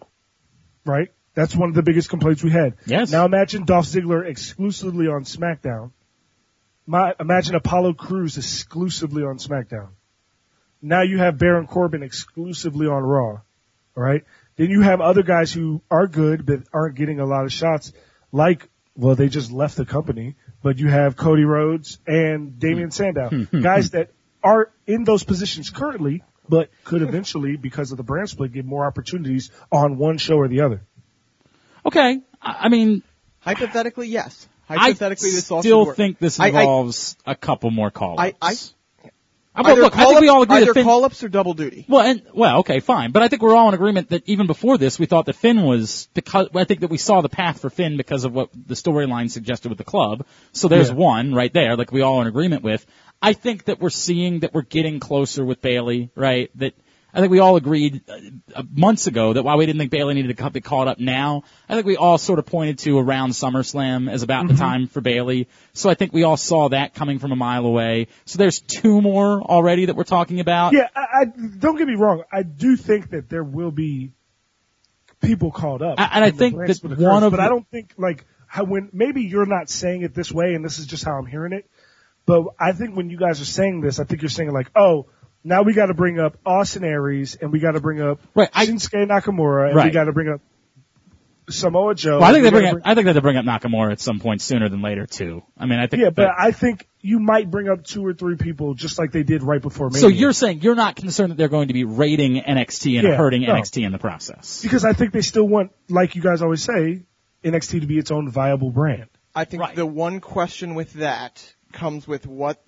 [SPEAKER 3] right? That's one of the biggest complaints we had.
[SPEAKER 2] Yes.
[SPEAKER 3] Now imagine Dolph Ziggler exclusively on SmackDown. My, imagine Apollo Crews exclusively on SmackDown. Now you have Baron Corbin exclusively on Raw, right? Then you have other guys who are good but aren't getting a lot of shots, like, well, they just left the company, but you have Cody Rhodes and Damian Sandow, guys that are in those positions currently, but could eventually, because of the brand split, get more opportunities on one show or the other.
[SPEAKER 2] Okay. I, I mean,
[SPEAKER 4] Hypothetically, yes.
[SPEAKER 2] I
[SPEAKER 4] Hypothetically, this also
[SPEAKER 2] still
[SPEAKER 4] works.
[SPEAKER 2] think this
[SPEAKER 4] I- I-
[SPEAKER 2] involves a couple more call
[SPEAKER 4] I- I-
[SPEAKER 2] but
[SPEAKER 4] Either
[SPEAKER 2] look, I think we
[SPEAKER 4] call-up-
[SPEAKER 2] all agree
[SPEAKER 4] either
[SPEAKER 2] that Finn,
[SPEAKER 4] call ups or double duty.
[SPEAKER 2] Well, and well, okay, fine. But I think we're all in agreement that even before this, we thought that Finn was because I think that we saw the path for Finn because of what the storyline suggested with the club. So there's
[SPEAKER 3] Yeah.
[SPEAKER 2] one right there, like we all in agreement with. I think that we're seeing that we're getting closer with Bailey, right? That I think we all agreed uh, uh, months ago that while we didn't think Bailey needed to co- be called up now, I think we all sort of pointed to around SummerSlam as about the time for Bailey. So I think we all saw that coming from a mile away. So there's two more already that we're talking about.
[SPEAKER 3] Yeah, I, I don't get me wrong. I do think that there will be people called up,
[SPEAKER 2] I- and I
[SPEAKER 3] when the
[SPEAKER 2] think
[SPEAKER 3] brands
[SPEAKER 2] that one
[SPEAKER 3] split occurs,
[SPEAKER 2] of
[SPEAKER 3] But
[SPEAKER 2] the-
[SPEAKER 3] I don't think like how when maybe you're not saying it this way, and this is just how I'm hearing it. But I think when you guys are saying this, I think you're saying like, oh, now we got to bring up Austin Aries, and we got to bring up
[SPEAKER 2] Right, I-
[SPEAKER 3] Shinsuke Nakamura, and we
[SPEAKER 2] Right.
[SPEAKER 3] got to bring up Samoa Joe.
[SPEAKER 2] Well, I
[SPEAKER 3] and
[SPEAKER 2] think
[SPEAKER 3] we
[SPEAKER 2] they bring
[SPEAKER 3] gotta
[SPEAKER 2] up. I think that they bring up Nakamura at some point sooner than later too. I mean, I think.
[SPEAKER 3] yeah, but
[SPEAKER 2] that-
[SPEAKER 3] I think you might bring up two or three people just like they did right before. Mania.
[SPEAKER 2] so you're saying you're not concerned that they're going to be rating NXT and
[SPEAKER 3] Yeah,
[SPEAKER 2] hurting
[SPEAKER 3] no.
[SPEAKER 2] NXT in the process.
[SPEAKER 3] because I think they still want, like you guys always say, NXT to be its own viable brand.
[SPEAKER 4] I think
[SPEAKER 2] Right.
[SPEAKER 4] the one question with that comes with what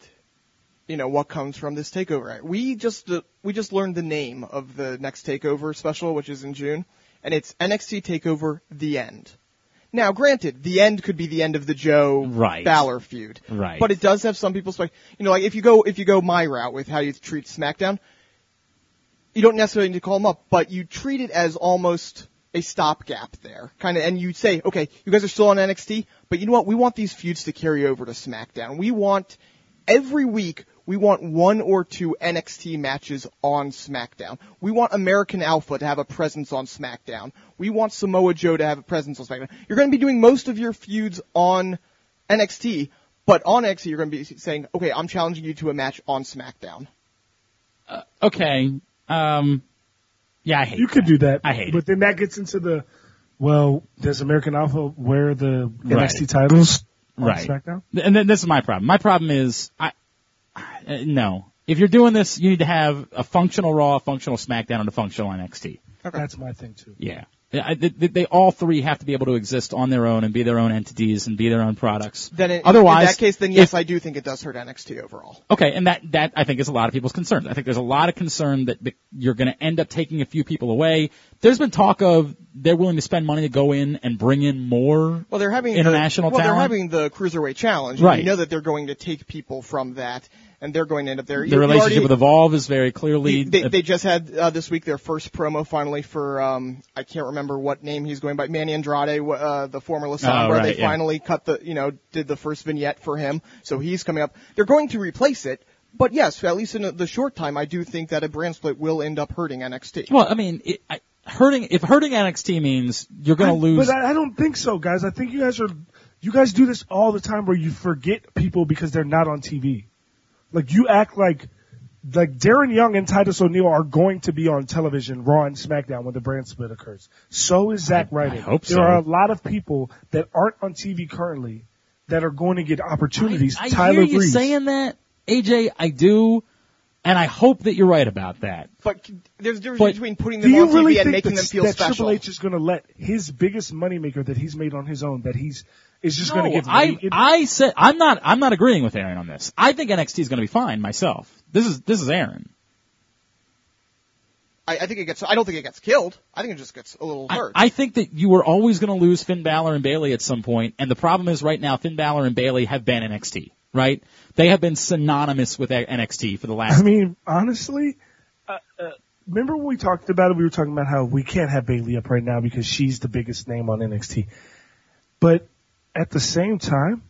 [SPEAKER 4] you know what comes from this takeover. We just uh, we just learned the name of the next takeover special, which is in June, and it's NXT Takeover: The End. Now, granted, the end could be the end of the Joe
[SPEAKER 2] Right.
[SPEAKER 4] Balor feud,
[SPEAKER 2] Right.
[SPEAKER 4] But it does have some people like you know, like if you go if you go my route with how you treat SmackDown, you don't necessarily need to call them up, but you treat it as almost a stopgap there, kind of, and you say, okay, you guys are still on NXT, but you know what? We want these feuds to carry over to SmackDown. We want every week. We want one or two NXT matches on SmackDown. We want American Alpha to have a presence on SmackDown. We want Samoa Joe to have a presence on SmackDown. You're going to be doing most of your feuds on NXT, but on NXT you're going to be saying, okay, I'm challenging you to a match on SmackDown.
[SPEAKER 2] Okay. Um. Yeah, I hate.
[SPEAKER 3] You could
[SPEAKER 2] that.
[SPEAKER 3] do that.
[SPEAKER 2] I hate
[SPEAKER 3] But
[SPEAKER 2] it.
[SPEAKER 3] then that gets into the, well, does American Alpha wear the
[SPEAKER 2] Right.
[SPEAKER 3] NXT titles on
[SPEAKER 2] right.
[SPEAKER 3] SmackDown?
[SPEAKER 2] Th- And then this is my problem. My problem is I uh, no. If you're doing this, you need to have a functional Raw, a functional SmackDown, and a functional NXT.
[SPEAKER 3] That's my thing too.
[SPEAKER 2] Yeah. I, they, they they all three have to be able to exist on their own and be their own entities and be their own products.
[SPEAKER 4] Then in,
[SPEAKER 2] Otherwise,
[SPEAKER 4] in that case, then yes,
[SPEAKER 2] if-
[SPEAKER 4] I do think it does hurt NXT overall.
[SPEAKER 2] Okay, and that that I think is a lot of people's concerns. I think there's a lot of concern that, that you're going to end up taking a few people away. There's been talk of they're willing to spend money to go in and bring in more.
[SPEAKER 4] Well, they're having
[SPEAKER 2] International
[SPEAKER 4] The, well,
[SPEAKER 2] talent?
[SPEAKER 4] they're having the cruiserweight challenge. and
[SPEAKER 2] Right.
[SPEAKER 4] You know that they're going to take people from that, and they're going to end up there.
[SPEAKER 2] the relationship with Evolve is very clearly
[SPEAKER 4] They, they just had uh, this week their first promo finally for um I can't remember what name he's going by Manny Andrade wh- uh, the former La Sombra
[SPEAKER 2] Oh, right,
[SPEAKER 4] they
[SPEAKER 2] yeah.
[SPEAKER 4] finally cut the you know did the first vignette for him so he's coming up they're going to replace it but yes at least in the short time I do think that a brand split will end up hurting NXT
[SPEAKER 2] Well, I mean, it, I, hurting if hurting NXT means you're going to lose.
[SPEAKER 3] But I, I don't think so, guys. I think you guys are, you guys do this all the time where you forget people because they're not on TV. Like you act like, like Darren Young and Titus O'Neil are going to be on television, Raw and SmackDown when the brand split occurs. So is Zack Ryder.
[SPEAKER 2] hope so.
[SPEAKER 3] There are a lot of people that aren't on TV currently that are going to get opportunities.
[SPEAKER 2] I
[SPEAKER 3] Tyler
[SPEAKER 2] hear you
[SPEAKER 3] Breeze.
[SPEAKER 2] saying that, AJ. I do, and I hope that you're right about that.
[SPEAKER 4] but c- there's a difference
[SPEAKER 2] But
[SPEAKER 4] between putting
[SPEAKER 3] Do
[SPEAKER 4] them
[SPEAKER 3] you
[SPEAKER 4] on
[SPEAKER 3] really
[SPEAKER 4] TV and
[SPEAKER 3] think
[SPEAKER 4] making
[SPEAKER 3] that,
[SPEAKER 4] them feel
[SPEAKER 3] that
[SPEAKER 4] special
[SPEAKER 3] Triple H is going to let his biggest moneymaker that he's made on his own that he's is just going to
[SPEAKER 2] No,
[SPEAKER 3] get
[SPEAKER 2] I
[SPEAKER 3] raided?
[SPEAKER 2] I said I'm not I'm not agreeing with Aaron on this. I think NXT is going to be fine myself. This is this is Aaron.
[SPEAKER 4] I, I think it gets. I don't think it gets killed. I think it just gets a little
[SPEAKER 2] I,
[SPEAKER 4] hurt.
[SPEAKER 2] I think that you were always going to lose Finn Balor and Bailey at some point, and the problem is right now Finn Balor and Bailey have been NXT, right? They have been synonymous with NXT for the last.
[SPEAKER 3] I mean, honestly, uh, uh, remember when we talked about it? We were talking about how we can't have Bailey up right now because she's the biggest name on NXT. But at the same time,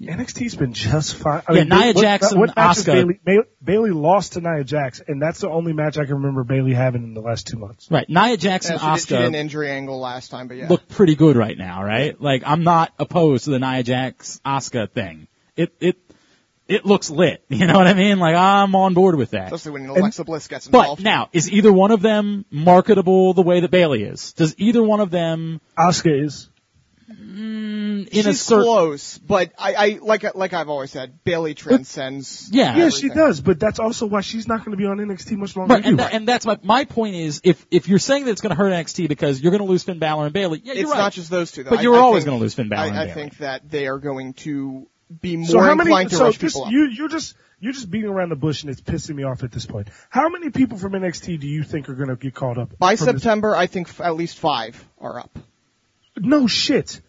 [SPEAKER 3] NXT's been just fine. I
[SPEAKER 2] Yeah,
[SPEAKER 3] Ba-
[SPEAKER 2] Nia
[SPEAKER 3] what-
[SPEAKER 2] Jackson,
[SPEAKER 3] what matches
[SPEAKER 2] Asuka.
[SPEAKER 3] Bailey, Ba- Bailey lost to Nia Jax, and that's the only match I can remember Bailey having in the last two months.
[SPEAKER 2] right, Nia Jackson,
[SPEAKER 4] Yeah, she, did, she did an
[SPEAKER 2] Oscar
[SPEAKER 4] injury angle last time, but yeah.
[SPEAKER 2] look pretty good right now, right? Like I'm not opposed to the Nia Jax Oscar thing. It it it looks lit. You know what I mean? Like I'm on board with that.
[SPEAKER 4] especially when Alexa Bliss gets
[SPEAKER 2] But
[SPEAKER 4] involved.
[SPEAKER 2] now, is either one of them marketable the way that Bailey is? Does either one of them
[SPEAKER 3] Asuka is.
[SPEAKER 2] in
[SPEAKER 4] she's
[SPEAKER 2] a certain
[SPEAKER 4] close, but I, I like like I've always said, Bailey transcends.
[SPEAKER 2] yeah,
[SPEAKER 3] Yeah, she
[SPEAKER 4] everything.
[SPEAKER 3] does, but that's also why she's not going to be on NXT much longer.
[SPEAKER 2] But, and, tha- and that's my my point is if if you're saying that it's going to hurt NXT because you're going to lose Finn Balor and Bailey, yeah,
[SPEAKER 4] It's
[SPEAKER 2] you're right.
[SPEAKER 4] not just those two. Though.
[SPEAKER 2] But
[SPEAKER 4] I-
[SPEAKER 2] you were
[SPEAKER 4] I
[SPEAKER 2] always
[SPEAKER 4] think-
[SPEAKER 2] gonna lose Finn Balor
[SPEAKER 4] I,
[SPEAKER 2] and
[SPEAKER 4] I
[SPEAKER 2] Bayley.
[SPEAKER 4] think that they are going to be more
[SPEAKER 3] So how
[SPEAKER 4] inclined
[SPEAKER 3] many?
[SPEAKER 4] to
[SPEAKER 3] so
[SPEAKER 4] rush
[SPEAKER 3] just,
[SPEAKER 4] people up.
[SPEAKER 3] you you're just you're just beating around the bush, and it's pissing me off at this point. How many people from NXT do you think are going to get called up
[SPEAKER 4] By
[SPEAKER 3] from this-
[SPEAKER 4] September, I think f- at least five are up.
[SPEAKER 3] No shit.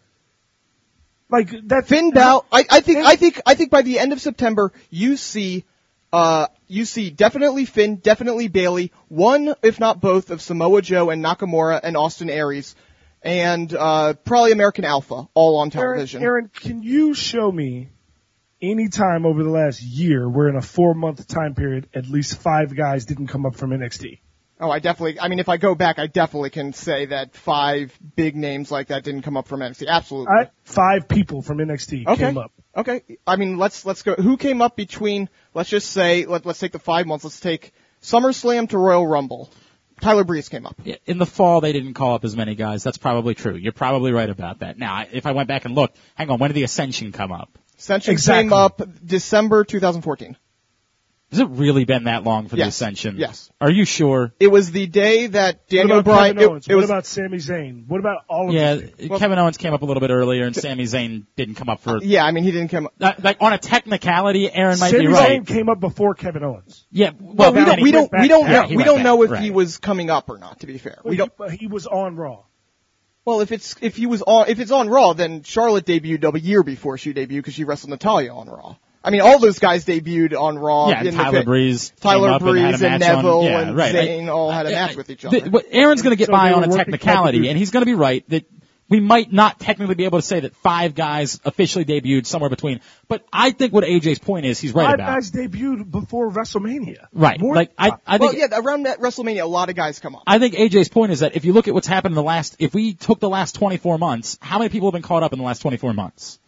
[SPEAKER 3] Like that
[SPEAKER 4] Finn Balor, I, I think, I think, I think by the end of September, you see, uh, you see definitely Finn, definitely Bailey, one, if not both, of Samoa Joe and Nakamura and Austin Aries, and, uh, probably American Alpha, all on
[SPEAKER 3] Aaron,
[SPEAKER 4] television.
[SPEAKER 3] Aaron, can you show me any time over the last year where in a four month time period at least five guys didn't come up from NXT?
[SPEAKER 4] Oh, I definitely, I mean, if I go back, I definitely can say that five big names like that didn't come up from NXT. Absolutely.
[SPEAKER 3] I, five people from NXT
[SPEAKER 4] okay.
[SPEAKER 3] came up.
[SPEAKER 4] Okay. I mean, let's, let's go. Who came up between, let's just say, let, let's take the five months. Let's take SummerSlam to Royal Rumble. Tyler Breeze came up.
[SPEAKER 2] Yeah, In the fall, they didn't call up as many guys. That's probably true. You're probably right about that. Now, I- if I went back and looked, hang on, when did the Ascension come up?
[SPEAKER 4] Ascension
[SPEAKER 3] Exactly.
[SPEAKER 4] came up December 2014.
[SPEAKER 2] Has it really been that long for the
[SPEAKER 4] Yes.
[SPEAKER 2] Ascension?
[SPEAKER 4] Yes.
[SPEAKER 2] Are you sure?
[SPEAKER 4] It was the day that Daniel
[SPEAKER 3] what about
[SPEAKER 4] Bryan.
[SPEAKER 3] Kevin
[SPEAKER 4] It,
[SPEAKER 3] Owens?
[SPEAKER 4] it
[SPEAKER 3] what
[SPEAKER 4] was
[SPEAKER 3] about Sami Zayn? What about all of
[SPEAKER 2] Yeah,
[SPEAKER 3] these?
[SPEAKER 4] Well- Uh,
[SPEAKER 2] Kevin Owens came up a little bit earlier, and Sami Zayn didn't come up for.
[SPEAKER 4] yeah. I mean, he didn't come.
[SPEAKER 2] Uh, like on a technicality, Aaron might be
[SPEAKER 3] Sami
[SPEAKER 2] right.
[SPEAKER 3] Zayn came up before Kevin Owens.
[SPEAKER 2] Yeah, well,
[SPEAKER 4] Well, we
[SPEAKER 2] then
[SPEAKER 4] don't.
[SPEAKER 2] he
[SPEAKER 4] We
[SPEAKER 2] went
[SPEAKER 4] don't.
[SPEAKER 2] back
[SPEAKER 4] We don't
[SPEAKER 2] down.
[SPEAKER 4] know.
[SPEAKER 2] Yeah, he
[SPEAKER 4] we
[SPEAKER 2] went
[SPEAKER 4] don't
[SPEAKER 2] back,
[SPEAKER 4] know if
[SPEAKER 2] right.
[SPEAKER 4] he was coming up or not. To be fair, we don't.
[SPEAKER 3] But he was on Raw.
[SPEAKER 4] Well, if it's if he was on if it's on Raw, then Charlotte debuted a year before she debuted because she wrestled Natalia on Raw. I mean, all those guys debuted on Raw.
[SPEAKER 2] Yeah,
[SPEAKER 4] in
[SPEAKER 2] and
[SPEAKER 4] the
[SPEAKER 2] Tyler
[SPEAKER 4] fi-
[SPEAKER 2] Breeze,
[SPEAKER 4] Tyler
[SPEAKER 2] came up
[SPEAKER 4] Breeze
[SPEAKER 2] and, had a
[SPEAKER 4] and
[SPEAKER 2] match on-
[SPEAKER 4] Neville
[SPEAKER 2] yeah,
[SPEAKER 4] and
[SPEAKER 2] right.
[SPEAKER 4] Zayn
[SPEAKER 2] I-
[SPEAKER 4] all had a
[SPEAKER 2] I-
[SPEAKER 4] match
[SPEAKER 2] I-
[SPEAKER 4] with each
[SPEAKER 2] the-
[SPEAKER 4] other.
[SPEAKER 2] what- Aaron's going to get
[SPEAKER 3] So
[SPEAKER 2] by
[SPEAKER 3] they
[SPEAKER 2] on
[SPEAKER 3] were
[SPEAKER 2] a
[SPEAKER 3] working
[SPEAKER 2] technicality,
[SPEAKER 3] prostitutes.
[SPEAKER 2] and he's going to be right that we might not technically be able to say that five guys officially debuted somewhere between. But I think what AJ's point is, he's right
[SPEAKER 3] Five
[SPEAKER 2] about
[SPEAKER 3] guys debuted before WrestleMania.
[SPEAKER 2] right.
[SPEAKER 3] More-
[SPEAKER 2] like I, I think
[SPEAKER 4] well, yeah, around that WrestleMania, a lot of guys come up.
[SPEAKER 2] I think AJ's point is that if you look at what's happened in the last, if we took the last 24 months, how many people have been caught up in the last 24 months?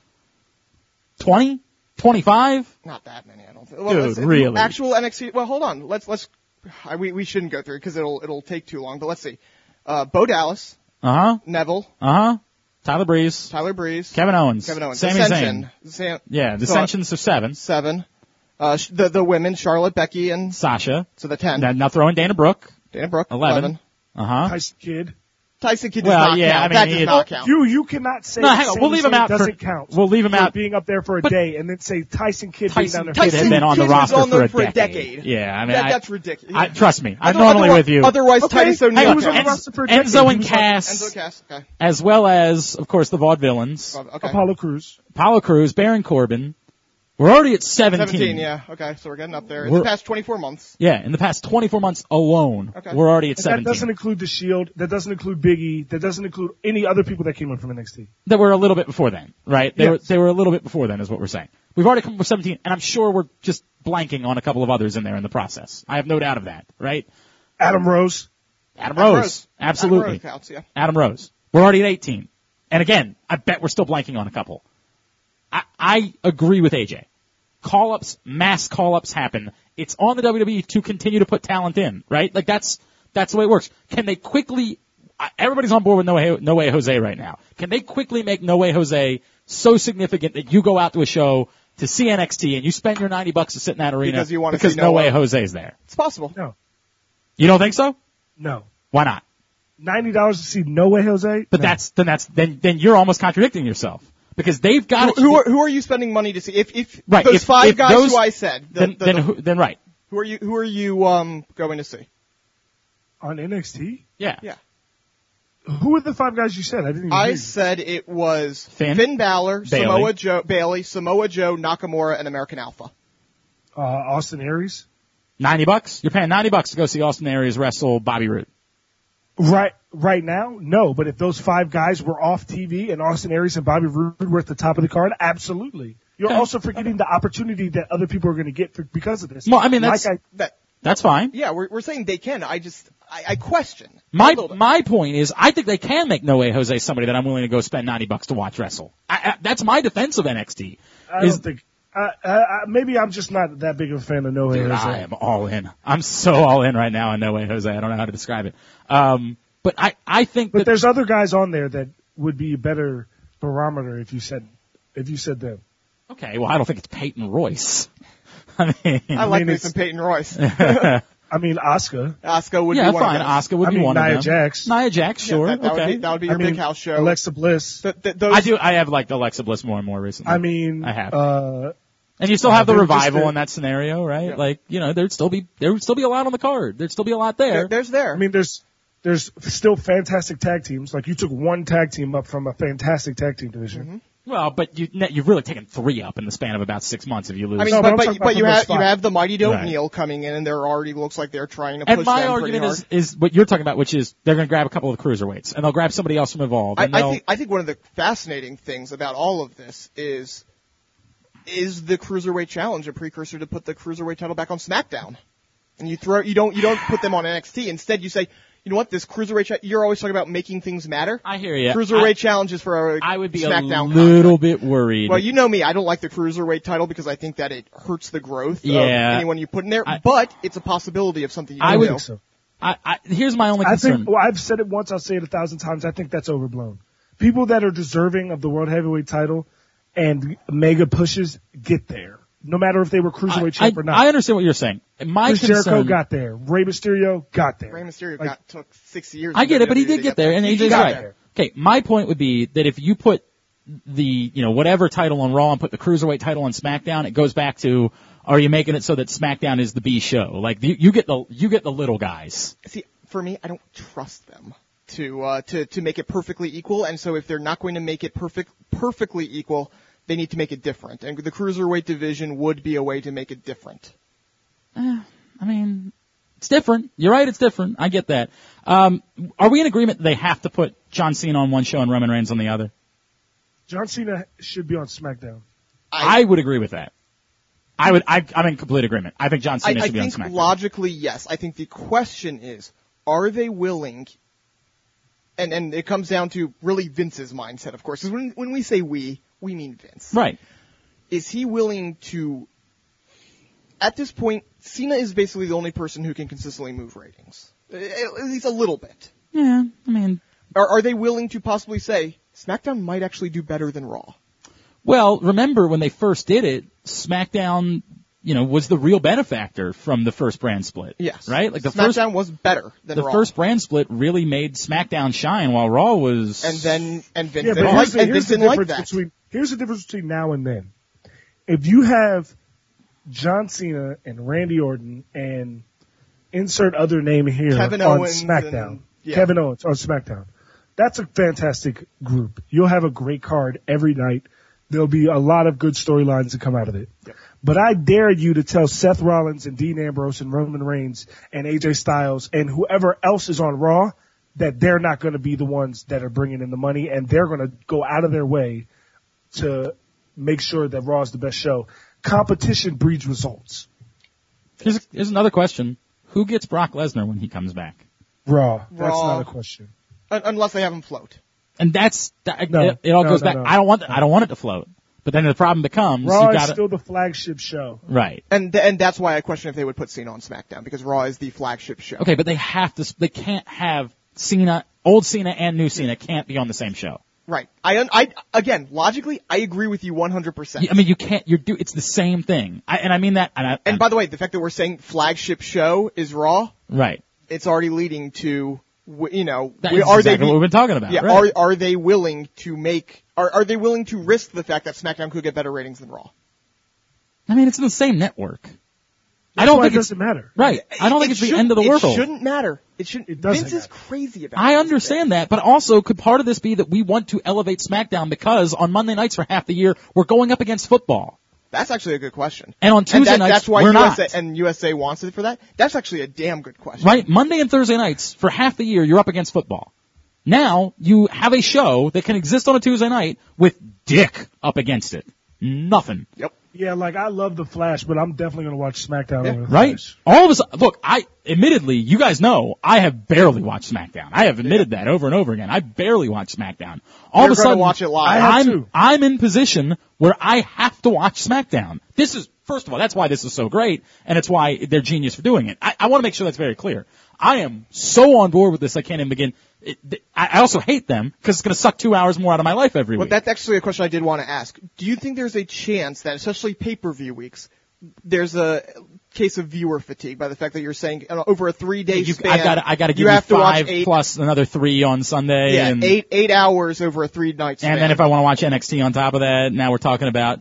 [SPEAKER 2] 20? 25?
[SPEAKER 4] Not that many, I don't think. Well,
[SPEAKER 2] Dude,
[SPEAKER 4] let's-
[SPEAKER 2] really?
[SPEAKER 4] Actual NXT. Well, hold on. Let's let's. I, we we shouldn't go through because it'll it'll take too long. But let's see. Uh, Bo Dallas,
[SPEAKER 2] Uh huh.
[SPEAKER 4] Neville,
[SPEAKER 2] Uh huh. Tyler Breeze.
[SPEAKER 4] Tyler Breeze,
[SPEAKER 2] Kevin Owens.
[SPEAKER 4] Kevin Owens,
[SPEAKER 2] Sami
[SPEAKER 4] Ascension,
[SPEAKER 2] Zayn.
[SPEAKER 4] Sam,
[SPEAKER 2] Yeah, the
[SPEAKER 4] so,
[SPEAKER 2] Ascensions of seven.
[SPEAKER 4] seven. Uh, sh- the the women, Charlotte, Becky, and
[SPEAKER 2] Sasha.
[SPEAKER 4] so the ten.
[SPEAKER 2] Now, now throw in Dana Brooke.
[SPEAKER 4] Dana Brooke,
[SPEAKER 2] 11.
[SPEAKER 4] 11.
[SPEAKER 2] Uh huh.
[SPEAKER 3] Tyson Kidd.
[SPEAKER 4] Tyson Kidd does
[SPEAKER 2] Well,
[SPEAKER 4] not
[SPEAKER 2] yeah,
[SPEAKER 4] count.
[SPEAKER 2] I mean,
[SPEAKER 4] that
[SPEAKER 2] he-
[SPEAKER 4] does not count.
[SPEAKER 3] You you cannot say
[SPEAKER 2] No, hang on,
[SPEAKER 3] Sami
[SPEAKER 2] we'll leave him
[SPEAKER 3] Zayn
[SPEAKER 2] out for-
[SPEAKER 3] doesn't count.
[SPEAKER 2] we'll leave him
[SPEAKER 3] for
[SPEAKER 2] out-
[SPEAKER 3] being up there for a
[SPEAKER 2] but-
[SPEAKER 3] day and then say Tyson Kidd
[SPEAKER 2] Tyson
[SPEAKER 3] being down there.
[SPEAKER 2] Kidd
[SPEAKER 3] for a
[SPEAKER 2] had
[SPEAKER 3] day.
[SPEAKER 2] been on the
[SPEAKER 4] Kidd was
[SPEAKER 2] roster
[SPEAKER 4] on
[SPEAKER 2] for a,
[SPEAKER 4] there for a
[SPEAKER 2] decade.
[SPEAKER 4] decade.
[SPEAKER 2] Yeah, I mean,
[SPEAKER 4] That-
[SPEAKER 2] I,
[SPEAKER 4] that's ridiculous.
[SPEAKER 2] I, trust me, I'm
[SPEAKER 4] Other-
[SPEAKER 2] normally
[SPEAKER 4] otherwi-
[SPEAKER 2] with you.
[SPEAKER 4] Otherwise,
[SPEAKER 3] Okay,
[SPEAKER 4] Tyson
[SPEAKER 3] hang
[SPEAKER 2] Hang
[SPEAKER 3] He
[SPEAKER 2] on,
[SPEAKER 3] was on the
[SPEAKER 2] Enz-
[SPEAKER 3] roster for a decade.
[SPEAKER 2] Enzo
[SPEAKER 3] He
[SPEAKER 2] and
[SPEAKER 3] was on-
[SPEAKER 2] Cass,
[SPEAKER 4] Enzo Cass. Okay.
[SPEAKER 2] as well as, of course, the Vaudevillains,
[SPEAKER 4] Okay.
[SPEAKER 3] Apollo Cruz.
[SPEAKER 2] Apollo Cruz, Baron Corbin. We're already at 17.
[SPEAKER 4] 17, yeah. Okay, so we're getting up there. It's
[SPEAKER 2] We're-
[SPEAKER 4] the past 24 months.
[SPEAKER 2] Yeah, in the past 24 months alone,
[SPEAKER 4] Okay.
[SPEAKER 2] we're already at
[SPEAKER 3] And
[SPEAKER 2] 17.
[SPEAKER 3] That doesn't include the Shield. That doesn't include Biggie. That doesn't include any other people that came in from NXT.
[SPEAKER 2] That were a little bit before then, right? They, were,
[SPEAKER 3] Yes.
[SPEAKER 2] they were a little bit before then is what we're saying. We've already come up with 17, and I'm sure we're just blanking on a couple of others in there in the process. I have no doubt of that, right?
[SPEAKER 3] Adam Rose.
[SPEAKER 2] Adam,
[SPEAKER 4] Adam
[SPEAKER 2] Rose.
[SPEAKER 4] Rose.
[SPEAKER 2] Absolutely.
[SPEAKER 4] Adam Rose counts, yeah.
[SPEAKER 2] Adam Rose. We're already at 18. And again, I bet we're still blanking on a couple. I, I agree with AJ. Call ups, mass call ups happen. It's on the WWE to continue to put talent in, right? Like that's, that's the way it works. Can they quickly, I- everybody's on board with No Way, no Way Jose right now. Can they quickly make No Way Jose so significant that you go out to a show to see NXT and you spend your 90 bucks to sit in that arena
[SPEAKER 4] Because you wanna
[SPEAKER 2] because
[SPEAKER 4] see
[SPEAKER 2] No,
[SPEAKER 4] No
[SPEAKER 2] Way
[SPEAKER 4] Way.
[SPEAKER 2] Jose's there?
[SPEAKER 4] It's possible.
[SPEAKER 3] No,
[SPEAKER 2] You don't think so?
[SPEAKER 3] no.
[SPEAKER 2] Why not?
[SPEAKER 3] Ninety dollars to see No Way Jose.
[SPEAKER 2] But
[SPEAKER 3] No.
[SPEAKER 2] that's then that's then then you're almost contradicting yourself because they've
[SPEAKER 4] Who,
[SPEAKER 2] got
[SPEAKER 4] who are, who are you spending money to see? If, if
[SPEAKER 2] Right,
[SPEAKER 4] those
[SPEAKER 2] if-
[SPEAKER 4] five
[SPEAKER 2] if
[SPEAKER 4] guys
[SPEAKER 2] those-
[SPEAKER 4] who I said, the,
[SPEAKER 2] then
[SPEAKER 4] the-
[SPEAKER 2] then
[SPEAKER 4] the-
[SPEAKER 2] who, then right
[SPEAKER 4] who are you, who are you, um, going to see?
[SPEAKER 3] on NXT.
[SPEAKER 2] yeah.
[SPEAKER 4] Yeah.
[SPEAKER 3] Who are the five guys you said? I didn't. Even hear
[SPEAKER 4] I
[SPEAKER 3] you.
[SPEAKER 4] said it was
[SPEAKER 2] Finn?
[SPEAKER 4] Finn, Balor,
[SPEAKER 2] Bailey.
[SPEAKER 4] Samoa Joe, Bailey, Samoa Joe, Nakamura, and American Alpha.
[SPEAKER 3] uh, Austin Aries.
[SPEAKER 2] ninety bucks you're paying ninety bucks to go see Austin Aries wrestle Bobby Roode
[SPEAKER 3] Right, right now, no. But if those five guys were off TV and Austin Aries and Bobby Roode were at the top of the card, absolutely. You're
[SPEAKER 2] Okay.
[SPEAKER 3] also forgetting the opportunity that other people are going to get for, because of this.
[SPEAKER 2] Well, I mean, that's-
[SPEAKER 3] like
[SPEAKER 4] That,
[SPEAKER 2] that's fine
[SPEAKER 4] yeah, we're, we're saying they can. I just, I, I question.
[SPEAKER 2] my
[SPEAKER 4] a little bit.
[SPEAKER 2] my point is I think they can make No Way Jose somebody that I'm willing to go spend ninety bucks to watch wrestle I, I, that's my defense of NXT
[SPEAKER 3] I, I
[SPEAKER 2] is
[SPEAKER 3] don't think. I, I, I, maybe I'm just not that big of a fan of No Way
[SPEAKER 2] Dude,
[SPEAKER 3] Jose.
[SPEAKER 2] I am all in I'm so all in right now in No Way Jose I don't know how to describe it um but I I think
[SPEAKER 3] But
[SPEAKER 2] that
[SPEAKER 3] there's other guys on there that would be a better barometer if you said if you said them.
[SPEAKER 2] okay well I don't think it's Peyton Royce I mean
[SPEAKER 4] I like
[SPEAKER 3] mean,
[SPEAKER 4] me
[SPEAKER 3] it's-
[SPEAKER 4] some Peyton Royce.
[SPEAKER 3] I mean, Oscar.
[SPEAKER 4] Asuka would
[SPEAKER 2] yeah
[SPEAKER 4] be one
[SPEAKER 2] fine
[SPEAKER 4] of those.
[SPEAKER 2] Oscar would
[SPEAKER 3] I
[SPEAKER 2] be
[SPEAKER 3] mean,
[SPEAKER 2] one
[SPEAKER 3] Nia
[SPEAKER 2] of them
[SPEAKER 3] Jax.
[SPEAKER 2] Nia Jax
[SPEAKER 4] Yeah,
[SPEAKER 2] sure
[SPEAKER 4] that, that
[SPEAKER 2] okay
[SPEAKER 4] would be, that would be
[SPEAKER 3] I
[SPEAKER 4] your
[SPEAKER 3] mean,
[SPEAKER 4] big house show.
[SPEAKER 3] Alexa Bliss.
[SPEAKER 4] Th- th- those,
[SPEAKER 2] I do. I have liked Alexa Bliss more and more recently.
[SPEAKER 3] I mean,
[SPEAKER 2] I have.
[SPEAKER 3] Uh,
[SPEAKER 2] and you still have the
[SPEAKER 3] they're just
[SPEAKER 2] revival
[SPEAKER 3] a-
[SPEAKER 2] in that scenario, right?
[SPEAKER 4] Yeah.
[SPEAKER 2] Like, you know, there'd still be there would still be a lot on the card. There'd still be a lot there.
[SPEAKER 4] There- There's there.
[SPEAKER 3] I mean, there's there's still fantastic tag teams. Like you took one tag team up from a fantastic tag team division.
[SPEAKER 4] Mm-hmm.
[SPEAKER 2] well, but you ne- you've really taken three up in the span of about six months if you lose.
[SPEAKER 4] I mean,
[SPEAKER 3] No, but
[SPEAKER 4] but,
[SPEAKER 3] I'm
[SPEAKER 4] but,
[SPEAKER 3] talking about
[SPEAKER 4] but, you
[SPEAKER 3] from
[SPEAKER 4] have
[SPEAKER 3] those
[SPEAKER 4] you
[SPEAKER 3] five.
[SPEAKER 4] have the Mighty
[SPEAKER 2] Right.
[SPEAKER 4] O'Neil coming in, and they're already looks like they're trying to
[SPEAKER 2] and
[SPEAKER 4] push
[SPEAKER 2] my
[SPEAKER 4] them pretty
[SPEAKER 2] argument
[SPEAKER 4] hard.
[SPEAKER 2] is is what you're talking about, which is they're going to grab a couple of cruiserweights and they'll grab somebody else from Evolve.
[SPEAKER 4] I,
[SPEAKER 2] And
[SPEAKER 4] I
[SPEAKER 2] they'll-
[SPEAKER 4] think I think one of the fascinating things about all of this is is the cruiserweight challenge a precursor to put the cruiserweight title back on SmackDown? And you throw you don't you don't put them on NXT. Instead, you say, you know what, this cruiserweight cha- you're always talking about making things matter.
[SPEAKER 2] I hear you.
[SPEAKER 4] Cruiserweight
[SPEAKER 2] I-
[SPEAKER 4] challenges for a
[SPEAKER 2] I would be a
[SPEAKER 4] SmackDown.
[SPEAKER 2] little bit worried.
[SPEAKER 4] Well, you know me. I don't like the cruiserweight title because I think that it hurts the growth
[SPEAKER 2] Yeah.
[SPEAKER 4] of anyone you put in there.
[SPEAKER 2] I-
[SPEAKER 4] but it's a possibility of something you
[SPEAKER 2] I
[SPEAKER 4] can
[SPEAKER 2] would-
[SPEAKER 4] do.
[SPEAKER 3] think so.
[SPEAKER 2] I, I, here's my only
[SPEAKER 3] I
[SPEAKER 2] concern.
[SPEAKER 3] think well, I've said it once. I'll say it a thousand times. I think that's overblown. People that are deserving of the world heavyweight title and mega pushes get there. no matter if they were cruiserweight
[SPEAKER 2] I,
[SPEAKER 3] champ or
[SPEAKER 2] I
[SPEAKER 3] not.
[SPEAKER 2] understand what you're saying. My
[SPEAKER 3] Chris
[SPEAKER 2] concern,
[SPEAKER 3] Jericho got there. Rey Mysterio got there.
[SPEAKER 4] Rey Mysterio
[SPEAKER 3] Like-
[SPEAKER 4] got took six years.
[SPEAKER 2] I
[SPEAKER 4] in
[SPEAKER 2] get it, but he
[SPEAKER 4] WWE
[SPEAKER 2] did
[SPEAKER 4] to
[SPEAKER 2] get there, and
[SPEAKER 4] He
[SPEAKER 2] AJ's
[SPEAKER 4] got
[SPEAKER 2] right.
[SPEAKER 4] there.
[SPEAKER 2] Okay, my point would be that if you put the you know whatever title on Raw and put the cruiserweight title on SmackDown, it goes back to are you making it so that SmackDown is the B show? Like you, you get the you get the little guys.
[SPEAKER 4] See, for me, I don't trust them to uh, to to make it perfectly equal, and so if they're not going to make it perfect perfectly equal, they need to make it different, and the cruiserweight division would be a way to make it different.
[SPEAKER 2] I mean, it's different. You're right, it's different. I get that. Um, are we in agreement that they have to put John Cena on one show and Roman Reigns on the other?
[SPEAKER 3] John Cena should be on SmackDown.
[SPEAKER 2] I, would agree with that. I would. I, I'm in complete agreement. I think John
[SPEAKER 4] I,
[SPEAKER 2] Cena
[SPEAKER 4] I
[SPEAKER 2] should be on
[SPEAKER 4] think
[SPEAKER 2] SmackDown.
[SPEAKER 4] logically, yes. I think the question is, are they willing? And and it comes down to really Vince's mindset, of course. Because when when we say we, we mean Vince.
[SPEAKER 2] right.
[SPEAKER 4] is he willing to at this point cena is basically the only person who can consistently move ratings Uh, at least a little bit
[SPEAKER 2] Yeah. I mean,
[SPEAKER 4] are, are they willing to possibly say smackdown might actually do better than raw
[SPEAKER 2] Well, remember when they first did it, SmackDown, you know, was the real benefactor from the first brand split.
[SPEAKER 4] yes
[SPEAKER 2] Right? Like the first
[SPEAKER 4] smackdown was better than
[SPEAKER 2] the
[SPEAKER 4] raw
[SPEAKER 2] first brand split really made SmackDown shine while Raw was
[SPEAKER 4] and then and vince
[SPEAKER 3] Yeah, but
[SPEAKER 4] didn't
[SPEAKER 3] here's,
[SPEAKER 4] like,
[SPEAKER 3] the,
[SPEAKER 4] and
[SPEAKER 3] here's
[SPEAKER 4] vince
[SPEAKER 3] the
[SPEAKER 4] didn't like
[SPEAKER 3] difference
[SPEAKER 4] that
[SPEAKER 3] between here's the difference between now and then. If you have John Cena and Randy Orton and insert other name here
[SPEAKER 4] Kevin
[SPEAKER 3] on
[SPEAKER 4] Owens
[SPEAKER 3] SmackDown,
[SPEAKER 4] and- yeah.
[SPEAKER 3] Kevin Owens on SmackDown, that's a fantastic group. You'll have a great card every night. There'll be a lot of good storylines that come out of it. But I dare you to tell Seth Rollins and Dean Ambrose and Roman Reigns and AJ Styles and whoever else is on Raw that they're not going to be the ones that are bringing in the money and they're going to go out of their way to make sure that Raw is the best show. Competition breeds results.
[SPEAKER 2] here's, here's another question. Who gets Brock Lesnar when he comes back?
[SPEAKER 3] Raw. That's
[SPEAKER 4] Raw.
[SPEAKER 3] not a question.
[SPEAKER 4] Un- unless they have him float
[SPEAKER 2] And that's that,
[SPEAKER 3] No.
[SPEAKER 2] it, it all
[SPEAKER 3] No,
[SPEAKER 2] goes
[SPEAKER 3] no,
[SPEAKER 2] back.
[SPEAKER 3] no.
[SPEAKER 2] I don't want I don't want it to float. But then the problem becomes
[SPEAKER 3] Raw
[SPEAKER 2] you
[SPEAKER 3] is
[SPEAKER 2] got to
[SPEAKER 3] still the flagship show.
[SPEAKER 2] right.
[SPEAKER 4] and th- and that's why i question if they would put cena on smackdown because raw is the flagship show
[SPEAKER 2] Okay, but they have to s- they can't have Cena, old Cena and new Cena can't be on the same show.
[SPEAKER 4] right i un- i again logically i agree with you 100%
[SPEAKER 2] Yeah, I mean, you can't. You're do. It's the same thing. I, and I mean that. And, I,
[SPEAKER 4] and by the way the fact that we're saying flagship show is raw
[SPEAKER 2] right.
[SPEAKER 4] it's already leading to w- you know
[SPEAKER 2] That
[SPEAKER 4] we-
[SPEAKER 2] is
[SPEAKER 4] are
[SPEAKER 2] exactly
[SPEAKER 4] they
[SPEAKER 2] what we've been talking about.
[SPEAKER 4] yeah
[SPEAKER 2] right.
[SPEAKER 4] are are they willing to make are are they willing to risk the fact that SmackDown could get better ratings than Raw?
[SPEAKER 2] I mean, it's in the same network. I
[SPEAKER 3] That's
[SPEAKER 2] don't
[SPEAKER 3] why
[SPEAKER 2] think
[SPEAKER 3] it
[SPEAKER 2] it's
[SPEAKER 3] doesn't matter.
[SPEAKER 2] right. I don't think
[SPEAKER 4] It
[SPEAKER 2] it's the
[SPEAKER 4] shouldn't-
[SPEAKER 2] end of the
[SPEAKER 4] It
[SPEAKER 2] world.
[SPEAKER 4] shouldn't matter. It shouldn't.
[SPEAKER 3] It doesn't
[SPEAKER 4] Vince is
[SPEAKER 3] matter.
[SPEAKER 4] crazy about.
[SPEAKER 2] I
[SPEAKER 4] this
[SPEAKER 2] understand
[SPEAKER 4] thing.
[SPEAKER 2] that, but also could part of this be that we want to elevate SmackDown because on Monday nights for half the year we're going up against football,
[SPEAKER 4] That's actually a good question.
[SPEAKER 2] and on Tuesday
[SPEAKER 4] that-
[SPEAKER 2] nights
[SPEAKER 4] that's why
[SPEAKER 2] we're
[SPEAKER 4] USA
[SPEAKER 2] not.
[SPEAKER 4] and USA wants it for that. That's actually a damn good question.
[SPEAKER 2] Right? Monday and Thursday nights for half the year you're up against football. Now you have a show that can exist on a Tuesday night with dick up against it. Nothing.
[SPEAKER 4] Yep.
[SPEAKER 3] Yeah, like I love the Flash, but I'm definitely going to watch SmackDown over the
[SPEAKER 2] Right?
[SPEAKER 3] Flash.
[SPEAKER 2] All of a sudden, look, I, admittedly, you guys know, I have barely watched SmackDown. I have admitted that over and over again. I barely watch SmackDown. All
[SPEAKER 4] You're
[SPEAKER 2] of a
[SPEAKER 4] gonna
[SPEAKER 2] sudden,
[SPEAKER 4] watch it live. I
[SPEAKER 3] have
[SPEAKER 2] I'm,
[SPEAKER 3] to.
[SPEAKER 2] I'm in position where I have to watch SmackDown. This is, first of all, that's why this is so great, and it's why they're genius for doing it. I, I want to make sure that's very clear. I am so on board with this, I can't even begin. It, th- I I also hate them, because it's going to suck two hours more out of my life every
[SPEAKER 4] But
[SPEAKER 2] week.
[SPEAKER 4] that's actually a question I did want to ask. Do you think there's a chance that, especially pay-per-view weeks, there's a case of viewer fatigue by the fact that you're saying uh, over a three-day
[SPEAKER 2] You-
[SPEAKER 4] span,
[SPEAKER 2] I've got I got to give
[SPEAKER 4] you
[SPEAKER 2] you
[SPEAKER 4] have to watch
[SPEAKER 2] five
[SPEAKER 4] eight,
[SPEAKER 2] plus another three on Sunday.
[SPEAKER 4] yeah,
[SPEAKER 2] and,
[SPEAKER 4] eight eight hours over a three-night span.
[SPEAKER 2] And then if I want to watch NXT on top of that, now we're talking about,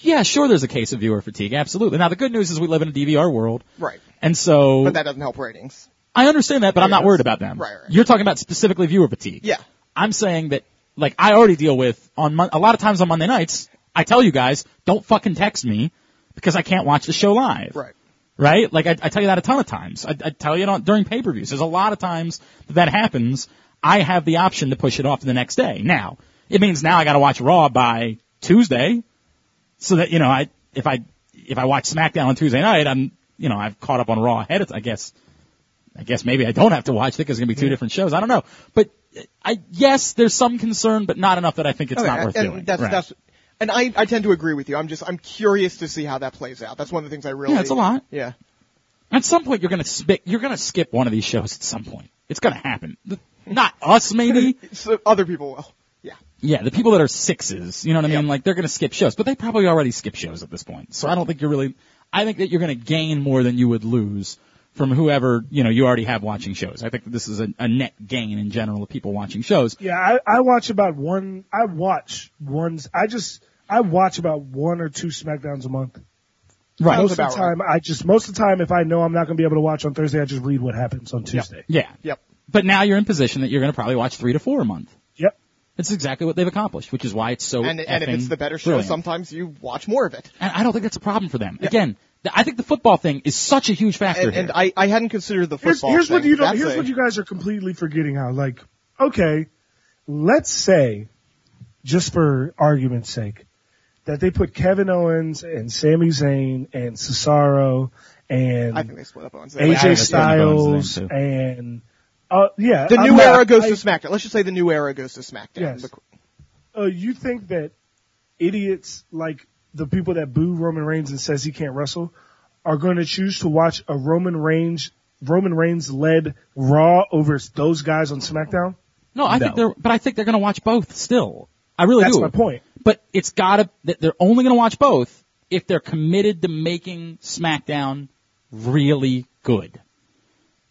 [SPEAKER 2] yeah, sure, there's a case of viewer fatigue, absolutely. Now the good news is we live in a DVR world,
[SPEAKER 4] right,
[SPEAKER 2] and so
[SPEAKER 4] but that doesn't help ratings.
[SPEAKER 2] I understand that, but I'm not
[SPEAKER 4] Yes.
[SPEAKER 2] worried about them.
[SPEAKER 4] Right, right.
[SPEAKER 2] You're talking about specifically viewer fatigue.
[SPEAKER 4] Yeah.
[SPEAKER 2] I'm saying that, like, I already deal with on mon- a lot of times on Monday nights. I tell you guys, don't fucking text me because I can't watch the show live
[SPEAKER 4] Right.
[SPEAKER 2] right? Like I, I tell you that a ton of times. I, I tell you it on, during pay-per-views. There's a lot of times that that happens. I have the option to push it off to the next day. Now it means now I got to watch Raw by Tuesday, so that you know I if I if I watch SmackDown on Tuesday night, I'm you know I've caught up on Raw ahead of I guess. I guess maybe I don't have to watch it because it's gonna be two different shows. I don't know, but I yes, there's some concern, but not enough that I think it's not
[SPEAKER 4] Okay,
[SPEAKER 2] worth
[SPEAKER 4] and
[SPEAKER 2] doing.
[SPEAKER 4] That's,
[SPEAKER 2] Right.
[SPEAKER 4] that's, and I, I tend to agree with you. I'm just, I'm curious to see how that plays out. That's one of the things I really.
[SPEAKER 2] Yeah, it's a lot.
[SPEAKER 4] Yeah.
[SPEAKER 2] At some point, you're gonna spit, you're gonna skip one of these shows at some point. It's gonna happen. Not us, maybe.
[SPEAKER 4] So other people will. Yeah.
[SPEAKER 2] Yeah, the people that are sixes, you know what I mean? Like they're gonna skip shows, but they probably already skip shows at this point. So I don't think you're really, I think that you're gonna gain more than you would lose from whoever, you know, you already have watching shows. I think that this is a, a net gain in general of people watching shows.
[SPEAKER 3] Yeah, I, I watch about one. I watch ones. I just I watch about one or two Smackdowns a month.
[SPEAKER 2] Right.
[SPEAKER 3] Most of the
[SPEAKER 4] about right.
[SPEAKER 3] time, I just most of the time, if I know I'm not going to be able to watch on Thursday, I just read what happens on Tuesday.
[SPEAKER 2] Yeah.
[SPEAKER 4] Yep.
[SPEAKER 2] But now you're in position that you're gonna probably watch three to four a month.
[SPEAKER 3] Yep.
[SPEAKER 2] That's exactly what they've accomplished, which is why it's so
[SPEAKER 4] And, and if
[SPEAKER 2] effing
[SPEAKER 4] it's the better show,
[SPEAKER 2] brilliant.
[SPEAKER 4] sometimes you watch more of it.
[SPEAKER 2] And I don't think that's a problem for them. Again, th- I think the football thing is such a huge factor
[SPEAKER 4] And,
[SPEAKER 2] here.
[SPEAKER 4] and I, I hadn't considered the
[SPEAKER 3] Here's,
[SPEAKER 4] football.
[SPEAKER 3] here's what
[SPEAKER 4] thing.
[SPEAKER 3] you don't,
[SPEAKER 4] That's
[SPEAKER 3] here's
[SPEAKER 4] a-
[SPEAKER 3] what you guys are completely forgetting how. Like, okay, let's say, just for argument's sake, that they put Kevin Owens and Sami Zayn and Cesaro and
[SPEAKER 4] I think they split up on that.
[SPEAKER 2] I think
[SPEAKER 3] AJ
[SPEAKER 2] it's Kevin Owens'
[SPEAKER 3] Styles
[SPEAKER 2] name, too.
[SPEAKER 3] and uh, yeah,
[SPEAKER 4] The
[SPEAKER 3] I'm
[SPEAKER 4] new
[SPEAKER 3] not-
[SPEAKER 4] era goes
[SPEAKER 3] I-
[SPEAKER 4] to SmackDown. Let's just say the new era goes to SmackDown.
[SPEAKER 3] Yes.
[SPEAKER 4] Bec-
[SPEAKER 3] uh, you think that idiots like the people that boo Roman Reigns and says he can't wrestle are going to choose to watch a Roman Reigns Roman Reigns led Raw over those guys on SmackDown?
[SPEAKER 2] no, I think
[SPEAKER 3] No.
[SPEAKER 2] they're, but I think they're going to watch both still. I really
[SPEAKER 3] That's
[SPEAKER 2] do.
[SPEAKER 3] my point.
[SPEAKER 2] But it's gotta, that they're only going to watch both if they're committed to making SmackDown really good.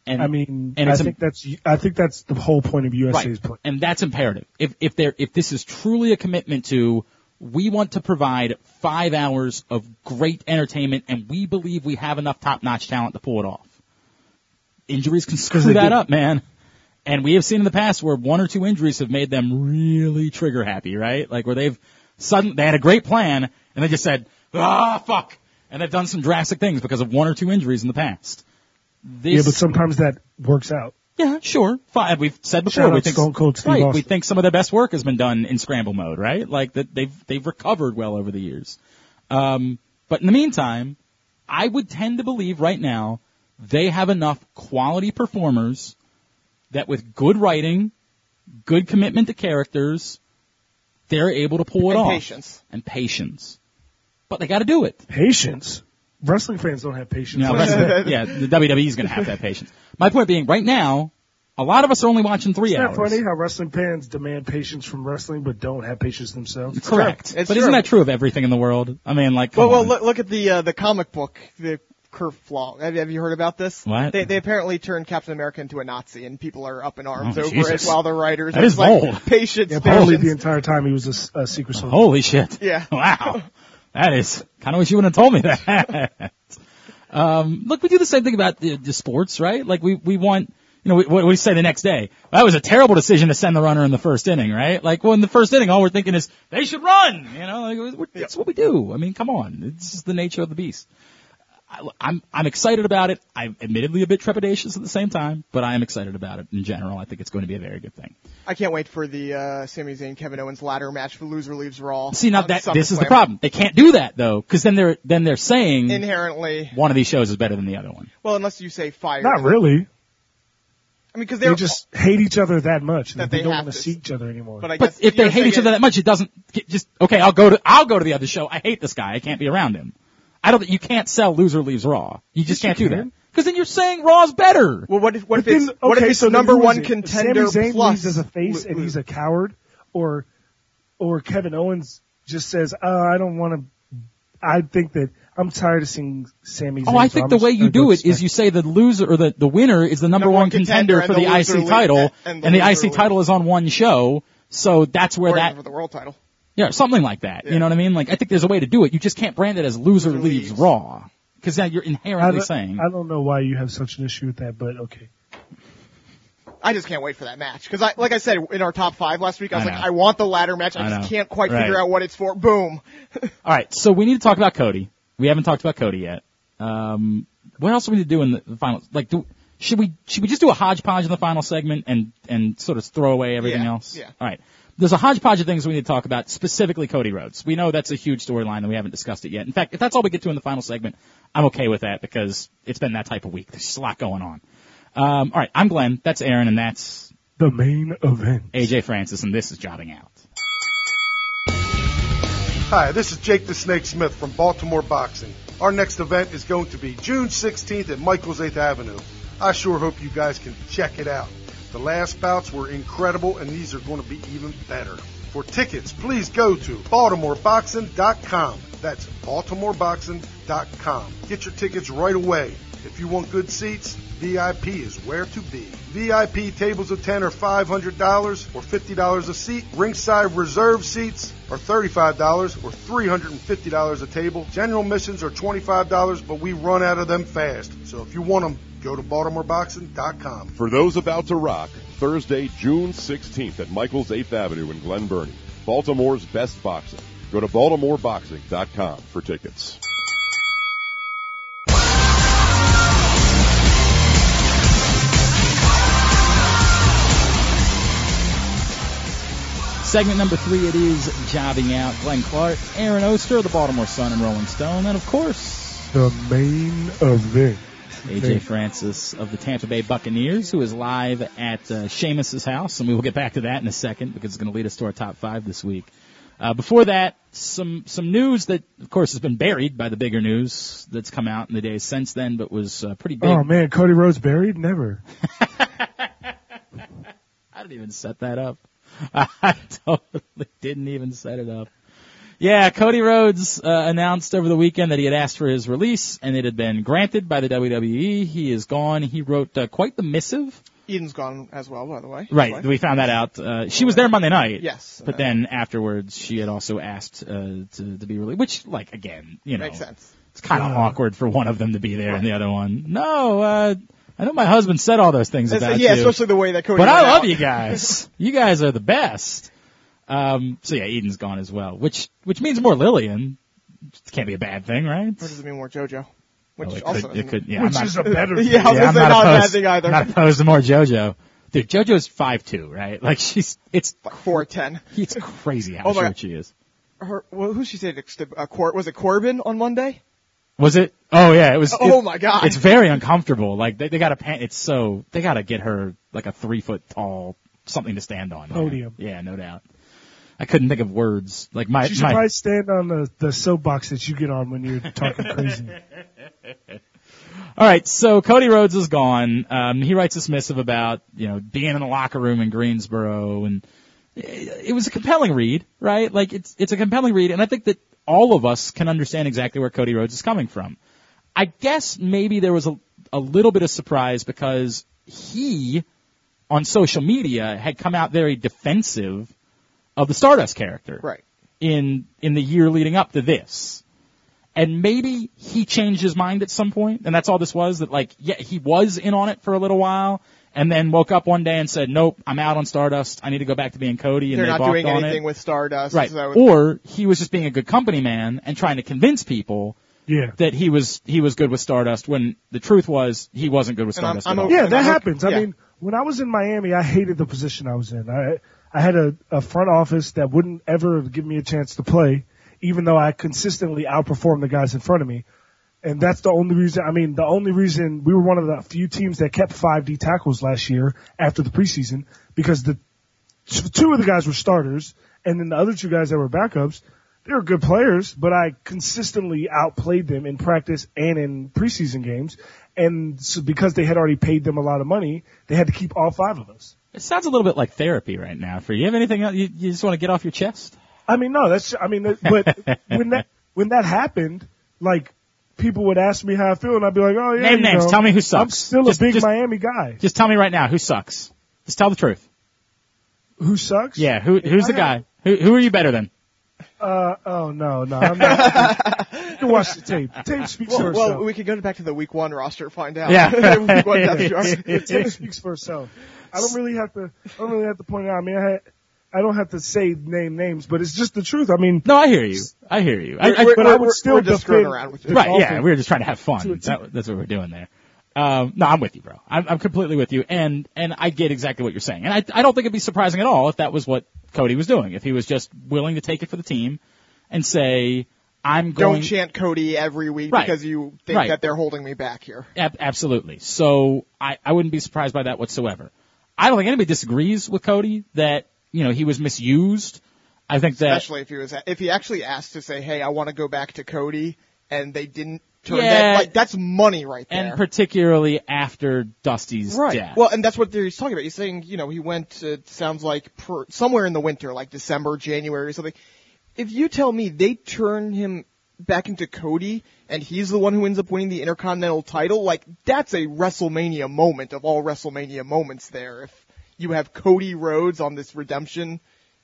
[SPEAKER 2] And,
[SPEAKER 3] I mean,
[SPEAKER 2] and
[SPEAKER 3] I
[SPEAKER 2] it's im-
[SPEAKER 3] think that's I think that's the whole point of USA's
[SPEAKER 2] right.
[SPEAKER 3] plan.
[SPEAKER 2] And that's imperative. If, if they're, if this is truly a commitment to, we want to provide five hours of great entertainment and we believe we have enough top-notch talent to pull it off. Injuries can screw that up, man. And we have seen in the past where one or two injuries have made them really trigger happy, right? Like where they've sudden they had a great plan and they just said, ah, fuck. And they've done some drastic things because of one or two injuries in the past. This,
[SPEAKER 3] Yeah, but sometimes that works out.
[SPEAKER 2] yeah, sure. Fine. We've said before
[SPEAKER 3] Shout
[SPEAKER 2] we
[SPEAKER 3] out
[SPEAKER 2] think
[SPEAKER 3] Stone Cold Steve
[SPEAKER 2] right, we
[SPEAKER 3] Austin.
[SPEAKER 2] think some of their best work has been done in scramble mode, right? Like that they've they've recovered well over the years. Um, but in the meantime, I would tend to believe right now they have enough quality performers that with good writing, good commitment to characters, they're able to pull it
[SPEAKER 4] And
[SPEAKER 2] off.
[SPEAKER 4] patience.
[SPEAKER 2] And patience. But they got to do it.
[SPEAKER 3] Patience. Wrestling fans don't have patience.
[SPEAKER 2] No, wrestling- yeah, the WWE's going to have that patience. My point being, right now, a lot of us are only watching three
[SPEAKER 3] Isn't that
[SPEAKER 2] hours.
[SPEAKER 3] funny how wrestling fans demand patience from wrestling but don't have patience themselves?
[SPEAKER 2] Correct.
[SPEAKER 4] It's
[SPEAKER 2] but isn't
[SPEAKER 4] true.
[SPEAKER 2] that true of everything in the world? I mean, like,
[SPEAKER 4] Well,
[SPEAKER 2] come
[SPEAKER 4] well,
[SPEAKER 2] on.
[SPEAKER 4] look, look at the uh, the comic book, the Kerf Flaw. Have, have you heard about this?
[SPEAKER 2] What?
[SPEAKER 4] They, they apparently turned Captain America into a Nazi, and people are up in arms
[SPEAKER 2] Oh,
[SPEAKER 4] over
[SPEAKER 2] Jesus.
[SPEAKER 4] it. While the writers
[SPEAKER 2] That
[SPEAKER 4] are
[SPEAKER 2] is
[SPEAKER 4] just like,
[SPEAKER 2] bold.
[SPEAKER 4] patience,
[SPEAKER 3] Yeah, probably the
[SPEAKER 4] patience.
[SPEAKER 3] entire time he was a s- a, secret soldier.
[SPEAKER 2] holy shit.
[SPEAKER 4] Yeah.
[SPEAKER 2] Wow. That is kind of wish you wouldn't have told me that. um, look, we do the same thing about the, the sports, right? Like, we we want. You know, we, what we say the next day. That was a terrible decision to send the runner in the first inning, right? Like, well, in the first inning, all we're thinking is they should run. You know, like, we're, that's what we do. I mean, come on, it's just the nature of the beast. I, I'm I'm excited about it. I'm admittedly a bit trepidatious at the same time, but I am excited about it in general. I think it's going to be a very good thing.
[SPEAKER 4] I can't wait for the uh, Sami Zayn Kevin Owens ladder match for loser leaves Raw.
[SPEAKER 2] See now
[SPEAKER 4] on
[SPEAKER 2] that this is the
[SPEAKER 4] SummerSlam.
[SPEAKER 2] problem. They can't do that though, because then they're then they're saying
[SPEAKER 4] Inherently,
[SPEAKER 2] one of these shows is better than the other one.
[SPEAKER 4] well, unless you say fire.
[SPEAKER 3] Not really.
[SPEAKER 4] I mean, because
[SPEAKER 3] They
[SPEAKER 4] they're
[SPEAKER 3] just hate each other that much that,
[SPEAKER 4] That
[SPEAKER 3] they,
[SPEAKER 4] they
[SPEAKER 3] don't
[SPEAKER 4] have
[SPEAKER 3] want to
[SPEAKER 4] to.
[SPEAKER 3] see each other anymore.
[SPEAKER 4] But I
[SPEAKER 2] But
[SPEAKER 4] guess
[SPEAKER 2] if
[SPEAKER 4] you're
[SPEAKER 2] they hate each
[SPEAKER 4] thinking-
[SPEAKER 2] other that much, it doesn't get- just okay. I'll go to I'll go to the other show. I hate this guy. I can't be around him. I don't. You can't sell loser leaves Raw. You just
[SPEAKER 3] you
[SPEAKER 2] can't do that
[SPEAKER 3] can.
[SPEAKER 2] because then you're saying Raw's better.
[SPEAKER 4] Well, what if what
[SPEAKER 3] But
[SPEAKER 4] if it's
[SPEAKER 3] then-
[SPEAKER 4] what if it's
[SPEAKER 3] then
[SPEAKER 4] number
[SPEAKER 3] who is
[SPEAKER 4] one
[SPEAKER 3] it? If
[SPEAKER 4] contender
[SPEAKER 3] Sami Zayn
[SPEAKER 4] plus
[SPEAKER 3] leaves as a face and
[SPEAKER 4] lo-
[SPEAKER 3] he's a coward, or or Kevin Owens just says, "Oh, I don't want to." I think that I'm tired of seeing Sami. Zayn,
[SPEAKER 2] Oh, I
[SPEAKER 3] so
[SPEAKER 2] think
[SPEAKER 3] I'm
[SPEAKER 2] the
[SPEAKER 3] just
[SPEAKER 2] way you
[SPEAKER 3] gonna go
[SPEAKER 2] do it
[SPEAKER 3] to
[SPEAKER 2] is you say the loser or the, the winner is the number,
[SPEAKER 4] Number
[SPEAKER 2] one,
[SPEAKER 4] one
[SPEAKER 2] contender,
[SPEAKER 4] contender
[SPEAKER 2] for
[SPEAKER 4] and
[SPEAKER 2] the
[SPEAKER 4] the
[SPEAKER 2] IC
[SPEAKER 4] loser leaves-
[SPEAKER 2] title,
[SPEAKER 4] and
[SPEAKER 2] and the,
[SPEAKER 4] the loser
[SPEAKER 2] IC
[SPEAKER 4] leaves.
[SPEAKER 2] title is on one show, so that's where
[SPEAKER 4] or
[SPEAKER 2] that
[SPEAKER 4] for the world title.
[SPEAKER 2] Yeah, something like that. You know what I mean? Like, I think there's a way to do it. You just can't brand it as loser leaves,
[SPEAKER 4] Leaves.
[SPEAKER 2] raw. Cause now you're
[SPEAKER 3] SmackDown." I
[SPEAKER 2] inherently
[SPEAKER 3] don't,
[SPEAKER 2] saying,
[SPEAKER 3] I don't know why you have such an issue with that, but okay.
[SPEAKER 4] I just can't wait for that match because I, like I said in our top five last week, I was
[SPEAKER 2] I
[SPEAKER 4] like,
[SPEAKER 2] know.
[SPEAKER 4] I want the ladder match. I,
[SPEAKER 2] I
[SPEAKER 4] just
[SPEAKER 2] know.
[SPEAKER 4] can't quite
[SPEAKER 2] Right.
[SPEAKER 4] figure out what it's for. Boom.
[SPEAKER 2] alright, so we need to talk about Cody. We haven't talked about Cody yet. Um, what else do we need to do in the the final, like, do, should we, should we just do a hodgepodge in the final segment and, and sort of throw away everything
[SPEAKER 4] Yeah,
[SPEAKER 2] else?
[SPEAKER 4] yeah.
[SPEAKER 2] Alright. There's a hodgepodge of things we need to talk about, specifically Cody Rhodes. We know that's a huge storyline and we haven't discussed it yet. In fact, if that's all we get to in the final segment, I'm okay with that because it's been that type of week. There's just a lot going on. Um, alright, I'm Glenn, that's Aaron, and that's
[SPEAKER 3] The main event.
[SPEAKER 2] AJ Francis, and this is Jobbing Out.
[SPEAKER 5] Hi, this is Jake the Snake Smith from Baltimore Boxing. Our next event is going to be June 16th at Michael's 8th Avenue. I sure hope you guys can check it out. The last bouts were incredible and these are going to be even better. For tickets, please go to BaltimoreBoxing.com. That's BaltimoreBoxing.com. Get your tickets right away. If you want good seats, VIP is where to be. VIP tables of 10 are $500 or $50 a seat. Ringside reserve seats are $35 or $350 a table. General missions are $25, but we run out of them fast. So if you want them, go to BaltimoreBoxing.com.
[SPEAKER 6] For those about to rock, Thursday, June 16th at Michael's 8th Avenue in Glen Burnie, Baltimore's best boxing. Go to BaltimoreBoxing.com for tickets.
[SPEAKER 2] Segment number three, it is Jobbing Out. Glenn Clark, Aaron Oster, the Baltimore Sun, and Rolling Stone, and of course,
[SPEAKER 3] The main event.
[SPEAKER 2] AJ Francis of the Tampa Bay Buccaneers, who is live at uh, Sheamus's house, and we will get back to that in a second because it's going to lead us to our top five this week. Uh, before that, some some news that, of course, has been buried by the bigger news that's come out in the days since then, but was uh, pretty big.
[SPEAKER 3] Oh man, Cody Rhodes buried? Never.
[SPEAKER 2] I didn't even set that up. I totally didn't even set it up. Yeah, Cody Rhodes uh, announced over the weekend that he had asked for his release, and it had been granted by the WWE. He is gone. He wrote uh, quite the missive.
[SPEAKER 4] Eden's gone as well, by the way.
[SPEAKER 2] Right, we found that out. Uh, she was there Monday night.
[SPEAKER 4] Yes.
[SPEAKER 2] But then afterwards, she had also asked uh, to, to be released, which, like, again, you know,
[SPEAKER 4] Makes sense.
[SPEAKER 2] it's kind of awkward for one of them to be there and the other one. No, uh, I know my husband said all those things about
[SPEAKER 4] yeah,
[SPEAKER 2] you.
[SPEAKER 4] especially the way that Cody.
[SPEAKER 2] But I
[SPEAKER 4] went
[SPEAKER 2] love
[SPEAKER 4] out.
[SPEAKER 2] you guys. You guys are the best. Um, so yeah, Eden's gone as well, which which means more Lillian. It can't be a bad thing, right?
[SPEAKER 4] Or does it mean more JoJo? Which
[SPEAKER 2] Oh, it
[SPEAKER 4] also
[SPEAKER 2] could, it could, yeah,
[SPEAKER 3] Which
[SPEAKER 2] I'm not,
[SPEAKER 3] is a better
[SPEAKER 4] Yeah, I was
[SPEAKER 2] yeah,
[SPEAKER 4] gonna
[SPEAKER 2] I'm
[SPEAKER 4] say
[SPEAKER 2] not
[SPEAKER 4] not a bad
[SPEAKER 2] opposed,
[SPEAKER 4] thing either.
[SPEAKER 2] Not opposed to more JoJo. Dude, JoJo's five two, right? Like she's it's
[SPEAKER 4] like four ten.
[SPEAKER 2] it's crazy how
[SPEAKER 4] Oh my
[SPEAKER 2] short
[SPEAKER 4] God.
[SPEAKER 2] she is.
[SPEAKER 4] Her, well, who she said? ex- Uh, Cor- was it Corbin on Monday?
[SPEAKER 2] Was it? Oh yeah, it was.
[SPEAKER 4] Oh
[SPEAKER 2] it-
[SPEAKER 4] my God.
[SPEAKER 2] It's very uncomfortable. Like they, they got to pan. It's so they got to get her like a three foot tall something to stand on.
[SPEAKER 3] Podium.
[SPEAKER 2] Yeah, no doubt. I couldn't think of words. Like my
[SPEAKER 3] You should
[SPEAKER 2] my
[SPEAKER 3] probably stand on the, the soapbox that you get on when you're talking crazy.
[SPEAKER 2] All right, so Cody Rhodes is gone. Um, he writes this missive about you know being in the locker room in Greensboro, and it, it was a compelling read, right? Like it's it's a compelling read, and I think that all of us can understand exactly where Cody Rhodes is coming from. I guess maybe there was a a little bit of surprise because he on social media had come out very defensive of the Stardust character,
[SPEAKER 4] Right.
[SPEAKER 2] in in the year leading up to this. And maybe he changed his mind at some point, and that's all this was. That like, yeah, he was in on it for a little while, and then woke up one day and said, "Nope, I'm out on Stardust. I need to go back to being Cody." And
[SPEAKER 4] They're
[SPEAKER 2] they
[SPEAKER 4] not
[SPEAKER 2] balked
[SPEAKER 4] doing
[SPEAKER 2] on
[SPEAKER 4] anything
[SPEAKER 2] it.
[SPEAKER 4] with Stardust.
[SPEAKER 2] right?
[SPEAKER 4] So
[SPEAKER 2] Or he was just being a good company man and trying to convince people
[SPEAKER 3] Yeah.
[SPEAKER 2] that he was he was good with Stardust when the truth was he wasn't good with
[SPEAKER 4] And I'm-
[SPEAKER 2] Stardust.
[SPEAKER 4] I'm
[SPEAKER 2] at all.
[SPEAKER 4] okay.
[SPEAKER 3] Yeah,
[SPEAKER 4] And
[SPEAKER 3] that
[SPEAKER 4] I hope-
[SPEAKER 3] happens. I
[SPEAKER 4] yeah.
[SPEAKER 3] mean, when I was in Miami, I hated the position I was in. I I had a, a front office that wouldn't ever give me a chance to play, even though I consistently outperformed the guys in front of me. And that's the only reason. I mean, the only reason we were one of the few teams that kept five D tackles last year after the preseason because the t- two of the guys were starters, and then the other two guys that were backups, they were good players, but I consistently outplayed them in practice and in preseason games. And so because they had already paid them a lot of money, they had to keep all five of us.
[SPEAKER 2] It sounds a little bit like therapy right now. For you, you have anything else you, you just want to get off your chest?
[SPEAKER 3] I mean, no, that's, I mean, that- but when that, when that happened, like, people would ask me how I feel and I'd be like, oh yeah.
[SPEAKER 2] Name
[SPEAKER 3] you
[SPEAKER 2] names.
[SPEAKER 3] know,
[SPEAKER 2] Tell me who
[SPEAKER 3] I'm
[SPEAKER 2] sucks.
[SPEAKER 3] still
[SPEAKER 2] Just-
[SPEAKER 3] a big
[SPEAKER 2] just-
[SPEAKER 3] Miami guy.
[SPEAKER 2] Just tell me right now who sucks. Just tell the truth.
[SPEAKER 3] Who sucks?
[SPEAKER 2] Yeah, who who's the
[SPEAKER 3] I
[SPEAKER 2] guy? Who who are you better than?
[SPEAKER 3] Uh, oh no, no, I'm not. you can watch the tape. The tape speaks for
[SPEAKER 4] well,
[SPEAKER 3] itself.
[SPEAKER 4] well, we could go back to the week one roster and find out.
[SPEAKER 2] Yeah.
[SPEAKER 4] week one depth chart.
[SPEAKER 3] It speaks for itself. I don't really have to. I don't really have to point out. I mean, I, had, I don't have to say name names, but it's just the truth. I mean,
[SPEAKER 2] No, I hear you. I hear you. I, I,
[SPEAKER 4] We're-
[SPEAKER 3] but
[SPEAKER 4] we're-
[SPEAKER 3] I would
[SPEAKER 4] we're-
[SPEAKER 3] still
[SPEAKER 4] we're just screwing
[SPEAKER 3] defend-
[SPEAKER 4] around with it.
[SPEAKER 2] right, yeah,
[SPEAKER 3] awful.
[SPEAKER 2] we were just trying to have
[SPEAKER 3] To a
[SPEAKER 2] fun.
[SPEAKER 3] T.
[SPEAKER 2] That, that's what we're doing there. Um, no, I'm with you, bro. I'm, I'm completely with you, and and I get exactly what you're saying, and I I don't think it'd be surprising at all if that was what Cody was doing, if he was just willing to take it for the team, and say I'm
[SPEAKER 4] Don't
[SPEAKER 2] going
[SPEAKER 4] chant Cody every week
[SPEAKER 2] Right.
[SPEAKER 4] because you think
[SPEAKER 2] Right.
[SPEAKER 4] that they're holding me back here.
[SPEAKER 2] Ab- absolutely. So I, I wouldn't be surprised by that whatsoever. I don't think anybody disagrees with Cody that you know he was misused. I think that
[SPEAKER 4] Especially if he was if he actually asked to say, "Hey, I want to go back to Cody," and they didn't turn.
[SPEAKER 2] Yeah.
[SPEAKER 4] That, like, that's money right there.
[SPEAKER 2] and particularly after Dusty's
[SPEAKER 4] right.
[SPEAKER 2] death.
[SPEAKER 4] Well, and that's what he's talking about. He's saying, you know, he went, uh, it sounds like, per, somewhere in the winter, like December, January, or something. If you tell me they turn him back into Cody and he's the one who ends up winning the Intercontinental title, like, that's a WrestleMania moment of all WrestleMania moments there. If you have Cody Rhodes on this redemption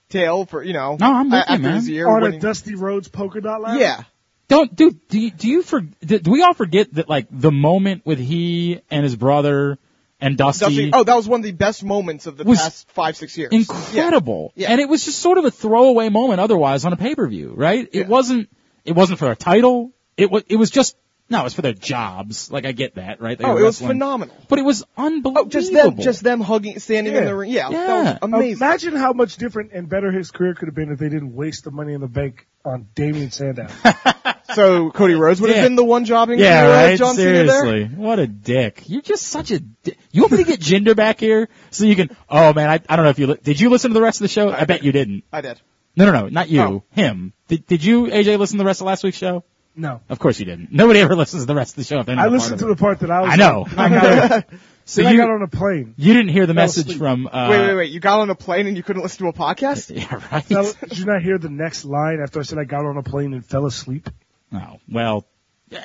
[SPEAKER 4] tale for, you know,
[SPEAKER 2] No, I'm with
[SPEAKER 4] a-
[SPEAKER 2] you,
[SPEAKER 4] after
[SPEAKER 2] man.
[SPEAKER 4] his year.
[SPEAKER 3] on a
[SPEAKER 4] winning-
[SPEAKER 3] Dusty Rhodes polka dot line.
[SPEAKER 4] yeah.
[SPEAKER 2] don't do do you, do you for do, do we all forget that like the moment with he and his brother and Dusty,
[SPEAKER 4] Dusty, oh, that was one of the best moments of the
[SPEAKER 2] Was
[SPEAKER 4] past five, six years.
[SPEAKER 2] incredible.
[SPEAKER 4] Yeah.
[SPEAKER 2] And it was just sort of a throwaway moment otherwise on a pay-per-view, right?
[SPEAKER 4] Yeah.
[SPEAKER 2] It wasn't it wasn't for a title. It was it was just no, it was for their jobs. Like I get that, right? They
[SPEAKER 4] Yeah. Oh,
[SPEAKER 2] were
[SPEAKER 4] it was
[SPEAKER 2] wrestling.
[SPEAKER 4] phenomenal.
[SPEAKER 2] But it was unbelievable.
[SPEAKER 4] Oh, just them, just them hugging, standing in
[SPEAKER 3] Yeah.
[SPEAKER 4] the ring. Yeah,
[SPEAKER 2] Yeah. Oh,
[SPEAKER 4] that was amazing.
[SPEAKER 3] Imagine how much different and better his career could have been if they didn't waste the money in the bank on Damian Sandow.
[SPEAKER 4] so Cody Rhodes would have
[SPEAKER 2] Yeah.
[SPEAKER 4] been the one jobbing
[SPEAKER 2] yeah,
[SPEAKER 4] for uh,
[SPEAKER 2] right.
[SPEAKER 4] John Cena there.
[SPEAKER 2] Seriously, what a dick! You're just such a. Di- you want me to get Jinder back here so you can? Oh man, I, I don't know if you li- did. You listen to the rest of the show? I bet you didn't.
[SPEAKER 4] I did.
[SPEAKER 2] No, no, no, not you.
[SPEAKER 4] Oh.
[SPEAKER 2] Him. Did, did you, AJ, listen to the rest of last week's show?
[SPEAKER 3] No.
[SPEAKER 2] Of course you didn't. Nobody ever listens to the rest of the show. If they're not
[SPEAKER 3] I
[SPEAKER 2] a part
[SPEAKER 3] listened
[SPEAKER 2] of
[SPEAKER 3] to
[SPEAKER 2] it.
[SPEAKER 3] the part that I was
[SPEAKER 2] I know. I know. so
[SPEAKER 3] Then I
[SPEAKER 2] you,
[SPEAKER 3] got on a plane.
[SPEAKER 2] you didn't hear the
[SPEAKER 3] Fell
[SPEAKER 2] message
[SPEAKER 3] asleep.
[SPEAKER 2] from, uh,
[SPEAKER 4] wait, wait, wait. You got on a plane and you couldn't listen to a podcast?
[SPEAKER 2] Yeah,
[SPEAKER 3] Now,
[SPEAKER 2] right.
[SPEAKER 3] did you not hear the next line after I said I got on a plane and fell asleep?
[SPEAKER 2] Oh, well,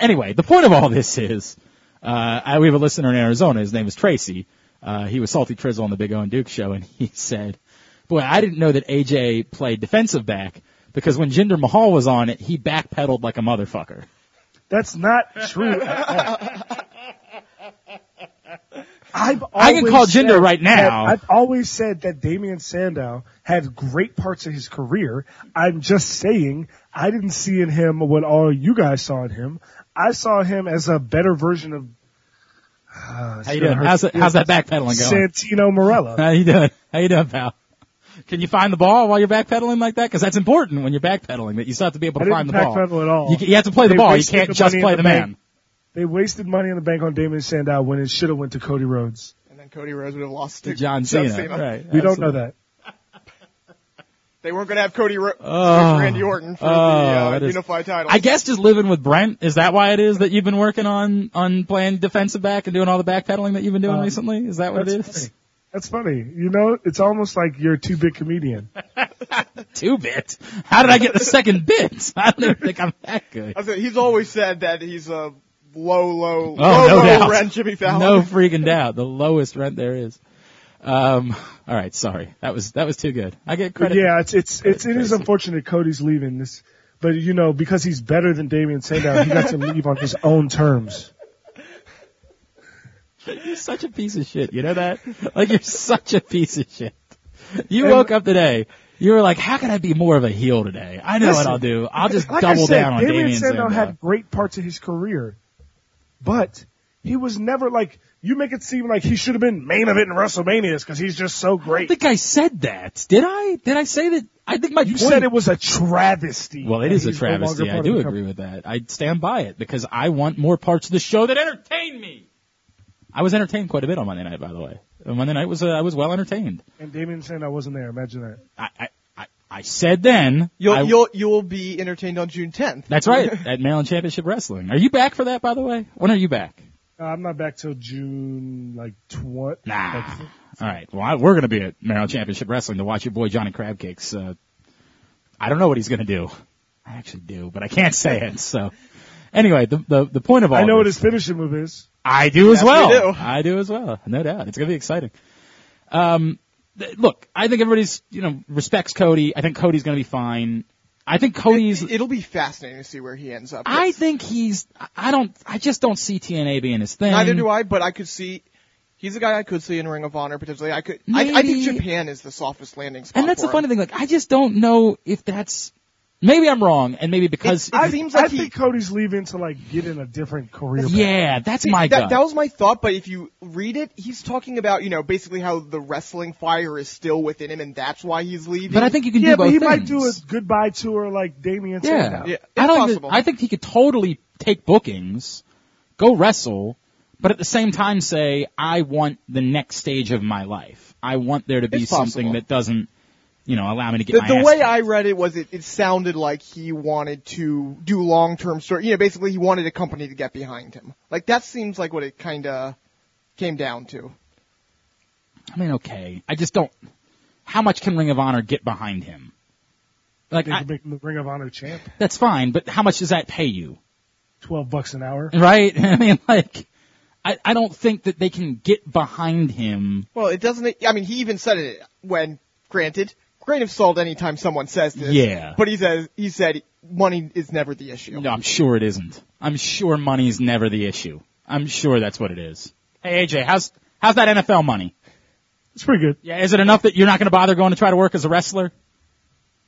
[SPEAKER 2] anyway, the point of all this is, uh, I, we have a listener in Arizona. His name is Tracy. Uh, he was Salty Trizzle on the Big O and Duke show, and he said, boy, I didn't know that AJ played defensive back because when Jinder Mahal was on it, he backpedaled like a motherfucker.
[SPEAKER 3] That's not true. at all. I've
[SPEAKER 2] I can
[SPEAKER 3] always
[SPEAKER 2] call
[SPEAKER 3] said
[SPEAKER 2] Jinder right
[SPEAKER 3] that-
[SPEAKER 2] now.
[SPEAKER 3] I've always said that Damian Sandow had great parts of his career. I'm just saying I didn't see in him what all you guys saw in him. I saw him as a better version of ah,
[SPEAKER 2] How you doing? How's, it, how's that backpedaling going?
[SPEAKER 3] Santino Morella.
[SPEAKER 2] How you doing? How you doing, pal? Can you find the ball while you're backpedaling like that? Because that's important when you're backpedaling that you still have to be able
[SPEAKER 3] I
[SPEAKER 2] to find
[SPEAKER 3] didn't
[SPEAKER 2] the ball.
[SPEAKER 3] backpedal at all.
[SPEAKER 2] You, ca- you have to play the
[SPEAKER 3] They
[SPEAKER 2] ball. You
[SPEAKER 3] wasted
[SPEAKER 2] can't
[SPEAKER 3] the
[SPEAKER 2] just
[SPEAKER 3] money
[SPEAKER 2] play
[SPEAKER 3] in
[SPEAKER 2] the
[SPEAKER 3] the
[SPEAKER 2] man.
[SPEAKER 3] bank. They wasted money in the bank on Damian Sandow when it should have went to Cody Rhodes.
[SPEAKER 4] And then Cody Rhodes would have lost
[SPEAKER 2] To
[SPEAKER 4] to
[SPEAKER 2] John Cena. Right.
[SPEAKER 3] We don't know that.
[SPEAKER 4] They weren't going to have Cody Rhodes
[SPEAKER 2] Oh.
[SPEAKER 4] Randy Orton for
[SPEAKER 2] Oh,
[SPEAKER 4] the uh,
[SPEAKER 2] that is-
[SPEAKER 4] unified title.
[SPEAKER 2] I guess just living with Brent is that why it is that you've been working on on playing defensive back and doing all the backpedaling that you've been doing
[SPEAKER 3] Um,
[SPEAKER 2] recently? Is that what it
[SPEAKER 3] That's
[SPEAKER 2] is?
[SPEAKER 3] funny. That's funny. You know, it's almost like you're a two bit comedian.
[SPEAKER 2] Two bits. How did I get the second bit? I don't even think I'm that good.
[SPEAKER 4] I said, he's always said that he's a low, low,
[SPEAKER 2] Oh,
[SPEAKER 4] low,
[SPEAKER 2] no
[SPEAKER 4] low
[SPEAKER 2] doubt.
[SPEAKER 4] rent Jimmy Fallon.
[SPEAKER 2] No freaking doubt. The lowest rent there is. Um, all right, sorry. That was that was too good. I get
[SPEAKER 3] But
[SPEAKER 2] credit.
[SPEAKER 3] yeah, it's it's it's it is
[SPEAKER 2] Crazy.
[SPEAKER 3] unfortunate Cody's leaving this, but you know because he's better than Damian Sandow, he got to leave on his own terms.
[SPEAKER 2] You're such a piece of shit. You know that? Like you're such a piece of shit. You
[SPEAKER 3] And-
[SPEAKER 2] woke up today. You were like, how can I be more of a heel today? I know what
[SPEAKER 3] Listen,
[SPEAKER 2] I'll do. I'll just
[SPEAKER 3] Like
[SPEAKER 2] double
[SPEAKER 3] I said,
[SPEAKER 2] down on
[SPEAKER 3] Damian,
[SPEAKER 2] Damian
[SPEAKER 3] Sandow
[SPEAKER 2] Sandow.
[SPEAKER 3] had great parts of his career, but he was never like you make it seem like he should have been main event in WrestleManias because he's just so
[SPEAKER 2] I don't
[SPEAKER 3] great.
[SPEAKER 2] think I said that. Did I? Did I say that? I think my
[SPEAKER 3] You
[SPEAKER 2] point.
[SPEAKER 3] said it was a travesty.
[SPEAKER 2] well, it
[SPEAKER 3] that
[SPEAKER 2] is a
[SPEAKER 3] he's no longer
[SPEAKER 2] travesty. I
[SPEAKER 3] part of
[SPEAKER 2] do
[SPEAKER 3] the
[SPEAKER 2] agree with that. I stand by it because I want more parts of the show that entertain me. I was entertained quite a bit on Monday night, by the way. Uh, Monday night was uh, I was well entertained.
[SPEAKER 3] And Damian Sandow wasn't there. Imagine that.
[SPEAKER 2] I I, I, I said then.
[SPEAKER 4] You'll,
[SPEAKER 2] I-
[SPEAKER 4] you'll, you'll be entertained on June 10th.
[SPEAKER 2] That's right, at Maryland Championship Wrestling. Are you back for that, by the way? When are you back?
[SPEAKER 3] Uh, I'm not back till June like twenty.
[SPEAKER 2] Nah. All right. Well, I, we're going to be at Maryland Championship Wrestling to watch your boy Johnny Crabcakes. Uh, I don't know what he's going to do. I actually do, but I can't say it. So, anyway, the the, the point of all
[SPEAKER 3] I know what
[SPEAKER 2] this,
[SPEAKER 3] his finishing move is.
[SPEAKER 2] I do as
[SPEAKER 4] Yes, we
[SPEAKER 2] well.
[SPEAKER 4] do.
[SPEAKER 2] I do as well. No doubt. It's going to be exciting. Um, th- look, I think everybody's you know respects Cody. I think Cody's going to be fine. I think Cody's.
[SPEAKER 4] It, will be fascinating to see where he ends up.
[SPEAKER 2] I think he's. I- I don't. I just don't see TNA being his thing.
[SPEAKER 4] Neither do I, but I could see. He's a guy I could see in Ring of Honor potentially. I could. I, I
[SPEAKER 2] Maybe.
[SPEAKER 4] think Japan is the softest landing spot.
[SPEAKER 2] And that's the
[SPEAKER 4] for
[SPEAKER 2] funny
[SPEAKER 4] him.
[SPEAKER 2] thing. Like, I just don't know if that's. Maybe I'm wrong, and maybe because.
[SPEAKER 4] It- I- seems like
[SPEAKER 3] I
[SPEAKER 4] he-
[SPEAKER 3] think Cody's leaving to like get in a different career. path.
[SPEAKER 2] yeah, that's my
[SPEAKER 4] that,
[SPEAKER 2] gut.
[SPEAKER 4] that was my thought, but if you read it, he's talking about you know basically how the wrestling fire is still within him, and that's why he's leaving.
[SPEAKER 2] but I think you can
[SPEAKER 3] Yeah,
[SPEAKER 2] do
[SPEAKER 3] but
[SPEAKER 2] both
[SPEAKER 3] he might
[SPEAKER 2] things.
[SPEAKER 3] do a goodbye tour like Damian
[SPEAKER 2] Yeah,
[SPEAKER 3] Sandow.
[SPEAKER 4] Yeah,
[SPEAKER 2] I
[SPEAKER 4] it's
[SPEAKER 2] don't. Even,
[SPEAKER 4] possible.
[SPEAKER 2] I think he could totally take bookings, go wrestle, but at the same time say, I want the next stage of my life. I want there to be
[SPEAKER 4] It's
[SPEAKER 2] something
[SPEAKER 4] possible.
[SPEAKER 2] that doesn't you know, allow me to get
[SPEAKER 4] The,
[SPEAKER 2] my
[SPEAKER 4] the
[SPEAKER 2] ass
[SPEAKER 4] way
[SPEAKER 2] kicked.
[SPEAKER 4] I read it was it, it sounded like he wanted to do long-term story. You know, basically he wanted a company to get behind him. Like that seems like what it kind of came down to.
[SPEAKER 2] I mean, okay. I just don't. How much can Ring of Honor get behind him? Like,
[SPEAKER 3] They
[SPEAKER 2] I,
[SPEAKER 3] could make him the Ring of Honor champ.
[SPEAKER 2] that's fine, but how much does that pay you?
[SPEAKER 3] Twelve bucks an hour.
[SPEAKER 2] Right? I mean, like, I, I don't think that they can get behind him.
[SPEAKER 4] Well, it doesn't. I mean, he even said it when, granted, grain of salt. Anytime someone says this,
[SPEAKER 2] Yeah.
[SPEAKER 4] But he says he said money is never the issue.
[SPEAKER 2] No, I'm sure it isn't. I'm sure money's never the issue. I'm sure that's what it is. Hey, AJ, how's, how's that NFL money?
[SPEAKER 3] It's pretty good.
[SPEAKER 2] Yeah, is it enough that you're not going to bother going to try to work as a wrestler?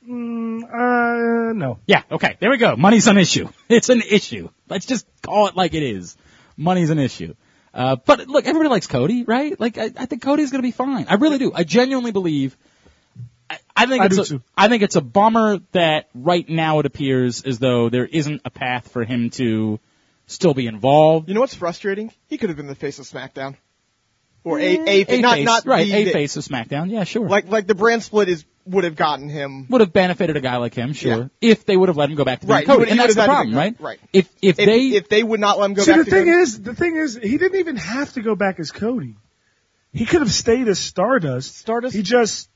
[SPEAKER 3] Mm, uh, no.
[SPEAKER 2] Yeah, okay, there we go. Money's an issue. It's an issue. Let's just call it like it is. Money's an issue. Uh, but look, everybody likes Cody, right? Like, I, I think Cody's gonna be fine. I really do. I genuinely believe. I, I think
[SPEAKER 3] I
[SPEAKER 2] it's
[SPEAKER 3] do
[SPEAKER 2] a,
[SPEAKER 3] too.
[SPEAKER 2] I think it's a bummer that right now it appears as though there isn't a path for him to still be involved.
[SPEAKER 4] You know what's frustrating? He could have been the face of SmackDown, or a
[SPEAKER 3] Mm,
[SPEAKER 4] a,
[SPEAKER 2] A
[SPEAKER 4] not
[SPEAKER 2] face,
[SPEAKER 4] not
[SPEAKER 2] right,
[SPEAKER 4] the-
[SPEAKER 2] a
[SPEAKER 4] the-
[SPEAKER 2] face of SmackDown. Yeah, sure.
[SPEAKER 4] Like like the brand split is would have gotten him.
[SPEAKER 2] would have benefited a guy like him, sure, if they would have let him go back to being
[SPEAKER 4] Right, he
[SPEAKER 2] Cody,
[SPEAKER 4] would- he
[SPEAKER 2] and
[SPEAKER 4] would
[SPEAKER 2] that's the
[SPEAKER 4] have had to
[SPEAKER 2] problem,
[SPEAKER 4] be-
[SPEAKER 2] right?
[SPEAKER 4] right.
[SPEAKER 2] If if
[SPEAKER 4] If
[SPEAKER 2] they
[SPEAKER 4] if they would not let him go
[SPEAKER 3] See,
[SPEAKER 4] back
[SPEAKER 3] the
[SPEAKER 4] to
[SPEAKER 3] thing
[SPEAKER 4] go-
[SPEAKER 3] is, the thing is, he didn't even have to go back as Cody. He could have stayed as Stardust.
[SPEAKER 4] Stardust?
[SPEAKER 3] He just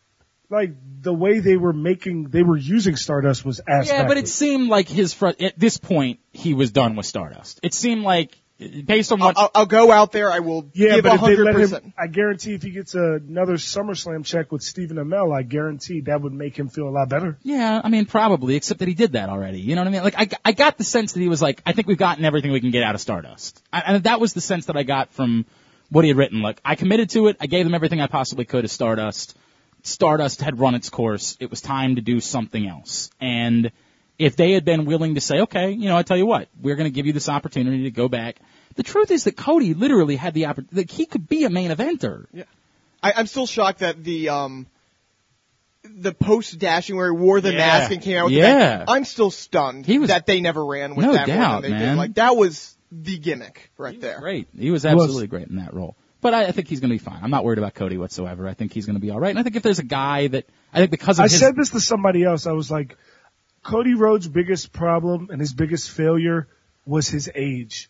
[SPEAKER 3] like the way they were making, they were using Stardust was as
[SPEAKER 2] Yeah, but
[SPEAKER 3] Stardust.
[SPEAKER 2] it seemed like his fr- at this point he was done with Stardust. It seemed like based on what
[SPEAKER 4] I'll, I'll go out there. I will
[SPEAKER 3] yeah,
[SPEAKER 4] give
[SPEAKER 3] but if they
[SPEAKER 4] hundred
[SPEAKER 3] let
[SPEAKER 4] percent.
[SPEAKER 3] him, I guarantee if he gets another SummerSlam check with Stephen Amell, I guarantee that would make him feel a lot better.
[SPEAKER 2] Yeah, I mean probably except that he did that already. You know what I mean? Like I I got the sense that he was like I think we've gotten everything we can get out of Stardust. I, and that was the sense that I got from what he had written. Like I committed to it. I gave them everything I possibly could as Stardust. Stardust had run its course. It was time to do something else. And if they had been willing to say, okay, you know, I tell you what, we're going to give you this opportunity to go back. The truth is that Cody literally had the opportunity. Like, he could be a main eventer.
[SPEAKER 4] I, I'm still shocked that the um the post dashing where he wore the
[SPEAKER 2] Yeah.
[SPEAKER 4] mask and came out with the
[SPEAKER 2] Yeah.
[SPEAKER 4] mask. I'm still stunned
[SPEAKER 2] He was-
[SPEAKER 4] that they never ran with
[SPEAKER 2] No
[SPEAKER 4] that more
[SPEAKER 2] doubt,
[SPEAKER 4] than they
[SPEAKER 2] man.
[SPEAKER 4] did. Like that was the gimmick right
[SPEAKER 2] He was
[SPEAKER 4] there.
[SPEAKER 2] Great. He was
[SPEAKER 3] was.
[SPEAKER 2] absolutely great in that role. But I, I think he's going to be fine. I'm not worried about Cody whatsoever. I think he's going to be all right. And I think if there's a guy that I think because of
[SPEAKER 3] I
[SPEAKER 2] his
[SPEAKER 3] said this to somebody else. I was like, Cody Rhodes' biggest problem and his biggest failure was his age.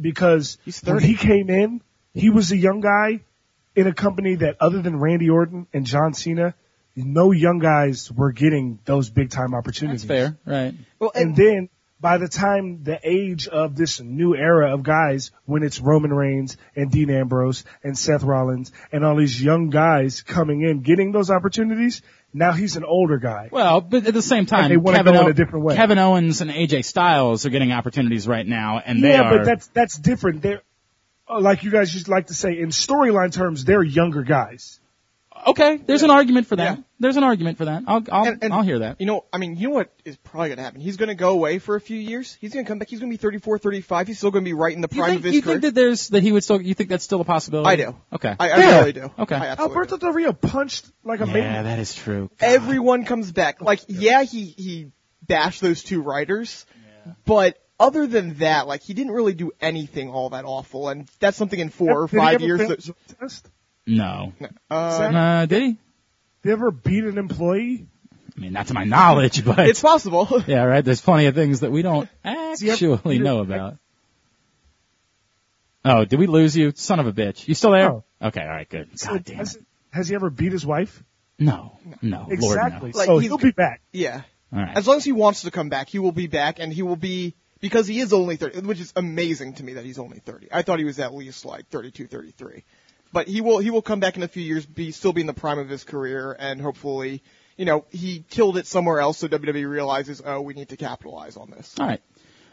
[SPEAKER 3] Because
[SPEAKER 4] He's 30.
[SPEAKER 3] when he came in, he was a young guy in a company that other than Randy Orton and John Cena, no young guys were getting those big time
[SPEAKER 2] that's
[SPEAKER 3] opportunities.
[SPEAKER 2] fair, right?
[SPEAKER 4] Well,
[SPEAKER 3] And then by the time the age of this new era of guys, when it's Roman Reigns and Dean Ambrose and Seth Rollins and all these young guys coming in, getting those opportunities, now he's an older guy.
[SPEAKER 2] Well, but at the same time,
[SPEAKER 3] they wanna
[SPEAKER 2] Kevin,
[SPEAKER 3] go in
[SPEAKER 2] Ow-
[SPEAKER 3] a different way.
[SPEAKER 2] Kevin Owens and AJ Styles are getting opportunities right now, and they
[SPEAKER 3] yeah,
[SPEAKER 2] are.
[SPEAKER 3] but that's that's different. They're uh, like you guys just like to say in storyline terms, they're younger guys.
[SPEAKER 2] okay. There's an argument for that.
[SPEAKER 4] Yeah.
[SPEAKER 2] There's an argument for that. I'll I'll,
[SPEAKER 4] And- and-
[SPEAKER 2] I'll hear that.
[SPEAKER 4] You know, I mean, you know what is probably going to happen? He's going to go away for a few years. He's going to come back. He's going to be 34, 35. He's still going to be right in the
[SPEAKER 2] You
[SPEAKER 4] prime
[SPEAKER 2] think,
[SPEAKER 4] of his
[SPEAKER 2] you
[SPEAKER 4] career.
[SPEAKER 2] think that there's that he would still? You think that's still a possibility?
[SPEAKER 4] I do.
[SPEAKER 2] Okay.
[SPEAKER 4] I, I
[SPEAKER 3] Yeah.
[SPEAKER 4] really do.
[SPEAKER 2] Okay.
[SPEAKER 4] I absolutely
[SPEAKER 3] Alberto Del Rio punched like a
[SPEAKER 2] yeah,
[SPEAKER 3] maniac.
[SPEAKER 2] that is true.
[SPEAKER 4] do. Everyone comes back. Like, yeah, he he bashed those two writers, but other than that, like, he didn't really do anything all that awful. And that's something in four or
[SPEAKER 3] Did he
[SPEAKER 4] five
[SPEAKER 3] ever
[SPEAKER 4] years.
[SPEAKER 3] fail
[SPEAKER 4] That,
[SPEAKER 3] a test?
[SPEAKER 2] No.
[SPEAKER 4] uh,
[SPEAKER 2] Uh, did he?
[SPEAKER 3] Did he ever beat an employee?
[SPEAKER 2] I mean, not to my knowledge, but
[SPEAKER 4] it's possible.
[SPEAKER 2] Yeah, right. There's plenty of things that we don't
[SPEAKER 3] he ever-
[SPEAKER 2] actually know about. Oh, did we lose you? Son of a bitch. You still there?
[SPEAKER 3] No.
[SPEAKER 2] Okay, all right, good. God damn it.
[SPEAKER 3] Has, has he ever beat his wife?
[SPEAKER 2] No, no,
[SPEAKER 3] Exactly.
[SPEAKER 2] Lord,
[SPEAKER 4] Like,
[SPEAKER 3] so
[SPEAKER 4] he's-
[SPEAKER 3] Oh, he'll be back.
[SPEAKER 4] yeah.
[SPEAKER 2] no. All right.
[SPEAKER 4] As long as he wants to come back, he will be back, and he will be because he is only 30, which is amazing to me that he's only 30. I thought he was at least like 32, 33. But he will he will come back in a few years, be still be in the prime of his career, and hopefully, you know, he killed it somewhere else, so WWE realizes, oh, we need to capitalize on this.
[SPEAKER 2] All right.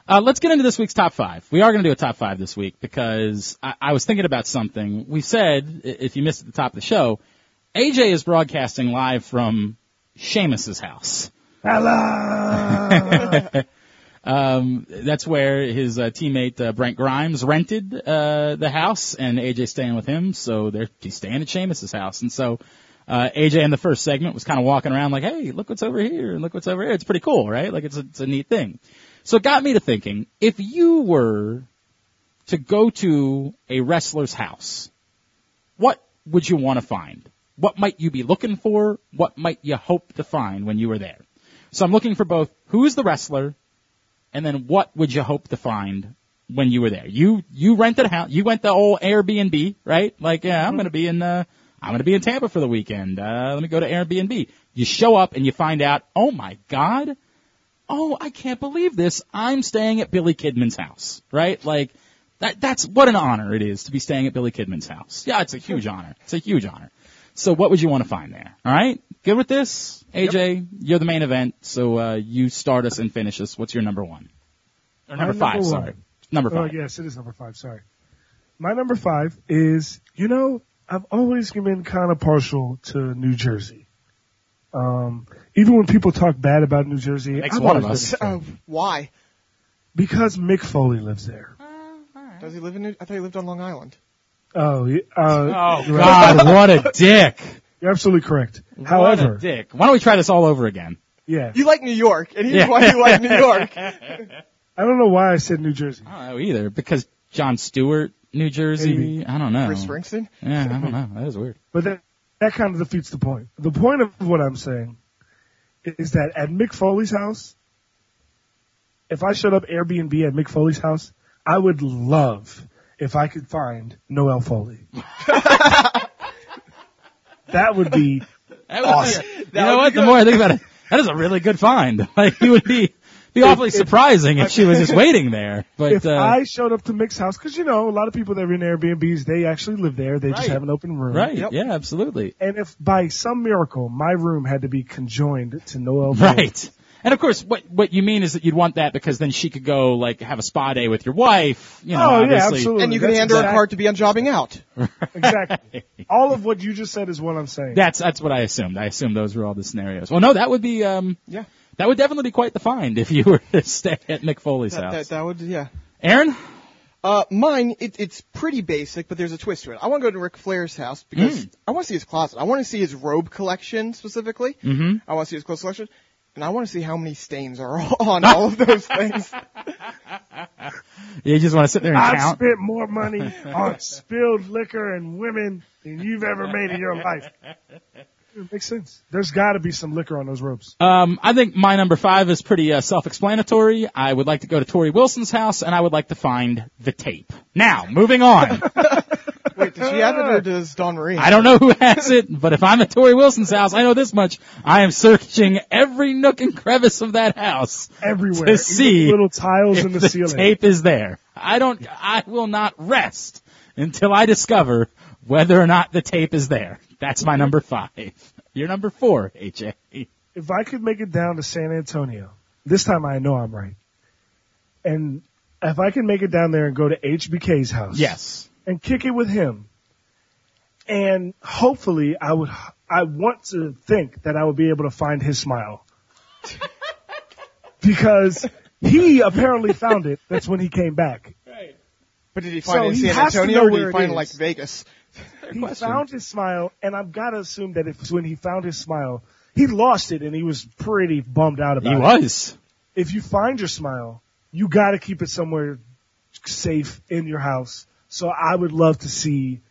[SPEAKER 2] Uh, let's get into this week's top five. We are going to do a top five this week because I, I was thinking about something. We said, i- if you missed at the top of the show, AJ is broadcasting live from Seamus's house. um, that's where his uh, teammate uh, Brent Grimes rented uh, the house, and AJ staying with him. So they're he's staying at Seamus's house, and so uh, AJ in the first segment was kind of walking around like, "Hey, look what's over here, and look what's over here." It's pretty cool, right? Like it's a, it's a neat thing. So it got me to thinking: if you were to go to a wrestler's house, what would you want to find? What might you be looking for? What might you hope to find when you were there? So I'm looking for both who's the wrestler and then what would you hope to find when you were there? You you rented a house, you went the old Airbnb, right? Like, yeah, I'm gonna be in uh I'm gonna be in Tampa for the weekend. Uh let me go to Airbnb. You show up and you find out, oh my god, oh I can't believe this. I'm staying at Billy Kidman's house, right? Like that that's what an honor it is to be staying at Billy Kidman's house. Yeah, it's a huge honor. It's a huge honor. So what would you want to find there? All right, good with this, AJ. You're the main event, so uh, you start us and finish us. What's your number one or number
[SPEAKER 3] My
[SPEAKER 2] five?
[SPEAKER 3] number
[SPEAKER 2] sorry,
[SPEAKER 3] one.
[SPEAKER 2] number
[SPEAKER 3] Oh,
[SPEAKER 2] five.
[SPEAKER 3] yes, it is number five. Sorry. My number five is, you know, I've always been kind of partial to New Jersey. Um, even when people talk bad about New Jersey,
[SPEAKER 2] Makes
[SPEAKER 3] I've
[SPEAKER 2] one of
[SPEAKER 3] always
[SPEAKER 2] us.
[SPEAKER 3] been-
[SPEAKER 4] Oh, why?
[SPEAKER 3] because Mick Foley lives there.
[SPEAKER 4] Does he live in? New- I thought he lived on Long Island.
[SPEAKER 3] Oh, y- uh,
[SPEAKER 2] Oh God, what a dick!
[SPEAKER 3] you're absolutely correct.
[SPEAKER 2] what
[SPEAKER 3] However,
[SPEAKER 2] a dick. Why don't we try this all over again?
[SPEAKER 3] yeah,
[SPEAKER 4] You like New York, and here's
[SPEAKER 2] Yeah.
[SPEAKER 4] why you like New York.
[SPEAKER 3] I don't know why I said New Jersey.
[SPEAKER 2] I don't know either because John Stewart, New Jersey.
[SPEAKER 3] Maybe.
[SPEAKER 2] I don't know.
[SPEAKER 3] Oh.
[SPEAKER 4] Bruce Springsteen.
[SPEAKER 2] Yeah, I don't know. That is weird.
[SPEAKER 3] But that, that kind of defeats the point. The point of what I'm saying is that at Mick Foley's house, if I showed up Airbnb at Mick Foley's house, I would love if I could find Noel Foley. that would be
[SPEAKER 2] That would be-
[SPEAKER 3] Awesome.
[SPEAKER 2] you know
[SPEAKER 4] would
[SPEAKER 2] what?
[SPEAKER 4] be
[SPEAKER 2] The more I think about it, that is a really good find. Like you would be be awfully surprising if she was just waiting there. But
[SPEAKER 3] if
[SPEAKER 2] uh,
[SPEAKER 3] I showed up to Mick's house, because you know a lot of people that are in Airbnbs, they actually live there. They
[SPEAKER 2] Right.
[SPEAKER 3] just have an open room.
[SPEAKER 2] right?
[SPEAKER 4] Yep.
[SPEAKER 2] Yeah, absolutely.
[SPEAKER 3] And if by some miracle my room had to be conjoined to Noel Foley,
[SPEAKER 2] Right. And of course, what what you mean is that you'd want that because then she could go like have a spa day with your wife. You know,
[SPEAKER 3] Oh
[SPEAKER 2] obviously.
[SPEAKER 3] yeah, absolutely.
[SPEAKER 4] And you can
[SPEAKER 3] That's
[SPEAKER 4] hand her a
[SPEAKER 3] exact-
[SPEAKER 4] card to be on jobbing out.
[SPEAKER 3] Exactly. All of what you just said is what I'm saying.
[SPEAKER 2] That's that's what I assumed. I assumed those were all the scenarios. Well, no, that would be um
[SPEAKER 4] Yeah.
[SPEAKER 2] that would definitely be quite the find if you were to stay at Mick Foley's
[SPEAKER 4] That,
[SPEAKER 2] house.
[SPEAKER 4] that, that would, yeah.
[SPEAKER 2] Aaron,
[SPEAKER 4] Uh, mine, it, it's pretty basic, but there's a twist to it. I want to go to Ric Flair's house because I want to see his closet. I want to see his robe collection specifically. Mm-hmm. I want to see his clothes collection. And I want to see how many stains are on all of those things.
[SPEAKER 2] you just want to sit there and
[SPEAKER 3] I've
[SPEAKER 2] count.
[SPEAKER 3] spent more money on spilled liquor and women than you've ever made in your life. It makes sense. There's got to be some liquor on those ropes.
[SPEAKER 2] Um, I think my number five is pretty uh, self-explanatory. I would like to go to Tori Wilson's house, and I would like to find the tape. Now, moving on.
[SPEAKER 4] Wait, does she have it or does Don Marie?
[SPEAKER 2] I don't know who has it, but if I'm at Tori Wilson's house, I know this much: I am searching every nook and crevice of that house
[SPEAKER 3] Everywhere.
[SPEAKER 2] to
[SPEAKER 3] Even
[SPEAKER 2] see
[SPEAKER 3] little tiles
[SPEAKER 2] if
[SPEAKER 3] in the,
[SPEAKER 2] the
[SPEAKER 3] ceiling.
[SPEAKER 2] tape is there. I don't. I will not rest until I discover whether or not the tape is there. That's my number five. Your number four, AJ.
[SPEAKER 3] If I could make it down to San Antonio, this time I know I'm right. And if I can make it down there and go to HBK's house.
[SPEAKER 2] Yes.
[SPEAKER 3] and kick it with him. And hopefully I would, I want to think that I would be able to find his smile. because he apparently found it. That's when he came back.
[SPEAKER 4] But did he find
[SPEAKER 3] So
[SPEAKER 4] it in
[SPEAKER 3] he
[SPEAKER 4] San
[SPEAKER 3] has to
[SPEAKER 4] Antonio
[SPEAKER 3] know
[SPEAKER 4] or did
[SPEAKER 3] where
[SPEAKER 4] he
[SPEAKER 3] it
[SPEAKER 4] find it
[SPEAKER 3] is.
[SPEAKER 4] like Vegas?
[SPEAKER 3] He found his smile and I've got to assume that it's when he found his smile, he lost it and he was pretty bummed out about
[SPEAKER 2] He
[SPEAKER 3] it.
[SPEAKER 2] was.
[SPEAKER 3] If you find your smile, you got to keep it somewhere safe in your house. So I would love to see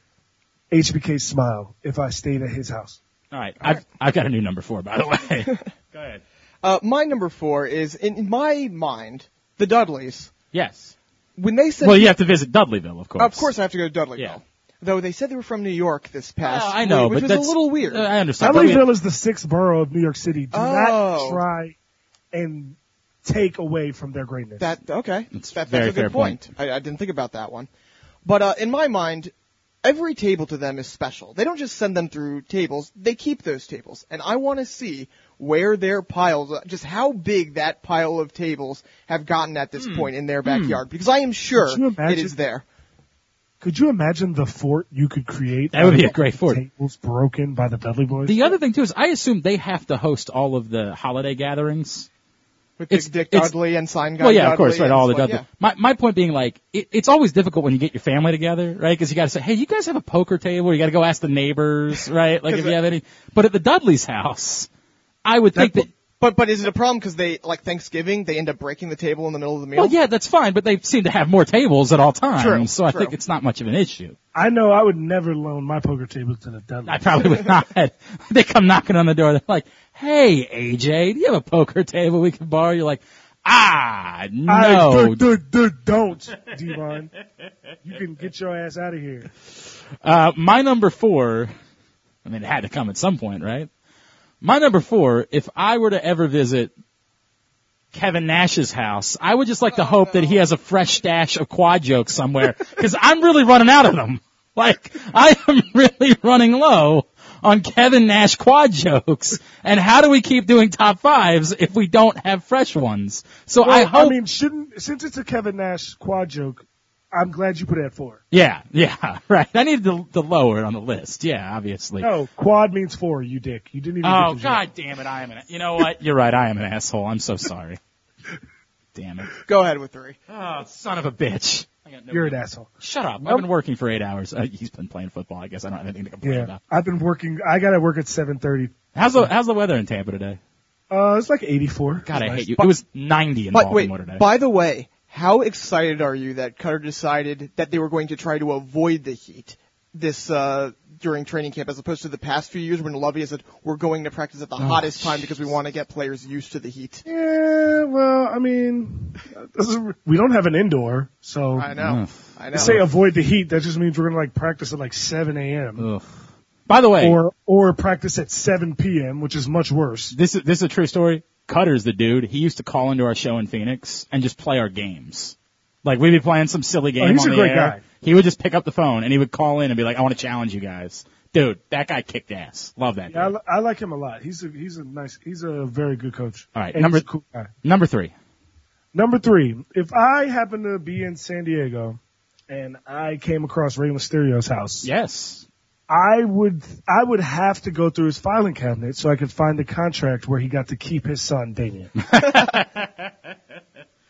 [SPEAKER 3] HBK's smile if I stayed at his house.
[SPEAKER 2] All right. I've I've got a new number four, by the way. Go ahead.
[SPEAKER 4] Uh, my number four is, in, in my mind, the Dudleys.
[SPEAKER 2] Yes.
[SPEAKER 4] When they said
[SPEAKER 2] Well, you have to visit Dudleyville, of course.
[SPEAKER 4] Of course, I have to go to Dudleyville.
[SPEAKER 2] Yeah.
[SPEAKER 4] Though they said they were from New York this past.
[SPEAKER 2] Well, I know,
[SPEAKER 4] week,
[SPEAKER 2] but
[SPEAKER 4] which
[SPEAKER 2] that's
[SPEAKER 4] was a little weird.
[SPEAKER 2] uh, I understand. But we-
[SPEAKER 3] Dudleyville is the sixth borough of New York City. Do
[SPEAKER 4] Oh.
[SPEAKER 3] not try and take away from their greatness.
[SPEAKER 4] that okay.
[SPEAKER 2] That's
[SPEAKER 4] that,
[SPEAKER 2] very
[SPEAKER 4] that's a good
[SPEAKER 2] fair point.
[SPEAKER 4] point. I, I didn't think about that one. But uh, in my mind, every table to them is special. They don't just send them through tables; they keep those tables. And I want to see where their piles, uh, just how big that pile of tables have gotten at
[SPEAKER 2] Hmm.
[SPEAKER 4] this point in their backyard, because I am sure
[SPEAKER 3] Could you
[SPEAKER 4] it
[SPEAKER 3] imagine-
[SPEAKER 4] is there.
[SPEAKER 3] Could you imagine the fort you could create?
[SPEAKER 2] That would be
[SPEAKER 3] out of
[SPEAKER 2] a great fort.
[SPEAKER 3] Tables broken by the Dudley Boys.
[SPEAKER 2] The other thing too is I assume they have to host all of the holiday gatherings.
[SPEAKER 4] With
[SPEAKER 2] It's-
[SPEAKER 4] Big Dick
[SPEAKER 2] it's-
[SPEAKER 4] Dudley and Sign Guy.
[SPEAKER 2] Well, yeah,
[SPEAKER 4] Dudley
[SPEAKER 2] of course, right.
[SPEAKER 4] and
[SPEAKER 2] All the
[SPEAKER 4] it's like,
[SPEAKER 2] Dudley. My my point being, like, it, it's always difficult when you get your family together, right? Because you got to say, hey, you guys have a poker table. You got to go ask the neighbors, right? Like, if you have any. But at the Dudley's house, I would think that.
[SPEAKER 4] yeah. But but is it a problem because they like Thanksgiving they end up breaking the table in the middle of the meal?
[SPEAKER 2] Well, yeah, that's fine, but they seem to have more tables at all times,
[SPEAKER 4] True,
[SPEAKER 2] so I
[SPEAKER 4] true.
[SPEAKER 2] think it's not much of an issue.
[SPEAKER 3] I know I would never loan my poker table to the devil.
[SPEAKER 2] I probably would not. they come knocking on the door. They're like, "Hey, AJ, do you have a poker table we can borrow?" You're like, "Ah,
[SPEAKER 3] I
[SPEAKER 2] no."
[SPEAKER 3] d- d- d- don't, Devon. You can get your ass out of here.
[SPEAKER 2] Uh, my number four. I mean, it had to come at some point, right? My number four. If I were to ever visit Kevin Nash's house, I would just like
[SPEAKER 3] Oh,
[SPEAKER 2] to hope that he has a fresh stash of quad jokes somewhere, because I'm really running out of them. Like, I am really running low on Kevin Nash quad jokes. And how do we keep doing top fives if we don't have fresh ones? So
[SPEAKER 3] Well,
[SPEAKER 2] I hope.
[SPEAKER 3] mean, shouldn't since it's a Kevin Nash quad joke, I'm glad you put it at four.
[SPEAKER 2] yeah, yeah, right. I needed to, to lower it on the list. Yeah, obviously.
[SPEAKER 3] No, quad means four. You dick. You didn't even.
[SPEAKER 2] Oh
[SPEAKER 3] get the
[SPEAKER 2] God damn it! I am an. You know what? You're right. I am an asshole. I'm so sorry. damn it!
[SPEAKER 4] Go ahead with three.
[SPEAKER 2] Oh, son of a bitch! I got no-
[SPEAKER 3] Joke. You're an asshole.
[SPEAKER 2] Shut up! I've been working for eight hours. Uh, he's been playing football. I guess I don't have anything to complain
[SPEAKER 3] Yeah,
[SPEAKER 2] about.
[SPEAKER 3] I've been working. I gotta work at seven thirty.
[SPEAKER 2] How's the How's the weather in Tampa today?
[SPEAKER 3] Uh, it's like eighty-four.
[SPEAKER 2] God, I hate you.
[SPEAKER 4] But-
[SPEAKER 2] it was 90 in
[SPEAKER 4] But wait,
[SPEAKER 2] Baltimore today.
[SPEAKER 4] by the way, how excited are you that Cutter decided that they were going to try to avoid the heat this uh during training camp as opposed to the past few years when Lovey has said we're going to practice at the hottest time because we want to get players used to the heat.
[SPEAKER 3] Oh, Yeah, well, I mean, this is, we don't have an indoor, so
[SPEAKER 4] I know. I know.
[SPEAKER 3] say avoid the heat. That just means we're gonna like practice at like seven a.m.
[SPEAKER 2] Ugh. By the way,
[SPEAKER 3] or or practice at seven p.m., which is much worse.
[SPEAKER 2] this is this is a true story. Cutter's the dude. He used to call into our show in Phoenix and just play our games. Like we'd be playing some silly game
[SPEAKER 3] Oh, he's
[SPEAKER 2] on
[SPEAKER 3] a
[SPEAKER 2] the
[SPEAKER 3] great
[SPEAKER 2] air.
[SPEAKER 3] guy.
[SPEAKER 2] He would just pick up the phone and he would call in and be like, "I want to challenge you guys." Dude, that guy kicked ass. Love that.
[SPEAKER 3] Yeah, I,
[SPEAKER 2] dude.
[SPEAKER 3] li- I like him a lot. He's a he's a nice he's a very good coach.
[SPEAKER 2] All right,
[SPEAKER 3] And
[SPEAKER 2] number-
[SPEAKER 3] he's a cool guy.
[SPEAKER 2] Number three.
[SPEAKER 3] Number three, if I happen to be in San Diego and I came across Rey Mysterio's house,
[SPEAKER 2] Yes.
[SPEAKER 3] I would I would have to go through his filing cabinet so I could find the contract where he got to keep his son Damien.
[SPEAKER 2] Because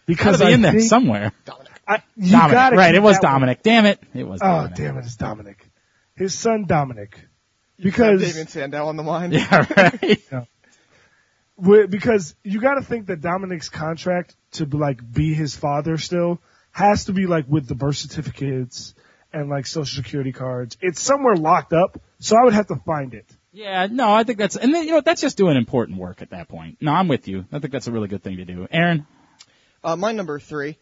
[SPEAKER 3] because
[SPEAKER 2] be
[SPEAKER 3] I
[SPEAKER 2] in there
[SPEAKER 3] think-
[SPEAKER 2] somewhere.
[SPEAKER 3] I, you
[SPEAKER 2] Dominic.
[SPEAKER 3] gotta
[SPEAKER 2] right,
[SPEAKER 3] keep
[SPEAKER 2] it was
[SPEAKER 3] that one.
[SPEAKER 2] Dominic. Damn it. It was
[SPEAKER 3] Oh
[SPEAKER 2] Dominic.
[SPEAKER 3] damn it, it's Dominic. His son Dominic.
[SPEAKER 4] Have
[SPEAKER 3] Because
[SPEAKER 4] Damien Sandow on the line.
[SPEAKER 2] Yeah, right.
[SPEAKER 3] Wh- because you got to think that Dominic's contract to be, like be his father still has to be like with the birth certificates and like social security cards. It's somewhere locked up, so I would have to find it.
[SPEAKER 2] Yeah, no, I think that's, and then, you know, that's just doing important work at that point. No, I'm with you. I think that's a really good thing to do. Aaron?
[SPEAKER 4] Uh, my number three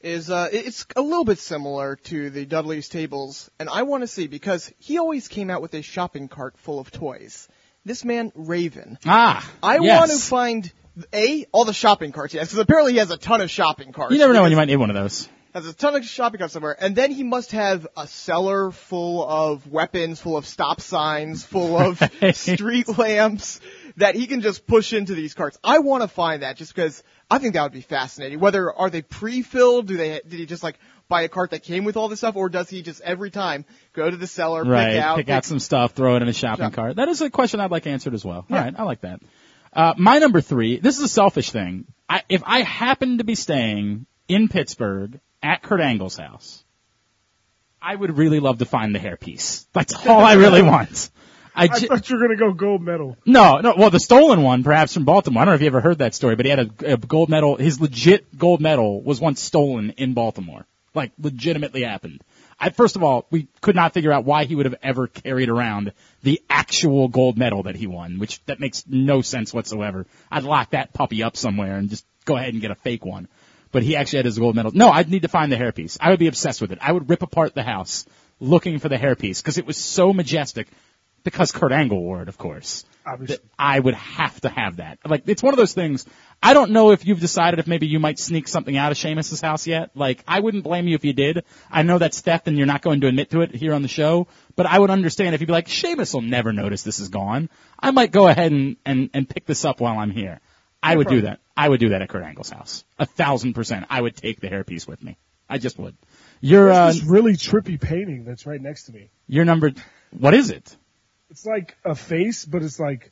[SPEAKER 4] is uh, it- it's a little bit similar to the Dudley's tables, and I want to see because he always came out with a shopping cart full of toys. This man Raven,
[SPEAKER 2] Ah.
[SPEAKER 4] I
[SPEAKER 2] yes.
[SPEAKER 4] want to find a all the shopping carts he has because apparently he has a ton of shopping carts.
[SPEAKER 2] You never know when
[SPEAKER 4] because
[SPEAKER 2] you might need one of those.
[SPEAKER 4] Has a ton of shopping carts somewhere, and then he must have a cellar full of weapons, full of stop signs, full of
[SPEAKER 2] Right.
[SPEAKER 4] street lamps that he can just push into these carts. I want to find that just because I think that would be fascinating. Whether are they pre-filled? Do they did he just like buy a cart that came with all this stuff, or does he just every time go to the cellar,
[SPEAKER 2] Right.
[SPEAKER 4] pick out,
[SPEAKER 2] some stuff, throw it in a shopping cart. That is a question I'd like answered as well. All right, I like that. Uh, my number three. This is a selfish thing. I, if I happen to be staying in Pittsburgh at Kurt Angle's house, I would really love to find the hairpiece. That's all I really want. I,
[SPEAKER 3] I
[SPEAKER 2] ju-
[SPEAKER 3] thought you were gonna go gold medal.
[SPEAKER 2] no, no. Well, the stolen one, perhaps from Baltimore. I don't know if you ever heard that story, but he had a, a gold medal. His legit gold medal was once stolen in Baltimore. Like, legitimately happened. I, first of all, we could not figure out why he would have ever carried around the actual gold medal that he won, which that makes no sense whatsoever. I'd lock that puppy up somewhere and just go ahead and get a fake one. But he actually had his gold medal. No, I'd need to find the hairpiece. I would be obsessed with it. I would rip apart the house looking for the hairpiece because it was so majestic. Because Kurt Angle wore it, of course
[SPEAKER 3] Obviously,
[SPEAKER 2] that I would have to have that. Like, it's one of those things. I don't know if you've decided if maybe you might sneak something out of Seamus's house yet. Like, I wouldn't blame you if you did. I know that's theft and you're not going to admit to it here on the show, but I would understand if you'd be like, Seamus will never notice this is gone. I might go ahead and, and, and pick this up while I'm here. I would do that. I would do that at Kurt Angle's house. A thousand percent. I would take the hairpiece with me. I just would. Your, uh,
[SPEAKER 3] There's this really trippy painting that's right next to me.
[SPEAKER 2] your number, what is it?
[SPEAKER 3] It's like a face, but it's like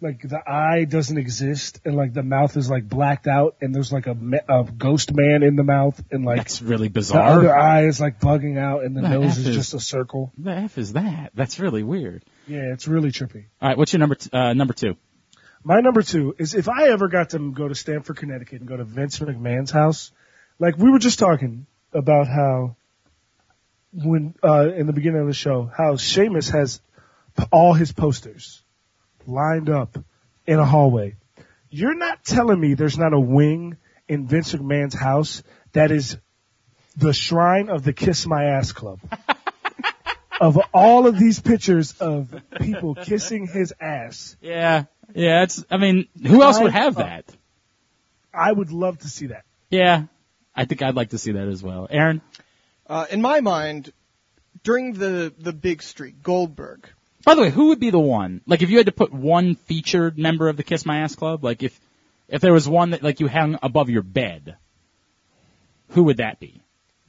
[SPEAKER 3] like the eye doesn't exist and like the mouth is like blacked out and there's like a, me- a ghost man in the mouth and like
[SPEAKER 2] That's really
[SPEAKER 3] the
[SPEAKER 2] bizarre.
[SPEAKER 3] other eye is like bugging out and the
[SPEAKER 2] That F
[SPEAKER 3] nose is
[SPEAKER 2] is-
[SPEAKER 3] just a circle.
[SPEAKER 2] the F is that? That's really weird.
[SPEAKER 3] Yeah, it's really trippy.
[SPEAKER 2] All right, what's your number t- uh, number two?
[SPEAKER 3] My number two is if I ever got to go to Stamford, Connecticut and go to Vince McMahon's house, like we were just talking about how when, uh, in the beginning of the show, how Seamus has p- all his posters lined up in a hallway. You're not telling me there's not a wing in Vince McMahon's house that is the shrine of the Kiss My Ass Club. of all of these pictures of people kissing his ass,
[SPEAKER 2] Yeah. Yeah, it's, I mean, who else would have that?
[SPEAKER 3] I would love to see that.
[SPEAKER 2] Yeah. I think I'd like to see that as well. Aaron?
[SPEAKER 4] Uh, in my mind, during the the big streak, Goldberg.
[SPEAKER 2] By the way, who would be the one? Like, if you had to put one featured member of the Kiss My Ass Club, like if if there was one that like you hung above your bed, who would that be?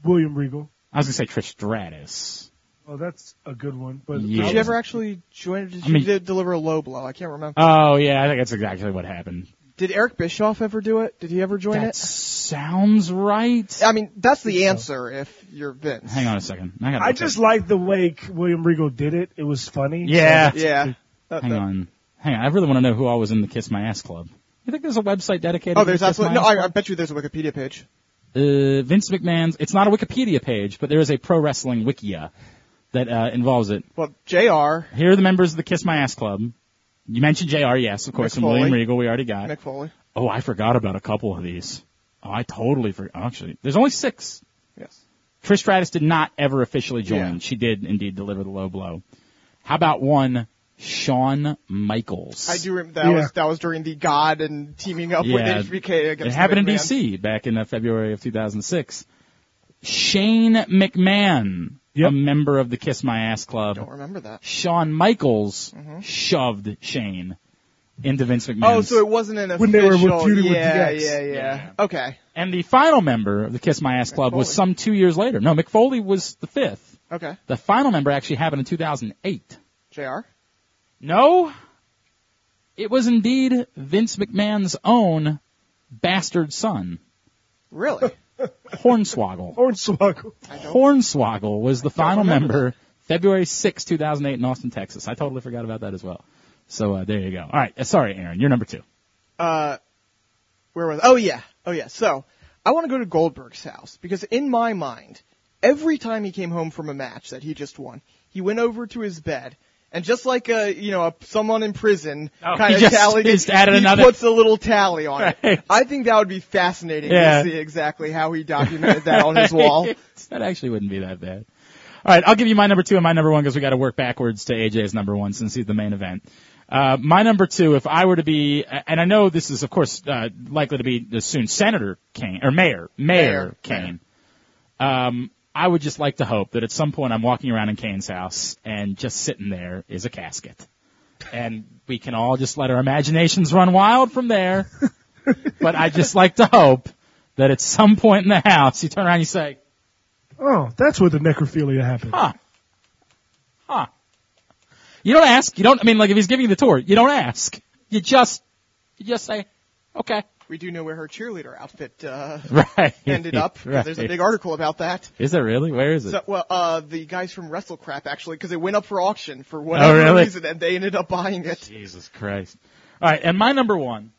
[SPEAKER 3] William Regal.
[SPEAKER 2] I was gonna say Trish Stratus.
[SPEAKER 3] Oh, that's a good one. But
[SPEAKER 2] Yeah.
[SPEAKER 4] Did you ever actually join? Did
[SPEAKER 2] I
[SPEAKER 4] you
[SPEAKER 2] mean-
[SPEAKER 4] de- deliver a low blow? I can't remember.
[SPEAKER 2] Oh yeah, I think that's exactly what happened.
[SPEAKER 4] Did Eric Bischoff ever do it? Did he ever join
[SPEAKER 2] That sounds right.
[SPEAKER 4] it? I mean, that's the answer if you're Vince.
[SPEAKER 2] Hang on a second. I, gotta
[SPEAKER 3] I
[SPEAKER 2] look
[SPEAKER 3] just
[SPEAKER 2] up-
[SPEAKER 3] like the way William Regal did it. It was funny.
[SPEAKER 2] yeah.
[SPEAKER 4] Yeah. Uh, That-
[SPEAKER 2] Hang
[SPEAKER 4] that-
[SPEAKER 2] on. Hang on. I really want to know who all was in the Kiss My Ass Club. You think there's a website dedicated?
[SPEAKER 4] Oh,
[SPEAKER 2] to the
[SPEAKER 4] there's
[SPEAKER 2] Kiss My
[SPEAKER 4] absolutely no.
[SPEAKER 2] Ass
[SPEAKER 4] I, I
[SPEAKER 2] Club?
[SPEAKER 4] bet you there's a Wikipedia page.
[SPEAKER 2] uh, Vince McMahon's. It's not a Wikipedia page, but there is a pro wrestling wikia that uh, involves it.
[SPEAKER 4] Well, Jr.
[SPEAKER 2] Here are the members of the Kiss My Ass Club. You mentioned JR, yes, of course,
[SPEAKER 4] Mick
[SPEAKER 2] and William
[SPEAKER 4] Foley.
[SPEAKER 2] Regal. We already got.
[SPEAKER 4] Mick Foley.
[SPEAKER 2] Oh, I forgot about a couple of these. Oh, I totally forgot. Actually, there's only six.
[SPEAKER 4] Yes.
[SPEAKER 2] Trish Stratus did not ever officially join.
[SPEAKER 4] Yeah.
[SPEAKER 2] She did indeed deliver the low blow. How about one Shawn Michaels?
[SPEAKER 4] I do remember that
[SPEAKER 3] Yeah.
[SPEAKER 4] was that was during the God and teaming up
[SPEAKER 2] Yeah.
[SPEAKER 4] with HBK against.
[SPEAKER 2] It happened in
[SPEAKER 4] Vince McMahon.
[SPEAKER 2] DC back in uh, February of 2006. Shane McMahon, a
[SPEAKER 3] Yep.
[SPEAKER 2] member of the Kiss My Ass Club,
[SPEAKER 4] Don't remember that.
[SPEAKER 2] Shawn Michaels shoved Shane into Vince McMahon's.
[SPEAKER 4] Mm-hmm. Oh, so it wasn't an official.
[SPEAKER 3] When they were feuding with
[SPEAKER 4] yeah,
[SPEAKER 3] DX.
[SPEAKER 4] yeah, yeah,
[SPEAKER 2] Yeah.
[SPEAKER 4] Okay,
[SPEAKER 2] and the final member of the Kiss My Ass Club was
[SPEAKER 4] Foley.
[SPEAKER 2] some two years later. No, McFoley was the fifth.
[SPEAKER 4] okay.
[SPEAKER 2] The final member actually happened in 2008.
[SPEAKER 4] Jr.
[SPEAKER 2] No, it was indeed Vince McMahon's own bastard son,
[SPEAKER 4] Really?
[SPEAKER 2] Hornswoggle.
[SPEAKER 3] Hornswoggle.
[SPEAKER 2] Hornswoggle was the final member, February sixth, two 2008 in Austin, Texas. I totally forgot about that as well. So uh, there you go. All right, uh, sorry, Aaron, you're number two.
[SPEAKER 4] uh, where was? Oh yeah, oh yeah. So I want to go to Goldberg's house because in my mind, every time he came home from a match that he just won, he went over to his bed. And just like a, you know, a, someone in prison
[SPEAKER 2] Oh,
[SPEAKER 4] kind
[SPEAKER 2] he
[SPEAKER 4] of
[SPEAKER 2] just-
[SPEAKER 4] tally,
[SPEAKER 2] he just added
[SPEAKER 4] he
[SPEAKER 2] another-
[SPEAKER 4] puts a little tally on
[SPEAKER 2] Right.
[SPEAKER 4] it. I think that would be fascinating
[SPEAKER 2] Yeah.
[SPEAKER 4] to see exactly how he documented that on his wall.
[SPEAKER 2] that actually wouldn't be that bad. All right, I'll give you my number two and my number one because we got to work backwards to AJ's number one since he's the main event. Uh, my number two, if I were to be, and I know this is of course uh, likely to be the soon Senator Kane or Mayor Mayor,
[SPEAKER 4] Mayor,
[SPEAKER 2] Kane. Um, I would just like to hope that at some point I'm walking around in Kane's house and just sitting there is a casket, and we can all just let our imaginations run wild from there. but I just like to hope that at some point in the house you turn around and you say,
[SPEAKER 3] Oh, that's where the necrophilia happened.
[SPEAKER 2] Huh. Huh. You don't ask. You don't, I mean, like, if he's giving you the tour, you don't ask. You just, you just say, okay.
[SPEAKER 4] We do know where her cheerleader outfit uh,
[SPEAKER 2] Right.
[SPEAKER 4] ended up. 'cause There's a big article about that.
[SPEAKER 2] Is there really? Where is it?
[SPEAKER 4] So, well, uh, the guys from WrestleCrap actually, because it went up for auction for whatever
[SPEAKER 2] Oh, really?
[SPEAKER 4] reason, and they ended up buying it.
[SPEAKER 2] Jesus Christ. All right, and my number one,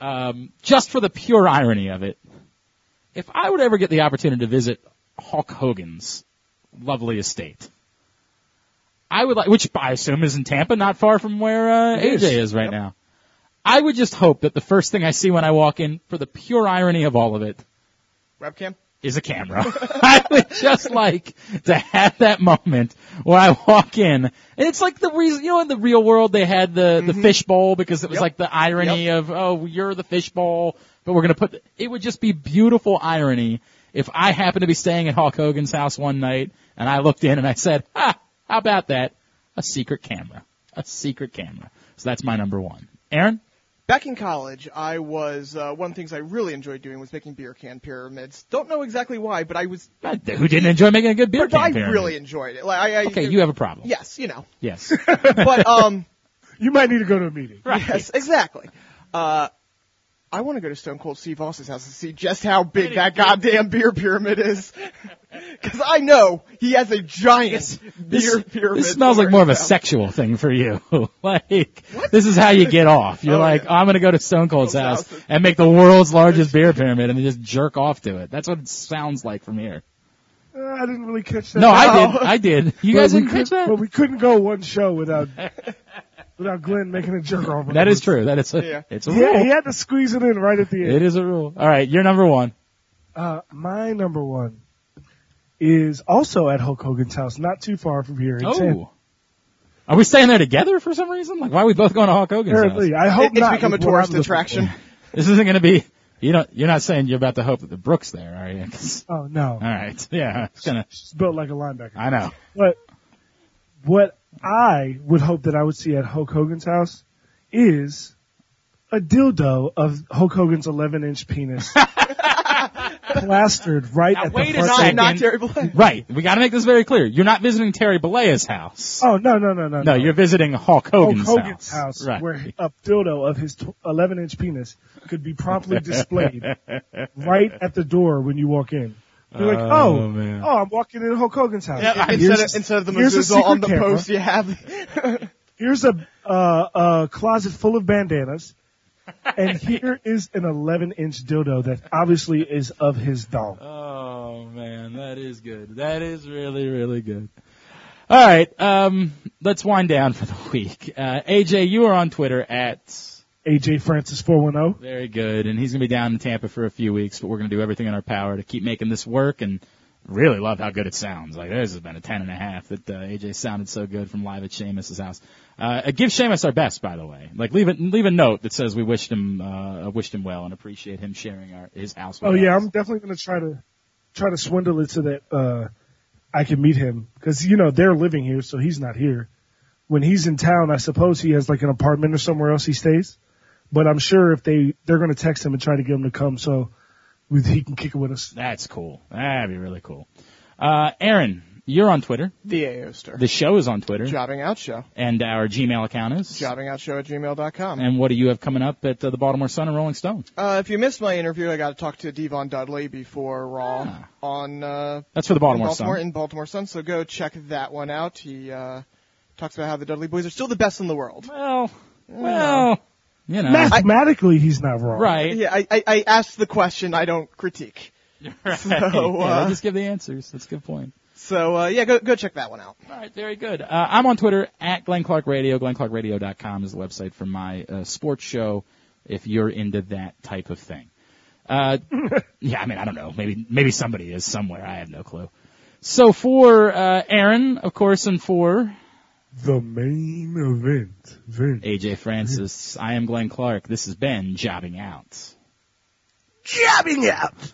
[SPEAKER 2] um, just for the pure irony of it, if I would ever get the opportunity to visit Hulk Hogan's lovely estate, I would like, which I assume is in Tampa, not far from where uh, AJ is,
[SPEAKER 3] It is.
[SPEAKER 2] right now. I would just hope that the first thing I see when I walk in, for the pure irony of all of it,
[SPEAKER 4] Webcam.
[SPEAKER 2] is a camera. I would just like to have that moment where I walk in, and it's like the reason, you know, in the real world they had the the fishbowl because it was
[SPEAKER 4] Yep.
[SPEAKER 2] like the irony of oh you're the fishbowl, but we're gonna put. the- It would just be beautiful irony if I happened to be staying at Hulk Hogan's house one night and I looked in and I said, ha, how about that? A secret camera, a secret camera. So that's my number one. Aaron,
[SPEAKER 4] Back in college, I was uh, one of the things I really enjoyed doing was making beer can pyramids. Don't know exactly why, but I was.
[SPEAKER 2] God, who didn't enjoy making a good beer?
[SPEAKER 4] But I
[SPEAKER 2] can pyramid?
[SPEAKER 4] really enjoyed it. Like, I, I,
[SPEAKER 2] Okay, you have a problem.
[SPEAKER 4] Yes, you know.
[SPEAKER 2] Yes.
[SPEAKER 4] But um,
[SPEAKER 3] You might need to go to a meeting.
[SPEAKER 2] Right.
[SPEAKER 4] yes, exactly. Uh, I want to go to Stone Cold Steve Austin's house and see just how big that goddamn beer pyramid is. Because I know he has a giant beer pyramid.
[SPEAKER 2] This smells like
[SPEAKER 4] for
[SPEAKER 2] more of a
[SPEAKER 4] himself.
[SPEAKER 2] sexual thing for you. like, this is how you get off. You're
[SPEAKER 4] Oh,
[SPEAKER 2] like,
[SPEAKER 4] yeah.
[SPEAKER 2] oh, I'm gonna go to Stone Cold's
[SPEAKER 4] Cold's
[SPEAKER 2] house
[SPEAKER 4] house.
[SPEAKER 2] and make the world's largest beer pyramid and just jerk off to it. That's what it sounds like from here.
[SPEAKER 3] Uh, I didn't really catch that.
[SPEAKER 2] No, I did. I did. You
[SPEAKER 3] But
[SPEAKER 2] guys
[SPEAKER 3] we
[SPEAKER 2] didn't catch
[SPEAKER 3] could- But
[SPEAKER 2] that?
[SPEAKER 3] we couldn't go one show without without Glenn making a jerk off.
[SPEAKER 2] That is true. That is a,
[SPEAKER 4] Yeah.
[SPEAKER 2] it's a rule.
[SPEAKER 3] Yeah, he had to squeeze it in right at the end.
[SPEAKER 2] It is a rule. All right, you're number one.
[SPEAKER 3] Uh, my number one is also at Hulk Hogan's house, not too far from here. in Tampa.
[SPEAKER 2] Oh. Are we staying there together for some reason? Like, why are we both going to Hulk Hogan's
[SPEAKER 3] apparently,
[SPEAKER 2] house?
[SPEAKER 3] I hope
[SPEAKER 4] It- it's
[SPEAKER 3] not
[SPEAKER 4] become a
[SPEAKER 3] is what I'm
[SPEAKER 4] tourist
[SPEAKER 3] looking
[SPEAKER 4] attraction.
[SPEAKER 2] This isn't going to be. You don't. You're not saying you're about to hope that the Brooks there, are you? 'Cause-
[SPEAKER 3] for. Oh no,
[SPEAKER 2] all right. Yeah. It's gonna.
[SPEAKER 3] she's built like a linebacker.
[SPEAKER 2] I know.
[SPEAKER 3] But what I would hope that I would see at Hulk Hogan's house is a dildo of Hulk Hogan's 11 inch penis plastered right at
[SPEAKER 2] wait
[SPEAKER 3] the
[SPEAKER 2] a
[SPEAKER 3] front.
[SPEAKER 4] Not,
[SPEAKER 2] second.
[SPEAKER 4] not Terry Black.
[SPEAKER 2] Right. We got to make this very clear. You're not visiting Terry Bollea's house.
[SPEAKER 3] Oh no no no no
[SPEAKER 2] No, you're visiting Hulk
[SPEAKER 3] Hulk
[SPEAKER 2] Hogan's,
[SPEAKER 3] Hogan's house,
[SPEAKER 2] Right.
[SPEAKER 3] where a dildo of his tw- 11 inch penis could be promptly displayed right at the door when you walk in. You're like,
[SPEAKER 2] Oh,
[SPEAKER 3] oh,
[SPEAKER 2] man.
[SPEAKER 3] oh, I'm walking in Hulk Hogan's house.
[SPEAKER 4] Instead of, instead of the
[SPEAKER 3] here's a
[SPEAKER 4] mezuzah on the
[SPEAKER 3] secret camera.
[SPEAKER 4] post, you have
[SPEAKER 3] here's a uh, a closet full of bandanas, and here is an 11 inch dildo that obviously is of his doll.
[SPEAKER 2] Oh man, that is good. That is really really good. All right, um, let's wind down for the week. Uh, AJ, you are on Twitter at
[SPEAKER 3] AJ Francis oh. 410.
[SPEAKER 2] Very good. And he's going to be down in Tampa for a few weeks, but we're going to do everything in our power to keep making this work and really love how good it sounds. Like, there's been a 10 and a half that uh, AJ sounded so good from live at Seamus' house. Uh, uh, give Seamus our best, by the way. Like, leave a, leave a note that says we wished him, uh, wished him well and appreciate him sharing our, his house with
[SPEAKER 3] Oh
[SPEAKER 2] us.
[SPEAKER 3] yeah, I'm definitely gonna try to try to swindle it so that uh I can meet him because you know they're living here, so he's not here. When he's in town, I suppose he has like an apartment or somewhere else he stays. But I'm sure if they they're gonna text him and try to get him to come, so we- he can kick it with us.
[SPEAKER 2] That's cool. That'd be really cool. Uh, Aaron, you're on Twitter.
[SPEAKER 4] the Aoster.
[SPEAKER 2] The show is on Twitter.
[SPEAKER 4] Jobbing Out Show.
[SPEAKER 2] And our Gmail account is.
[SPEAKER 4] Jobbing Out Show at gmail.com.
[SPEAKER 2] And what do you have coming up at uh, the Baltimore Sun and Rolling Stone?
[SPEAKER 4] Uh, if you missed my interview, I got to talk to Devon Dudley before Raw
[SPEAKER 3] Ah.
[SPEAKER 4] on uh,
[SPEAKER 2] That's for the Baltimore,
[SPEAKER 4] in Baltimore
[SPEAKER 2] Sun.
[SPEAKER 4] in Baltimore Sun. So go check that one out. He uh, talks about how the Dudley Boys are still the best in the world.
[SPEAKER 2] Well, well, you know,
[SPEAKER 3] Mathematically, he's not wrong.
[SPEAKER 2] right?
[SPEAKER 4] Yeah, I, I, I asked the question. I don't critique.
[SPEAKER 2] Right.
[SPEAKER 4] So,
[SPEAKER 2] Yeah, they'll
[SPEAKER 4] uh,
[SPEAKER 2] just give the answers. That's a good point.
[SPEAKER 4] So uh, yeah, go go check that one out.
[SPEAKER 2] All right, very good. Uh, I'm on Twitter at Glenn Clark Radio. GlennClarkRadio.com is the website for my uh, sports show. If you're into that type of thing, uh, yeah, I mean, I don't know. Maybe maybe somebody is somewhere. I have no clue. So for uh, Aaron, of course, and for
[SPEAKER 3] The main event. Vince.
[SPEAKER 2] AJ Francis, I am Glenn Clark. This has been Jobbing Out.
[SPEAKER 3] Jabbing out.